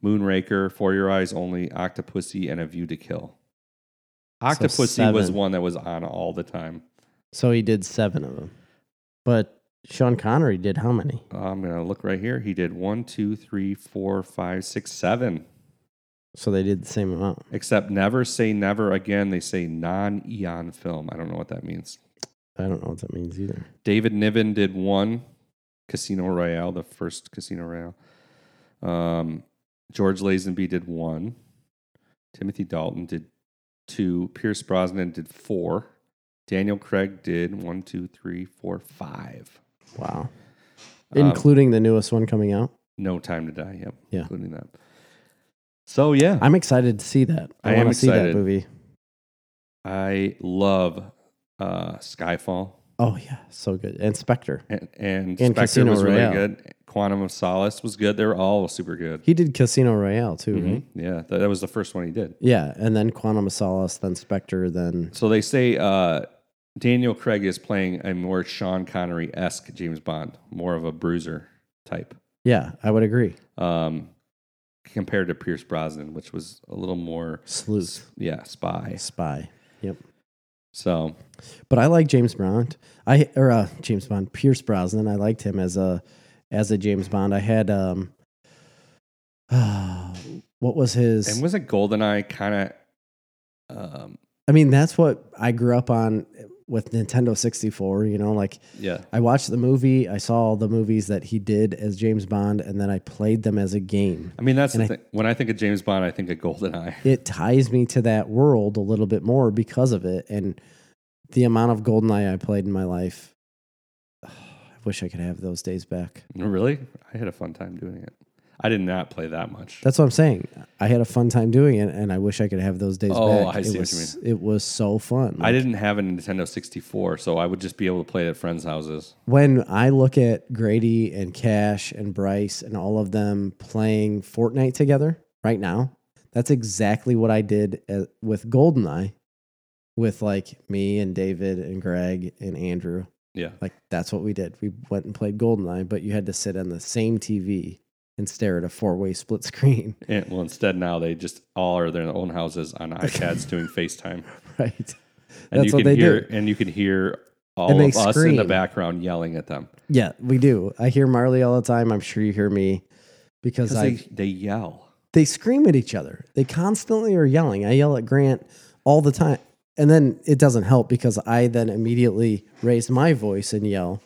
one. Moonraker, For Your Eyes Only, Octopussy, and A View to Kill. Octopussy was seven. one that was on all the time. So he did seven of them. But Sean Connery did how many? I'm gonna look right here. He did one, two, three, four, five, six, seven. So they did the same amount. Except never say never again. They say non eon film. I don't know what that means. I don't know what that means either. David Niven did one Casino Royale, the first Casino Royale. Um, George Lazenby did one. Timothy Dalton did two. Pierce Brosnan did four. Daniel Craig did one, two, three, four, five. Wow. Um, Including the newest one coming out. No Time to Die. Yep. Yeah. Including that. So, yeah. I'm excited to see that. I, I am want to see that excited. movie. I love uh, Skyfall. Oh, yeah. So good. And Spectre. and, and, And Spectre Casino was really Royale. good. Quantum of Solace was good. They were all super good. He did Casino Royale too, Mhm. right? Yeah, that, that was the first one he did. Yeah. And then Quantum of Solace, then Spectre, then. So they say uh, Daniel Craig is playing a more Sean Connery esque James Bond, more of a bruiser type, Yeah, I would agree. um, compared to Pierce Brosnan, which was a little more, Sleuth. yeah, spy. Spy. So But I like James Bond. I or uh, James Bond, Pierce Brosnan. I liked him as a as a James Bond. I had um, what was his? and was it Goldeneye kind of? Um, I mean, that's what I grew up on with Nintendo sixty four. You know, like yeah, I watched the movie, I saw all the movies that he did as James Bond, and then I played them as a game. I mean that's And the thing. When I think of James Bond, I think of Goldeneye. It ties me to that world a little bit more because of it, and the amount of GoldenEye I played in my life. I wish I could have those days back. Oh, Really, I had a fun time doing it. I did not play that much. That's what I'm saying. I had a fun time doing it, and I wish I could have those days Oh, back. I see what it you was, It was so fun. I didn't have a Nintendo 64, so I would just be able to play it at friends' houses. When I look at Grady and Cash and Bryce and all of them playing Fortnite together right now, that's exactly what I did at, with Goldeneye, with like me and David and Greg and Andrew. Yeah. Like that's what we did. We went and played Goldeneye, but you had to sit on the same TV and stare at a four-way split screen. And, well, instead now they just all are their own houses on iPads doing FaceTime, Right. and That's you what can they hear do. and you can hear all And they of us in the scream. background yelling at them Yeah, we do. I hear Marley all the time. I'm sure you hear me because because I they, they, they yell. scream at each other. They constantly are yelling. I yell at Grant all the time. And then it doesn't help because I then immediately raise my voice and yell.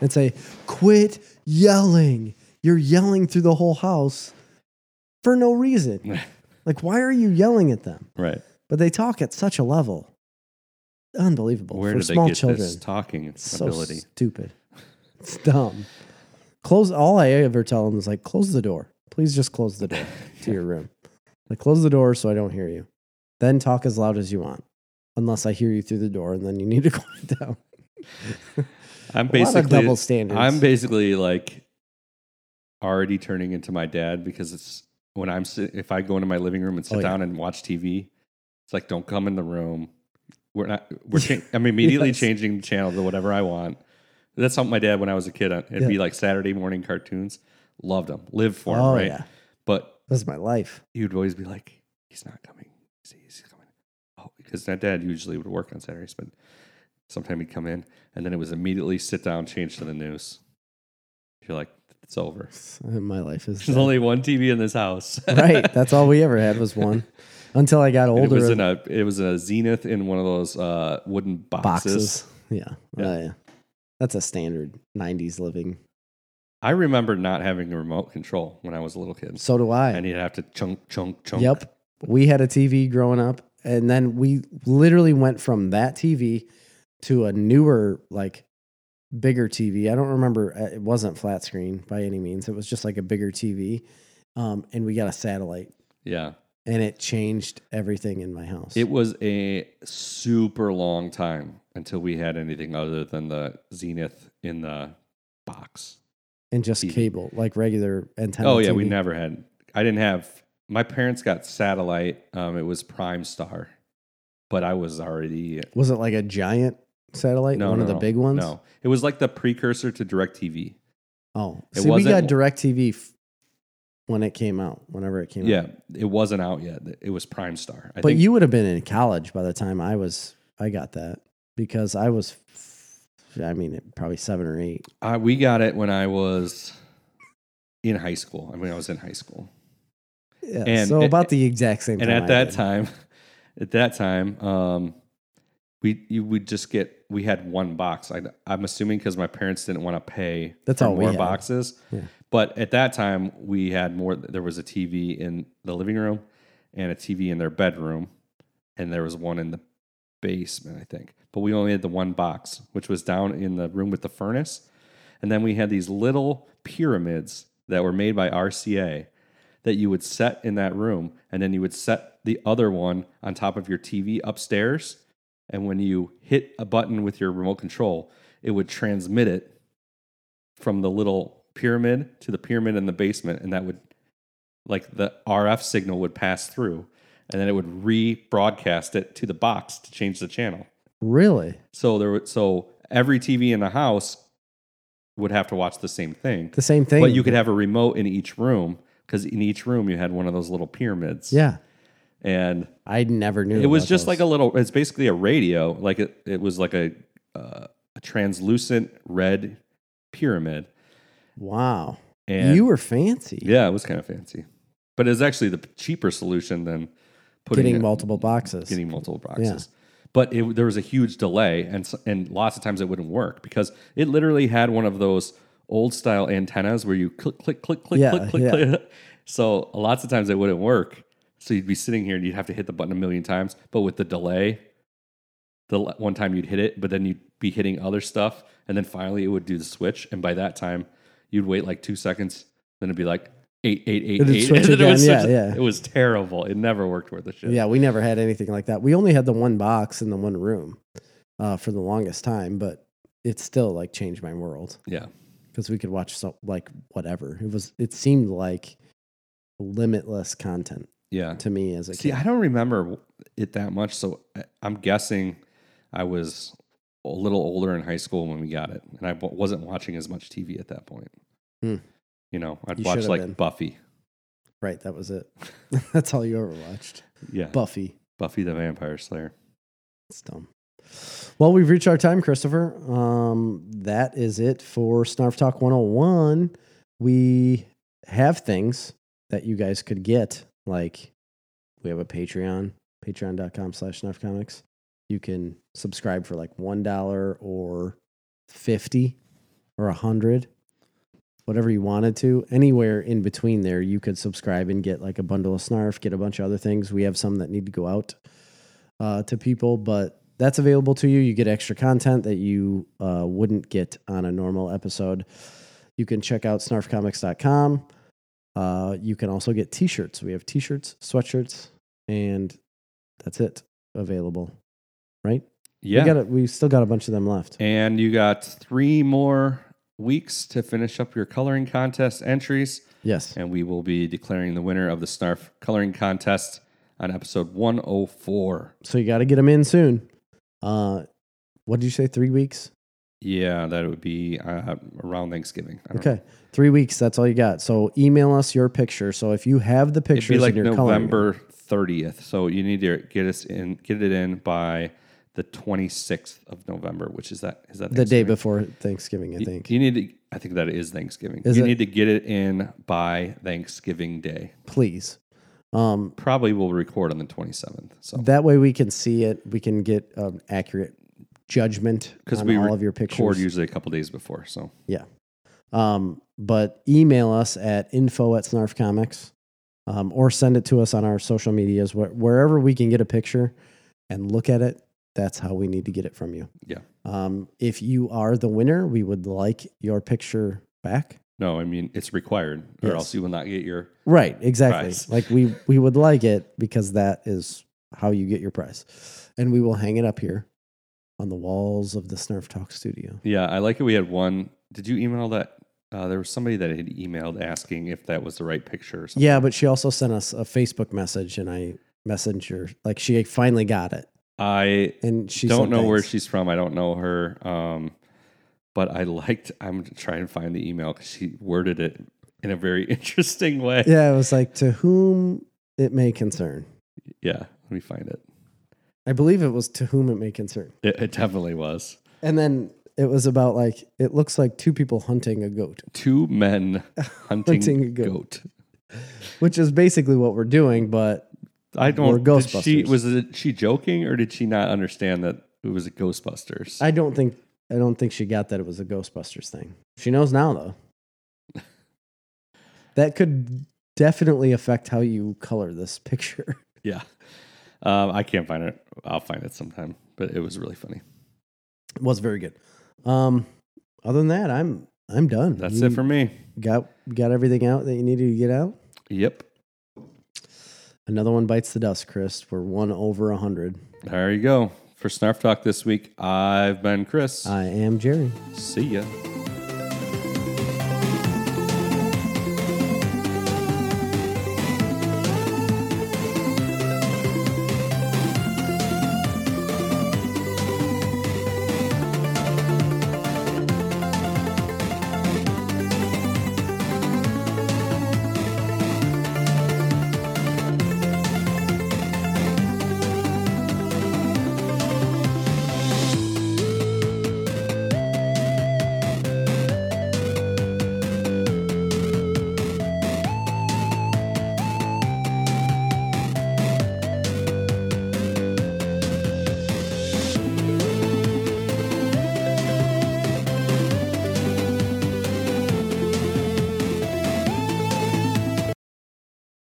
and say, "Quit yelling! You're yelling through the whole house for no reason. like, why are you yelling at them?" Right. But they talk at such a level, unbelievable Where for do they small get children. this talking It's so ability? stupid. It's dumb. Close. All I ever tell them is like, close the door. Please just close the door to your room. Like, close the door so I don't hear you. Then talk as loud as you want, unless I hear you through the door, and then you need to quiet down. I'm A lot of basically double standards. I'm basically like already turning into my dad because it's when I'm sit, if I go into my living room and sit Oh, yeah. down and watch TV, it's like don't come in the room. We're not. We're. Cha- I'm immediately Yes. changing the channel to whatever I want. That's how my dad when I was a kid. uh, It'd be Yeah. like Saturday morning cartoons. Loved them. Lived for them. oh right. yeah, But that's my life. he would always be like, "He's not coming. He's, he's coming." Oh, because my dad usually would work on Saturdays, but sometime he'd come in, and then it was immediately sit down, change to the news. You're like, "It's over." My life is There's that. only one TV in this house. right. That's all we ever had was one, until I got And it older. was in a it was in a zenith in one of those uh, wooden boxes. boxes. Yeah. Yeah. Uh, yeah. That's a standard '90s living. I remember not having a remote control when I was a little kid, So do I. and you'd have to chunk, chunk, chunk. Yep. We had a TV growing up, and then we literally went from that TV to a newer, like bigger TV. I don't remember, uh, it wasn't flat screen by any means. It was just like a bigger TV. Um, and we got a satellite, Yeah. and it changed everything in my house. It was a super long time until we had anything other than the Zenith in the box. and just TV. cable, like regular antenna. oh yeah, we TV. never had. I didn't have. My parents got satellite. Um, it was Prime Star, but I was already Was it like a giant satellite? no one no, of no, the big ones? No, it was like the precursor to Directv. Oh, It see, we wasn't- got direct TV f- when it came out, whenever it came out. Yeah, it wasn't out yet. It was Prime Star. I but think you would have been in college by the time I was I got that because I was I mean probably 7 or 8. I, we got it when I was in high school. I mean, I was in high school. Yeah. And- so about the exact same and time at I that did. time at that time um we you would just get we had one box I, i'm assuming because my parents didn't want to pay That's for all we more had. boxes Yeah. but at that time we had more there was a tv in the living room and a tv in their bedroom and there was one in the basement i think but we only had the one box which was down in the room with the furnace and then we had these little pyramids that were made by rca that you would set in that room and then you would set the other one on top of your TV upstairs and when you hit a button with your remote control it would transmit it from the little pyramid to the pyramid in the basement and that would like the RF signal would pass through and then it would rebroadcast it to the box to change the channel Really? so there would so every TV in the house would have to watch the same thing The same thing. but you could have a remote in each room because in each room you had one of those little pyramids. Yeah. And I never knew. it was about just those. like a little, it's basically a radio. Like it, it was like a, uh, a translucent red pyramid. wow. And you were fancy. yeah, it was kind of fancy. But it was actually the cheaper solution than putting Getting it- multiple boxes. Getting multiple boxes. But it, there was a huge delay, and s- and lots of times it wouldn't work because it literally had one of those old style antennas where you click click click click Yeah, click click yeah. click. So lots of times it wouldn't work. So you'd be sitting here and you'd have to hit the button a million times, but with the delay, the l- one time you'd hit it, but then you'd be hitting other stuff, and then finally it would do the switch, and by that time you'd wait like two seconds, then it'd be like eight eight eight It'd eight, switch and then it would again, yeah, switch- yeah. It was terrible. It never worked worth a shit. Yeah, we never had anything like that. We only had the one box in the one room uh, for the longest time, but it still like changed my world. yeah. because we could watch so like whatever it was. It seemed like limitless content Yeah. to me as a See, kid. I don't remember it that much, so I- I'm guessing I was a little older in high school when we got it, and I w- wasn't watching as much TV at that point. Hmm. You know, I'd You watch should've like been. Buffy. right, that was it. That's all you ever watched. Yeah, Buffy. Buffy the Vampire Slayer. It's dumb. Well, we've reached our time, Christopher. Um, that is it for Snarf Talk 101. We have things that you guys could get, like we have a Patreon, patreon.com slash snarf comics. You can subscribe for like $1 or 50 or a hundred, whatever you wanted to. Anywhere in between there, you could subscribe and get like a bundle of snarf, get a bunch of other things. We have some that need to go out uh, to people, but that's available to you. You get extra content that you uh, wouldn't get on a normal episode. You can check out snarfcomics.com. Uh, you can also get t shirts. We have t shirts, sweatshirts, and that's it available. Yeah. We, got a, we still got a bunch of them left. and you got three more weeks to finish up your coloring contest entries. Yes. And we will be declaring the winner of the Snarf coloring contest on episode 104. So you got to get them in soon. Uh, what did you say? Three weeks? Yeah, that would be uh, around Thanksgiving. I don't know. Okay. Three weeks. That's all you got. So email us your picture. So if you have the It'd pictures be like and you're coloring it- November 30th. So you need to get us in, get it in by the 26th of November, which is that, is that the day Thanksgiving? before Thanksgiving, I You- think. You need to, I think that is Thanksgiving. Is you it? need to get it in by Thanksgiving Day. Please. Um, Probably will record on the 27th. So that way we can see it. We can get um, accurate judgment because on we all of your record pictures. usually a couple days before. So Um, but email us at info at snarf comics um, or send it to us on our social medias, where, wherever we can get a picture and look at it. That's how we need to get it from you. Yeah. Um, if you are the winner, we would like your picture back. no, I mean it's required, or Yes. else you will not get your. Right. Exactly. Prize. Like we, we would like it because that is how you get your prize. And we will hang it up here on the walls of the Snarf Talk studio. Yeah, I like it. We had one. Did you email that? Uh, there was somebody that had emailed asking if that was the right picture. Or something. Yeah. But she also sent us a Facebook message and I messaged her. Like she finally got it. I and she don't said know where thanks. she's from. I don't know her. Um, but I liked. I'm gonna try and find the email because she worded it in a very interesting way. Yeah, it was like to whom it may concern. Yeah, let me find it. I believe it was to whom it may concern, It, it definitely was and then it was about like it looks like two people hunting a goat, two men hunting, Hunting a goat. goat. which is basically what we're doing. But I don't. Or Ghostbusters. She, Ghostbusters. was it, she joking, or did she not understand that it was a Ghostbusters? I don't think I don't think she got that it was a Ghostbusters thing. She knows now though. that could definitely affect how you color this picture. yeah, um, I can't find it. I'll find it sometime. But it was really funny. It was very good. Um, other than that, I'm I'm done. That's You it for me. got got everything out that you needed to get out. Yep. Another one bites the dust, Chris. We're one over a hundred. There you go for Snarf Talk this week. I've been Chris. I am Jerry. See ya.